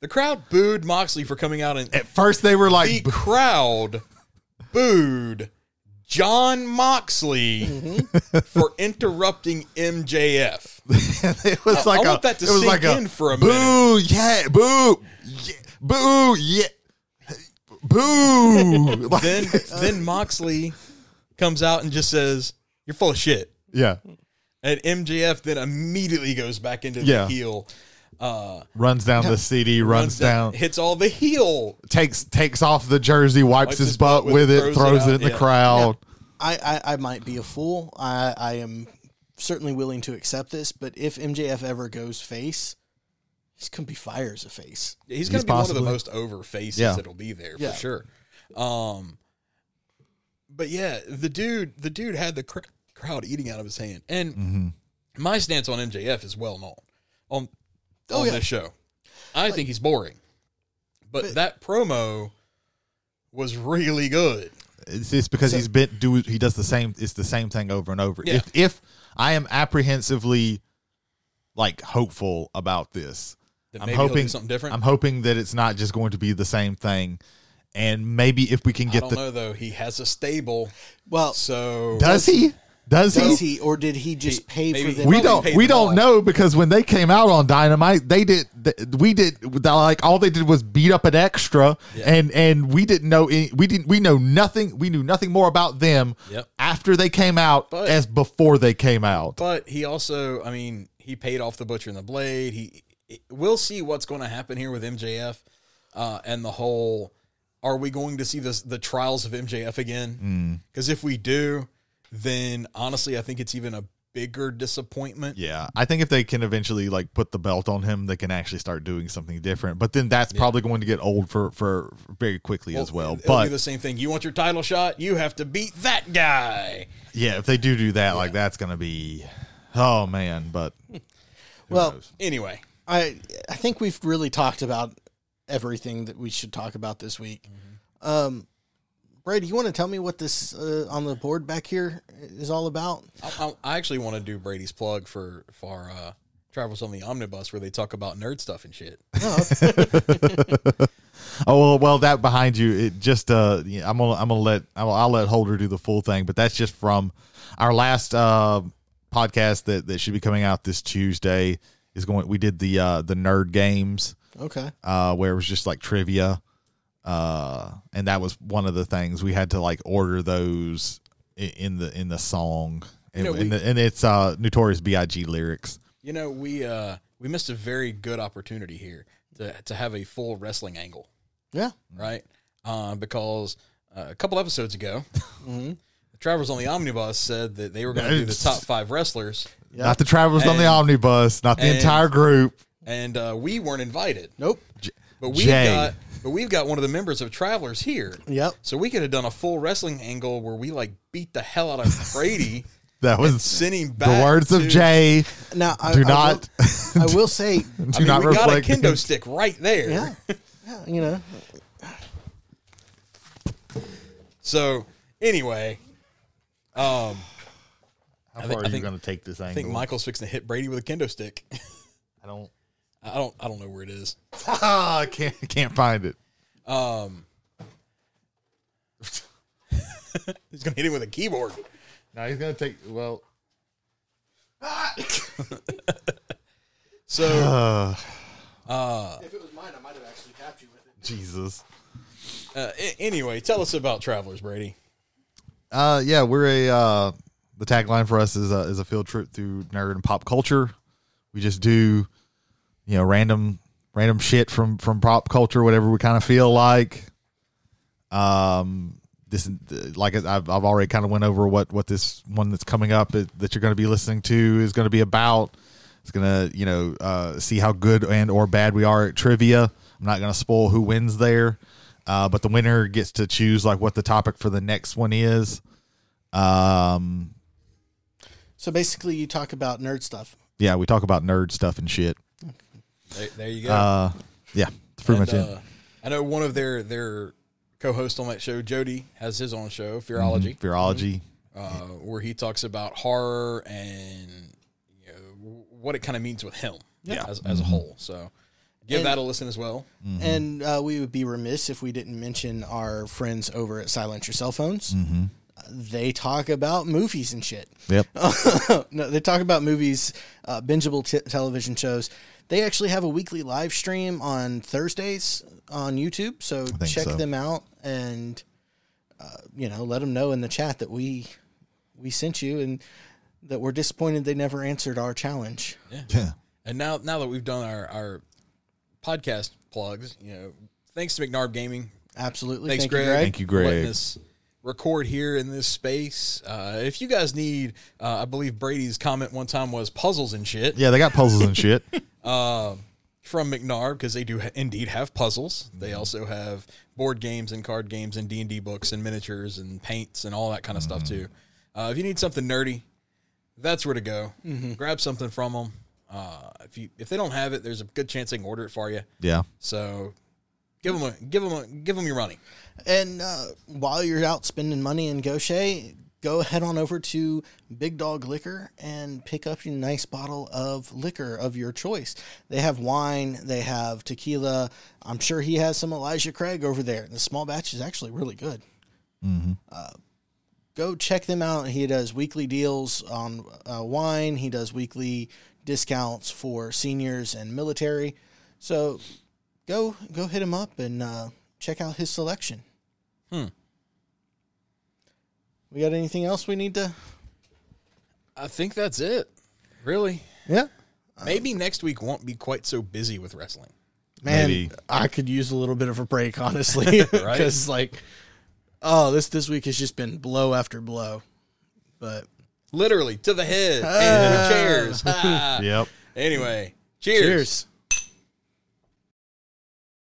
Speaker 4: The crowd booed Moxley for coming out, and
Speaker 5: At first they were
Speaker 4: the
Speaker 5: like
Speaker 4: crowd booed John Moxley
Speaker 5: Mm-hmm.
Speaker 4: for interrupting MJF.
Speaker 5: it was
Speaker 4: I
Speaker 5: like
Speaker 4: want
Speaker 5: a,
Speaker 4: that to
Speaker 5: it was
Speaker 4: sink
Speaker 5: like a,
Speaker 4: in for a
Speaker 5: boo,
Speaker 4: minute.
Speaker 5: yeah, boo, yeah, boo, yeah, boo. Like-
Speaker 4: Then then Moxley comes out and just says, "You're full of shit."
Speaker 5: yeah,
Speaker 4: And MJF then immediately goes back into
Speaker 5: Yeah.
Speaker 4: the heel, uh,
Speaker 5: runs down the CD, runs, down,
Speaker 4: hits all the heel
Speaker 5: takes takes off the jersey, wipes, his butt with it, throws it,
Speaker 4: out,
Speaker 5: in the
Speaker 4: yeah.
Speaker 5: crowd.
Speaker 3: I, I, I might be a fool. I, I am certainly willing to accept this, but if MJF ever goes face, he's going to be fire as a face.
Speaker 4: He's going
Speaker 5: He's
Speaker 4: to be one of
Speaker 5: possibly-
Speaker 4: the most over faces
Speaker 5: Yeah.
Speaker 4: that'll be there
Speaker 3: Yeah.
Speaker 4: for sure. Um, but yeah, the dude, the dude had the cr- crowd eating out of his hand, and
Speaker 5: Mm-hmm.
Speaker 4: my stance on MJF is well known on
Speaker 3: Oh,
Speaker 4: on
Speaker 3: yeah.
Speaker 4: this show. I think he's boring, but, that promo was really good.
Speaker 5: It's, it's because he's been do he does the same. It's the same thing over and over.
Speaker 4: Yeah.
Speaker 5: If if I am apprehensively like hopeful about this,
Speaker 4: That
Speaker 5: I'm
Speaker 4: maybe he'll do
Speaker 5: hoping
Speaker 4: something different.
Speaker 5: I'm hoping that it's not just going to be the same thing, and maybe if we can
Speaker 4: I
Speaker 5: get
Speaker 4: don't
Speaker 5: the
Speaker 4: know though. He has a stable,
Speaker 3: Well,
Speaker 4: so
Speaker 5: does he does he
Speaker 3: does he, or did he just pay
Speaker 4: maybe-
Speaker 3: for them?
Speaker 4: They
Speaker 5: we
Speaker 4: probably
Speaker 5: don't
Speaker 4: paid
Speaker 5: we
Speaker 4: them
Speaker 5: don't
Speaker 4: all.
Speaker 5: know because when they came out on dynamite they did th- we did like all they did was beat up an extra and and we didn't know any, we didn't we know nothing we knew nothing more about them
Speaker 4: Yep.
Speaker 5: after they came out
Speaker 4: But-
Speaker 5: as before they came out
Speaker 4: But he also, I mean, he paid off the butcher and the blade. He, we'll see what's going to happen here with MJF uh, and the whole. Are we going to see this the trials of MJF again?
Speaker 5: Mm.
Speaker 4: Because if we do, then honestly, I think it's even a bigger disappointment.
Speaker 5: yeah i think if they can eventually like put the belt on him they can actually start doing something different but then that's probably going to get old for for very quickly as well
Speaker 4: it'll
Speaker 5: but
Speaker 4: be the same thing. You want your title shot? You have to beat that guy.
Speaker 5: yeah if they do do that like that's gonna be oh man but who
Speaker 3: Well,
Speaker 5: knows?
Speaker 4: Anyway,
Speaker 3: I I think we've really talked about everything that we should talk about this week. Um, Brady, you want to tell me what this uh, on the board back here is all about?
Speaker 4: I, I, I actually want to do Brady's plug for for uh, Travels on the Omnibus, where they talk about nerd stuff and shit.
Speaker 5: Oh well, well that behind you. It just uh, yeah, I'm gonna I'm gonna let I'll, I'll let Holder do the full thing, but that's just from our last uh, podcast that that should be coming out this Tuesday. Is going we did the uh, the nerd games
Speaker 3: Okay.
Speaker 5: uh, where it was just like trivia, uh, and that was one of the things we had to like order those i- in the in the song. And,
Speaker 4: know, we-
Speaker 5: and, the, and it's uh, notorious B.I.G. lyrics.
Speaker 4: You know, we uh we missed a very good opportunity here to to have a full wrestling angle,
Speaker 3: Yeah.
Speaker 5: Mm-hmm.
Speaker 4: right? Uh, because uh, a couple episodes ago, mm-hmm, Travers on the Omnibus said that they were going to do the top five wrestlers,
Speaker 5: Not the travelers on the
Speaker 4: And-
Speaker 5: omnibus, not the
Speaker 4: and-
Speaker 5: entire group.
Speaker 4: and uh, we weren't invited.
Speaker 3: Nope.
Speaker 4: But we've
Speaker 5: Jay.
Speaker 4: got but we've got one of the members of Travelers here.
Speaker 3: Yep.
Speaker 4: So we could have done a full wrestling angle where we like beat the hell out of Brady,
Speaker 5: That was
Speaker 4: sent him back.
Speaker 5: the words of
Speaker 4: to-
Speaker 5: Jay.
Speaker 3: Now, I,
Speaker 5: Do
Speaker 3: I
Speaker 5: not-
Speaker 3: Will, I will say,
Speaker 5: Do
Speaker 4: I mean,
Speaker 5: not
Speaker 4: we got a
Speaker 5: reflect.
Speaker 4: kendo stick right there.
Speaker 3: yeah, yeah, you know,
Speaker 4: So anyway, um,
Speaker 5: How
Speaker 4: think- far are I you think-
Speaker 5: to take this angle?
Speaker 4: I think Michael's fixing to hit Brady with a kendo stick.
Speaker 5: I don't.
Speaker 4: I don't I don't know where it is.
Speaker 5: Ah, I can't can't find it.
Speaker 4: Um He's gonna hit him with a keyboard.
Speaker 5: Now he's gonna take. Well,
Speaker 4: So
Speaker 5: uh,
Speaker 3: if it was mine, I might have actually tapped you with it.
Speaker 5: Jesus.
Speaker 4: uh, a- anyway, tell us about Travelers, Brady.
Speaker 5: Uh, yeah, we're a. Uh, the tagline for us is a, is a field trip through nerd and pop culture. We just do, you know, random random shit from from pop culture, whatever we kind of feel like. Um, this like I've, I've already kind of went over what what this one that's coming up that that you're going to be listening to is going to be about. It's going to you know uh, see how good and or bad we are at trivia. I'm not going to spoil who wins there, uh, but the winner gets to choose like what the topic for the next one is. Um,
Speaker 3: So basically, you talk about nerd stuff.
Speaker 5: yeah, we talk about nerd stuff and shit.
Speaker 4: There, there you go.
Speaker 5: Uh, yeah, that's pretty
Speaker 4: And,
Speaker 5: much
Speaker 4: uh, I know one of their their co-hosts on that show, Jody, has his own show,
Speaker 5: it.
Speaker 4: Fearology,
Speaker 5: Virology. Mm-hmm.
Speaker 4: uh, where he talks about horror and you know, what it kind of means with him
Speaker 3: Yeah.
Speaker 4: as,
Speaker 5: Mm-hmm.
Speaker 4: as a whole. So give
Speaker 3: And-
Speaker 4: that a listen as well.
Speaker 3: And uh, we would be remiss if we didn't mention our friends over at Silence Your Cell Phones.
Speaker 5: Mm-hmm.
Speaker 3: Uh, They talk about movies and shit.
Speaker 5: Yep.
Speaker 3: no, they talk about movies, uh, bingeable t- television shows. They actually have a weekly live stream on Thursdays on YouTube. So
Speaker 5: think
Speaker 3: check
Speaker 5: so.
Speaker 3: them out and, uh, you know, let them know in the chat that we we sent you and that we're disappointed they never answered our challenge.
Speaker 5: Yeah.
Speaker 4: And now now that we've done our, our podcast plugs, you know, thanks to McNarb Gaming.
Speaker 3: Absolutely.
Speaker 4: Thanks,
Speaker 3: Thank
Speaker 4: Greg.
Speaker 3: you, Greg.
Speaker 5: Thank you,
Speaker 4: for letting
Speaker 5: Greg.
Speaker 4: us record here in this space. Uh, if you guys need, uh, I believe Brady's comment one time was puzzles and shit.
Speaker 5: Yeah, they got puzzles and shit.
Speaker 4: from McNarb because they do ha- indeed have puzzles. They also have board games and card games and D and D books and miniatures and paints and all that kind of stuff
Speaker 5: Mm-hmm.
Speaker 4: too. Uh, if you need something nerdy, that's where to go. Grab something from them. Uh, if you if they don't have it, there's a good chance they can order it for you.
Speaker 5: Yeah.
Speaker 4: So give them a give them a, give them your money.
Speaker 3: And uh, while you're out spending money in Gaucher, go head on over to Big Dog Liquor and pick up your nice bottle of liquor of your choice. They have wine, they have tequila. I'm sure he has some Elijah Craig over there. The small batch is actually really good. Uh, go check them out. He does weekly deals on uh, wine, he does weekly discounts for seniors and military. So go go hit him up and uh, check out his selection. Hmm. We got anything else we need to?
Speaker 4: I think that's it. Really,
Speaker 3: Yeah,
Speaker 4: maybe next week won't be quite so busy with wrestling.
Speaker 3: man,
Speaker 5: Maybe.
Speaker 3: I could use a little bit of a break, honestly, because like, oh, this this week has just been blow after blow. But
Speaker 4: Literally to the head and with chairs. Ah.
Speaker 5: Yep.
Speaker 4: Anyway,
Speaker 3: cheers.